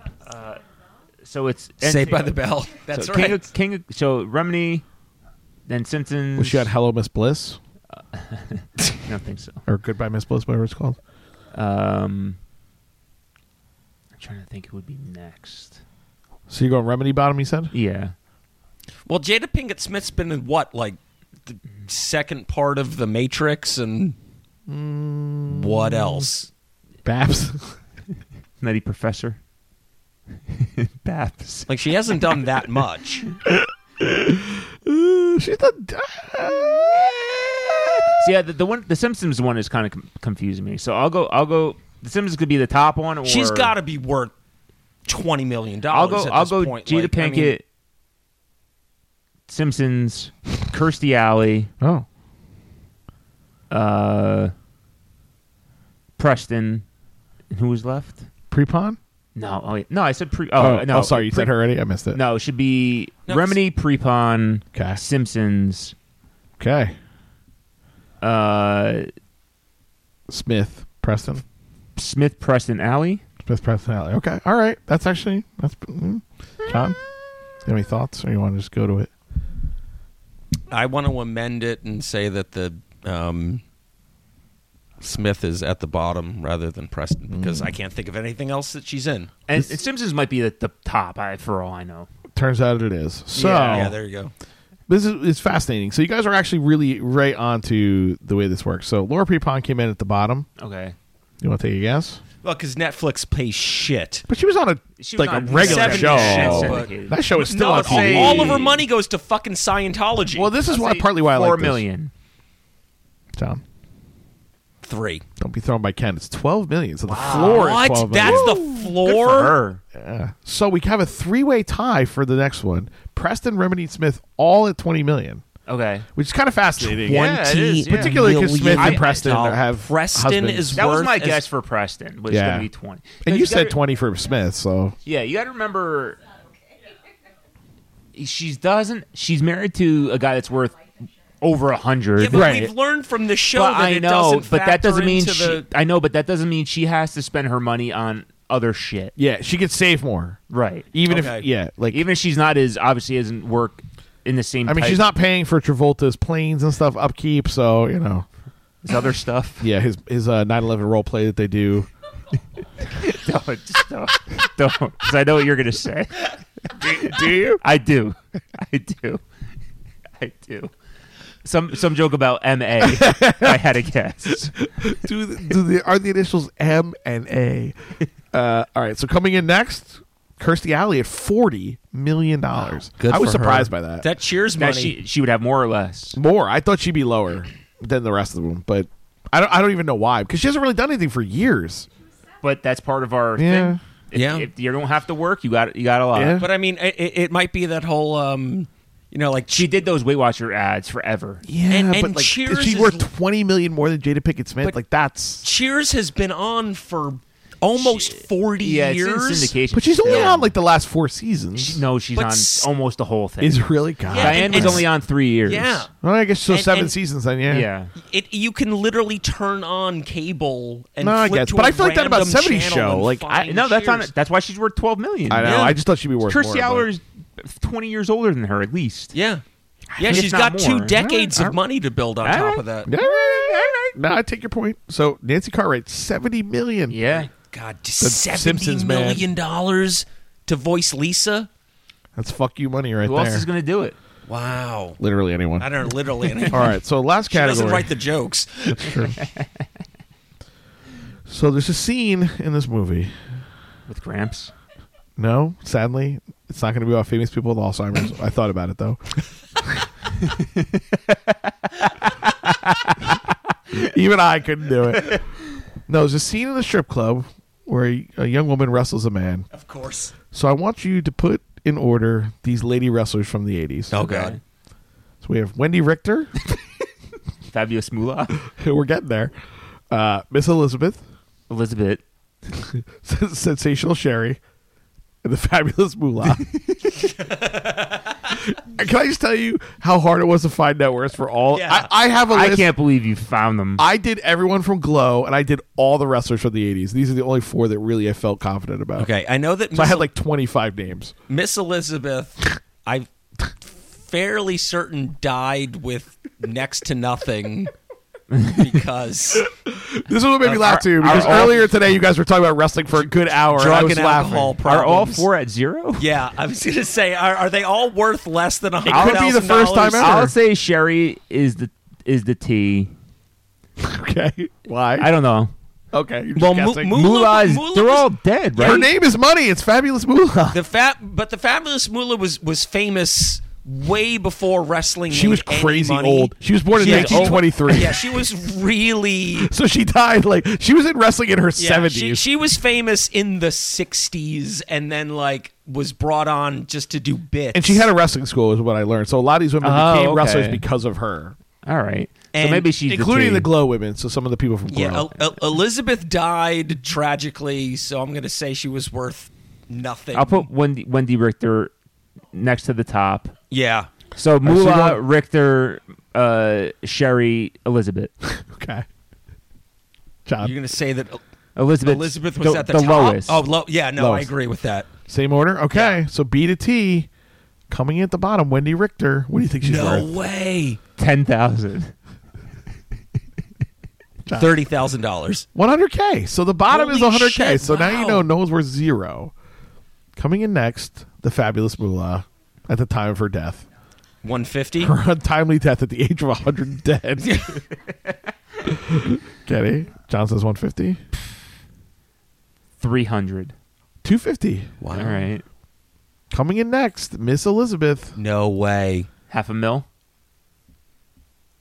[SPEAKER 1] So it's
[SPEAKER 3] Saved by the Bell. That's
[SPEAKER 1] so
[SPEAKER 3] right.
[SPEAKER 1] King of, King of, so Remini, then Simpsons.
[SPEAKER 2] Was she on Hello Miss Bliss
[SPEAKER 1] I don't think so.
[SPEAKER 2] or Goodbye Miss Bliss, whatever it's called?
[SPEAKER 1] Um, I'm trying to think who would be next.
[SPEAKER 2] So you're going Remedy Bottom, you said?
[SPEAKER 1] Yeah,
[SPEAKER 3] well, Jada Pinkett Smith's been in what, like the second part of The Matrix and what else?
[SPEAKER 2] Babs.
[SPEAKER 1] Nutty Professor. Babs.
[SPEAKER 3] Like she hasn't done that much.
[SPEAKER 2] She's the.
[SPEAKER 1] So yeah, the, the one the Simpsons one is kind of com- confusing me. So I'll go. I'll go. The Simpsons could be the top one. Or,
[SPEAKER 3] She's got to be worth twenty million
[SPEAKER 1] I'll
[SPEAKER 3] dollars.
[SPEAKER 1] go.
[SPEAKER 3] At
[SPEAKER 1] I'll
[SPEAKER 3] this
[SPEAKER 1] go.
[SPEAKER 3] Point.
[SPEAKER 1] Jada
[SPEAKER 3] Like, I
[SPEAKER 1] Pinkett.
[SPEAKER 3] mean,
[SPEAKER 1] Simpsons. Kirstie Alley.
[SPEAKER 2] Oh.
[SPEAKER 1] Uh. Preston. And Who was left?
[SPEAKER 2] Prepon?
[SPEAKER 1] No. Oh, yeah. no. I said pre. Oh, no.
[SPEAKER 2] oh, sorry. You
[SPEAKER 1] Pre-
[SPEAKER 2] said her already? I missed it.
[SPEAKER 1] No, it should be
[SPEAKER 3] No,
[SPEAKER 1] Remedy, Prepon,
[SPEAKER 2] Okay.
[SPEAKER 1] Simpsons,
[SPEAKER 2] Okay.
[SPEAKER 1] uh,
[SPEAKER 2] Smith Preston.
[SPEAKER 1] Smith, Preston, Alley.
[SPEAKER 2] Smith Preston Alley. Okay. All right. That's actually. that's mm. John? You have any thoughts or you want to just go to it?
[SPEAKER 3] I want to amend it and say that the um, Smith is at the bottom rather than Preston because
[SPEAKER 1] Mm.
[SPEAKER 3] I can't think of anything else that she's in.
[SPEAKER 1] And and Simpsons might be at the top, I, for all I know.
[SPEAKER 2] Turns out it is. So.
[SPEAKER 1] Oh.
[SPEAKER 3] yeah, there you go.
[SPEAKER 2] This is it's fascinating. So you guys are actually really right on to the way this works. So Laura Prepon came in at the bottom.
[SPEAKER 1] Okay.
[SPEAKER 2] You want to take a guess?
[SPEAKER 3] Well, because Netflix pays shit.
[SPEAKER 2] But she was on a
[SPEAKER 1] She was
[SPEAKER 2] like
[SPEAKER 1] on
[SPEAKER 2] a regular
[SPEAKER 1] 70
[SPEAKER 2] show.
[SPEAKER 1] Show, but-
[SPEAKER 2] that show is still
[SPEAKER 3] no,
[SPEAKER 2] on
[SPEAKER 3] all,
[SPEAKER 2] TV.
[SPEAKER 3] all of her money goes to fucking Scientology.
[SPEAKER 2] Well, this is
[SPEAKER 1] I'll
[SPEAKER 2] why
[SPEAKER 1] say
[SPEAKER 2] partly why I
[SPEAKER 1] four
[SPEAKER 2] like this.
[SPEAKER 1] million.
[SPEAKER 2] Tom,
[SPEAKER 3] three.
[SPEAKER 2] don't be thrown by Ken. It's twelve million. So the floor is
[SPEAKER 3] What?
[SPEAKER 2] twelve
[SPEAKER 3] That's
[SPEAKER 2] million.
[SPEAKER 3] the floor.
[SPEAKER 2] so we have a three-way tie for the next one. Preston, Remedy, and Smith, all at twenty million,
[SPEAKER 1] Okay.
[SPEAKER 2] which is kind of fascinating.
[SPEAKER 1] Yeah, it is, yeah.
[SPEAKER 2] particularly because Smith
[SPEAKER 1] million
[SPEAKER 2] and Preston
[SPEAKER 3] dollars.
[SPEAKER 2] have
[SPEAKER 3] Preston
[SPEAKER 2] husbands.
[SPEAKER 3] is
[SPEAKER 1] That was
[SPEAKER 3] worth
[SPEAKER 1] my
[SPEAKER 3] as-
[SPEAKER 1] guess for Preston was
[SPEAKER 2] Yeah.
[SPEAKER 1] going to be twenty.
[SPEAKER 2] and
[SPEAKER 1] 'Cause
[SPEAKER 2] you said
[SPEAKER 1] gotta-
[SPEAKER 2] twenty for Smith, so
[SPEAKER 1] Yeah, you got to remember. She doesn't. She's married to a guy that's worth over a hundred.
[SPEAKER 3] Yeah, but
[SPEAKER 2] Right.
[SPEAKER 3] we've learned from the show
[SPEAKER 1] But
[SPEAKER 3] that
[SPEAKER 1] I
[SPEAKER 3] it
[SPEAKER 1] know,
[SPEAKER 3] doesn't
[SPEAKER 1] but that
[SPEAKER 3] factor
[SPEAKER 1] doesn't mean
[SPEAKER 3] into
[SPEAKER 1] she.
[SPEAKER 3] the-
[SPEAKER 1] I know, but that doesn't mean she has to spend her money on other shit.
[SPEAKER 2] yeah, she could save more.
[SPEAKER 1] Right.
[SPEAKER 2] Even
[SPEAKER 3] Okay.
[SPEAKER 2] if yeah, like
[SPEAKER 1] Even if she's not as obviously isn't work in the same.
[SPEAKER 2] I mean,
[SPEAKER 1] type
[SPEAKER 2] she's not paying for Travolta's planes and stuff upkeep, so you know.
[SPEAKER 1] as other stuff.
[SPEAKER 2] Yeah, his his uh, 9/11 role play that they do.
[SPEAKER 1] don't, just don't, don't, 'cause I know what you're gonna say. Do, you? I do. I do. I do. some some joke about M A. I had a guess.
[SPEAKER 2] do, the, do the are the initials M and A? Uh, all right. So coming in next, Kirstie Alley at forty million dollars.
[SPEAKER 1] Good
[SPEAKER 2] I was
[SPEAKER 1] for her.
[SPEAKER 2] surprised by that.
[SPEAKER 1] That cheers That money. she- would have more or less.
[SPEAKER 2] More. I thought she'd be lower than the rest of them, but I don't. I don't even know why because she hasn't really done anything for years.
[SPEAKER 1] But that's part of our
[SPEAKER 2] Yeah.
[SPEAKER 1] thing. If, yeah. if you don't have to work, you got you got a lot.
[SPEAKER 3] But I mean, it, it it might be that whole, um, you know, like
[SPEAKER 1] she did those Weight Watcher ads forever.
[SPEAKER 2] Yeah,
[SPEAKER 3] and, and
[SPEAKER 2] but like,
[SPEAKER 3] Cheers
[SPEAKER 2] is she
[SPEAKER 3] is-
[SPEAKER 2] worth twenty million more than Jada Pickett Smith?
[SPEAKER 3] But-
[SPEAKER 2] like that's
[SPEAKER 3] Cheers has been on for almost forty years.
[SPEAKER 2] but she's only on like the last four seasons.
[SPEAKER 1] no, she's
[SPEAKER 3] But
[SPEAKER 1] on
[SPEAKER 3] s-
[SPEAKER 1] almost the whole thing.
[SPEAKER 2] Is really God.
[SPEAKER 3] Yeah,
[SPEAKER 1] Diane
[SPEAKER 3] and-
[SPEAKER 1] was
[SPEAKER 3] and-
[SPEAKER 1] only on three years.
[SPEAKER 3] Yeah.
[SPEAKER 2] Well, I guess so.
[SPEAKER 3] And-
[SPEAKER 2] seven
[SPEAKER 3] and-
[SPEAKER 2] seasons then. Yeah.
[SPEAKER 1] Yeah.
[SPEAKER 3] It, you can literally turn on cable and
[SPEAKER 2] No, I
[SPEAKER 3] flip
[SPEAKER 2] guess,
[SPEAKER 3] to
[SPEAKER 2] but
[SPEAKER 3] a
[SPEAKER 2] I feel like that about
[SPEAKER 3] random
[SPEAKER 2] 70
[SPEAKER 3] channel
[SPEAKER 2] show,
[SPEAKER 3] and
[SPEAKER 2] like, I-
[SPEAKER 3] find
[SPEAKER 1] No, that's on.
[SPEAKER 3] Cheers.
[SPEAKER 1] That's why she's worth twelve million.
[SPEAKER 2] I know. I just thought she'd be worth more,
[SPEAKER 1] Kirstie
[SPEAKER 2] but-
[SPEAKER 1] Allers twenty years older than her at least.
[SPEAKER 3] Yeah,
[SPEAKER 1] If
[SPEAKER 3] Yeah, she's
[SPEAKER 1] not
[SPEAKER 3] got two
[SPEAKER 1] more.
[SPEAKER 3] decades
[SPEAKER 1] All
[SPEAKER 3] of
[SPEAKER 1] right.
[SPEAKER 3] money to build on
[SPEAKER 1] All
[SPEAKER 3] top
[SPEAKER 1] right.
[SPEAKER 3] of that.
[SPEAKER 2] All right, all right. No, I take your point. So Nancy Cartwright, seventy million.
[SPEAKER 1] Yeah.
[SPEAKER 3] God,
[SPEAKER 2] The
[SPEAKER 3] seventy
[SPEAKER 2] Simpsons, man.
[SPEAKER 3] million dollars to voice Lisa.
[SPEAKER 2] That's fuck you money right
[SPEAKER 3] Who
[SPEAKER 2] there.
[SPEAKER 3] else is
[SPEAKER 1] gonna do it?
[SPEAKER 3] Wow.
[SPEAKER 2] Literally anyone.
[SPEAKER 3] I don't know, literally. anything.
[SPEAKER 2] All right, so last
[SPEAKER 3] She doesn't
[SPEAKER 2] category.
[SPEAKER 3] write the jokes.
[SPEAKER 2] That's true. so there's a scene in this movie
[SPEAKER 1] with cramps.
[SPEAKER 2] No, sadly, it's not going to be about famous people with Alzheimer's. I thought about it though. Even I couldn't do it. No, there's a scene in the strip club where a, a young woman wrestles a man.
[SPEAKER 3] Of course.
[SPEAKER 2] So I want you to put in order these lady wrestlers from the 80s.
[SPEAKER 3] Oh, God.
[SPEAKER 2] So we have Wendy Richter.
[SPEAKER 1] Fabulous Moolah.
[SPEAKER 2] We're getting there. Uh, Miss Elizabeth.
[SPEAKER 1] Elizabeth.
[SPEAKER 2] Sensational Sherry. And the fabulous Moolah. Can I just tell you how hard it was to find net worths for all?
[SPEAKER 1] Yeah.
[SPEAKER 2] I, I have a
[SPEAKER 1] I
[SPEAKER 2] list.
[SPEAKER 1] can't believe you found them.
[SPEAKER 2] I did everyone from Glow, and I did all the wrestlers from the '80s. These are the only four that really I felt confident about.
[SPEAKER 3] Okay, I know that
[SPEAKER 2] So I
[SPEAKER 3] Miss
[SPEAKER 2] had
[SPEAKER 3] El-
[SPEAKER 2] like 25 names.
[SPEAKER 3] Miss Elizabeth, I'm fairly certain died with next to nothing because
[SPEAKER 2] This is what made me
[SPEAKER 3] Uh,
[SPEAKER 2] laugh
[SPEAKER 3] are-
[SPEAKER 2] too,
[SPEAKER 3] are
[SPEAKER 2] because
[SPEAKER 3] all-
[SPEAKER 2] earlier today you guys were talking about wrestling for a good hour. and I
[SPEAKER 3] drug
[SPEAKER 2] was
[SPEAKER 3] and
[SPEAKER 2] laughing.
[SPEAKER 3] alcohol problems.
[SPEAKER 1] at zero?
[SPEAKER 3] Yeah, I was gonna say, are, are they all worth less than a
[SPEAKER 1] I'll-
[SPEAKER 3] hundred?
[SPEAKER 1] I'll say Sherry is the is the T.
[SPEAKER 2] okay. Why?
[SPEAKER 1] I don't know.
[SPEAKER 2] Okay. You're just
[SPEAKER 1] Well,
[SPEAKER 2] guessing.
[SPEAKER 1] Mu- Moolah is- they're all dead, right?
[SPEAKER 2] Her name is Money. It's fabulous Moolah.
[SPEAKER 3] The fat, but the fabulous Moolah was was famous way before wrestling.
[SPEAKER 2] She
[SPEAKER 3] made
[SPEAKER 2] was
[SPEAKER 3] any
[SPEAKER 2] crazy
[SPEAKER 3] money.
[SPEAKER 2] old. She was born in
[SPEAKER 3] Yeah,
[SPEAKER 2] 1923.
[SPEAKER 3] Yeah, she was really.
[SPEAKER 2] So she died like she was in wrestling in her
[SPEAKER 3] Yeah,
[SPEAKER 2] 70s.
[SPEAKER 3] she, she was famous in the '60s, and then like was brought on just to do bits.
[SPEAKER 2] and she had a wrestling school, is what I learned. So a lot of these women
[SPEAKER 1] Oh,
[SPEAKER 2] became
[SPEAKER 1] okay.
[SPEAKER 2] wrestlers because of her.
[SPEAKER 1] All right. so maybe she's
[SPEAKER 2] including the,
[SPEAKER 1] the, T.
[SPEAKER 2] Glow women. So some of the people from Glow.
[SPEAKER 3] Yeah, El- El- Elizabeth died tragically, so I'm gonna say she was worth nothing.
[SPEAKER 1] I'll put Wendy Wendy Richter next to the top.
[SPEAKER 3] Yeah.
[SPEAKER 1] So
[SPEAKER 3] I've seen
[SPEAKER 1] Moolah,
[SPEAKER 3] one-
[SPEAKER 1] Richter, uh, Sherry, Elizabeth.
[SPEAKER 3] oh.
[SPEAKER 2] okay. John.
[SPEAKER 3] You're gonna say that El-
[SPEAKER 1] Elizabeth
[SPEAKER 3] Elizabeth was
[SPEAKER 1] the,
[SPEAKER 3] at the,
[SPEAKER 1] the
[SPEAKER 3] top?
[SPEAKER 1] lowest.
[SPEAKER 3] Oh, low. Yeah, no, I
[SPEAKER 2] Lowest.
[SPEAKER 3] agree with that.
[SPEAKER 2] Same order. Okay. So B to T, coming in at the bottom, Wendy Richter. What do you think she's
[SPEAKER 3] no
[SPEAKER 2] worth?
[SPEAKER 3] way.
[SPEAKER 1] ten thousand.
[SPEAKER 3] Thirty thousand dollars.
[SPEAKER 2] 100k. So the bottom is
[SPEAKER 3] Holy
[SPEAKER 2] 100k.
[SPEAKER 3] shit,
[SPEAKER 2] so now you
[SPEAKER 3] wow.
[SPEAKER 2] know no one's worth zero. Coming in next, the fabulous Moolah, at the time of her death.
[SPEAKER 3] One fifty.
[SPEAKER 2] her untimely death at the age of 100 dead. Kenny, John says 150.
[SPEAKER 1] Three hundred.
[SPEAKER 2] 250.
[SPEAKER 3] Wow.
[SPEAKER 1] All right.
[SPEAKER 2] Coming in next, Miss Elizabeth.
[SPEAKER 3] No way.
[SPEAKER 1] Half a mil.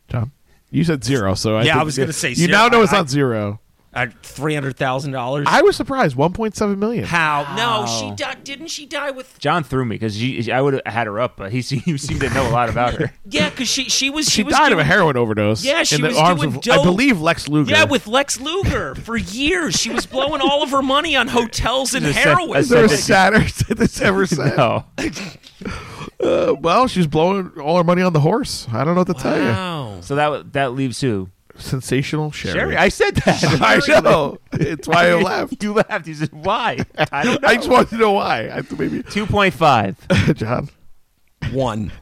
[SPEAKER 2] John, you said zero, so I
[SPEAKER 3] Yeah, I
[SPEAKER 2] think-
[SPEAKER 3] was gonna say
[SPEAKER 2] You
[SPEAKER 3] zero.
[SPEAKER 2] now know it's
[SPEAKER 3] I-
[SPEAKER 2] not zero.
[SPEAKER 3] At three hundred thousand dollars.
[SPEAKER 2] I was surprised. 1.7 million.
[SPEAKER 3] How? No,
[SPEAKER 1] Wow.
[SPEAKER 3] she died. Didn't she die with?
[SPEAKER 1] John threw me because I would have had her up, but he se- you seemed to know a lot about her.
[SPEAKER 3] Yeah, because she she was she,
[SPEAKER 2] She
[SPEAKER 3] was
[SPEAKER 2] died of
[SPEAKER 3] doing-
[SPEAKER 2] a heroin overdose.
[SPEAKER 3] Yeah, she
[SPEAKER 2] in the
[SPEAKER 3] was
[SPEAKER 2] arms
[SPEAKER 3] doing
[SPEAKER 2] of, I
[SPEAKER 3] dope.
[SPEAKER 2] believe, Lex Luger.
[SPEAKER 3] Yeah, with Lex Luger for years. She was blowing all of her money on hotels and heroin.
[SPEAKER 2] Is there a sadder that's ever said?
[SPEAKER 1] No.
[SPEAKER 2] Uh, well, she's blowing all her money on the horse. I don't know what to tell
[SPEAKER 3] Wow.
[SPEAKER 1] So that that leaves who?
[SPEAKER 2] you. Sensational Sherry.
[SPEAKER 1] Sherry. I said that.
[SPEAKER 2] I know. It's why I laughed.
[SPEAKER 1] You laughed. You said why? I don't know.
[SPEAKER 2] I just wanted to know why. I th- maybe
[SPEAKER 1] Two point five.
[SPEAKER 2] John.
[SPEAKER 3] One.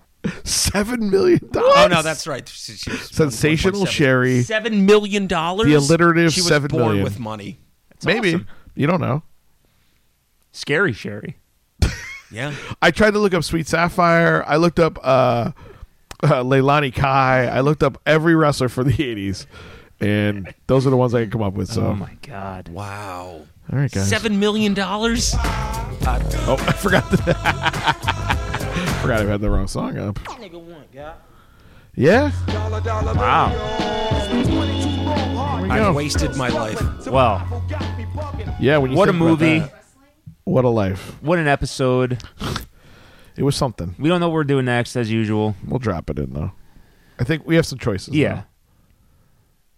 [SPEAKER 2] Seven million dollars.
[SPEAKER 3] Oh no, that's right. She- she was
[SPEAKER 2] sensational
[SPEAKER 3] 1.7.
[SPEAKER 2] Sherry.
[SPEAKER 3] Seven million dollars.
[SPEAKER 2] The alliterative
[SPEAKER 3] She was
[SPEAKER 2] seven
[SPEAKER 3] born
[SPEAKER 2] million.
[SPEAKER 3] with money.
[SPEAKER 2] Maybe
[SPEAKER 1] awesome.
[SPEAKER 2] you don't know.
[SPEAKER 1] Scary Sherry.
[SPEAKER 3] Yeah.
[SPEAKER 2] I tried to look up Sweet Sapphire. I looked up uh, uh, Leilani Kai. I looked up every wrestler for the 80s, and those are the ones I can come up with. So.
[SPEAKER 1] Oh my god!
[SPEAKER 3] Wow.
[SPEAKER 2] All right, guys.
[SPEAKER 3] Seven million dollars.
[SPEAKER 2] Oh, I forgot. The, forgot I had the wrong song up. Yeah.
[SPEAKER 1] Wow.
[SPEAKER 3] I've wasted my life.
[SPEAKER 1] Well,
[SPEAKER 2] Yeah. When you
[SPEAKER 1] what a
[SPEAKER 2] think about
[SPEAKER 1] movie!
[SPEAKER 2] that. what a life.
[SPEAKER 1] What an episode!
[SPEAKER 2] It was something.
[SPEAKER 1] We don't know what we're doing next, as usual.
[SPEAKER 2] We'll drop it in though. I think we have some choices.
[SPEAKER 1] Yeah.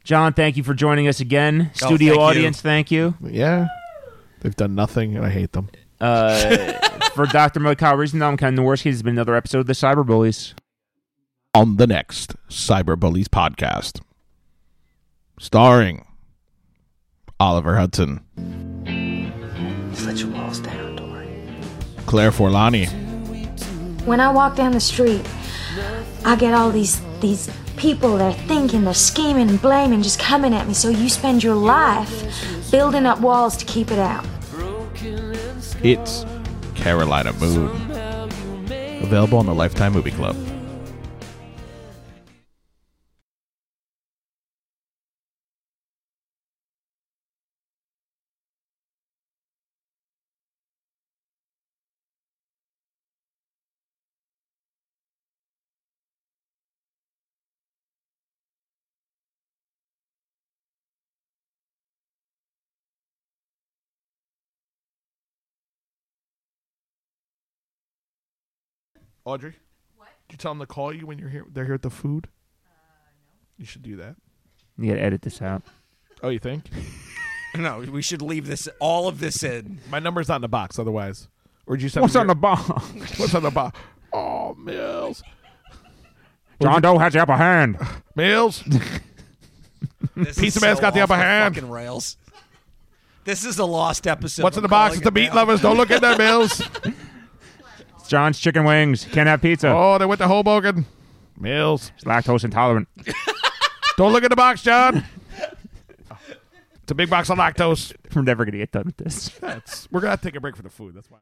[SPEAKER 1] John, thank you for joining us again.
[SPEAKER 3] Oh,
[SPEAKER 1] Studio
[SPEAKER 3] thank you.
[SPEAKER 1] audience, thank you.
[SPEAKER 2] though. Yeah. They've done nothing, and I hate them.
[SPEAKER 1] Uh, for Dr. Mud Kyle Reason, I'm Ken Norsky. This has been another episode of the Cyberbullies.
[SPEAKER 2] on the next Cyberbullies podcast. Starring Oliver Hudson,
[SPEAKER 13] Just let your walls down, Dory.
[SPEAKER 2] Claire Forlani,
[SPEAKER 14] When I walk down the street, I get all these these people. They're thinking, they're scheming, and blaming, just coming at me. So you spend your life building up walls to keep it out.
[SPEAKER 2] It's Carolina Moon. Available on the Lifetime Movie Club. Audrey? What? Did you tell them to call you when you're here they're here at the food? You should do that.
[SPEAKER 1] You gotta edit this out.
[SPEAKER 2] Oh, you think?
[SPEAKER 3] No, we should leave this all of this in.
[SPEAKER 2] My number's not in the box otherwise. Or did you send
[SPEAKER 1] What's
[SPEAKER 2] me
[SPEAKER 1] on the
[SPEAKER 2] your-
[SPEAKER 1] ball?
[SPEAKER 2] What's on the box? Oh, Mills.
[SPEAKER 1] John Doe has the upper hand.
[SPEAKER 2] Mills.
[SPEAKER 3] This is
[SPEAKER 2] Pizza Man's
[SPEAKER 3] so
[SPEAKER 2] got the
[SPEAKER 3] off
[SPEAKER 2] upper hand.
[SPEAKER 3] Fucking rails. This is a lost episode.
[SPEAKER 2] What's in
[SPEAKER 3] I'm
[SPEAKER 2] the box?
[SPEAKER 3] calling
[SPEAKER 2] It's the
[SPEAKER 3] it
[SPEAKER 2] meat
[SPEAKER 3] now.
[SPEAKER 2] lovers. Don't look at that, Mills.
[SPEAKER 1] It's John's chicken wings. Can't have pizza.
[SPEAKER 2] Oh, they went to Hoboken. Mills.
[SPEAKER 1] It's lactose intolerant.
[SPEAKER 2] Don't look at the box, John. It's a big box of lactose.
[SPEAKER 1] We're never gonna get done with this.
[SPEAKER 2] That's, we're gonna have to take a break for the food. That's why.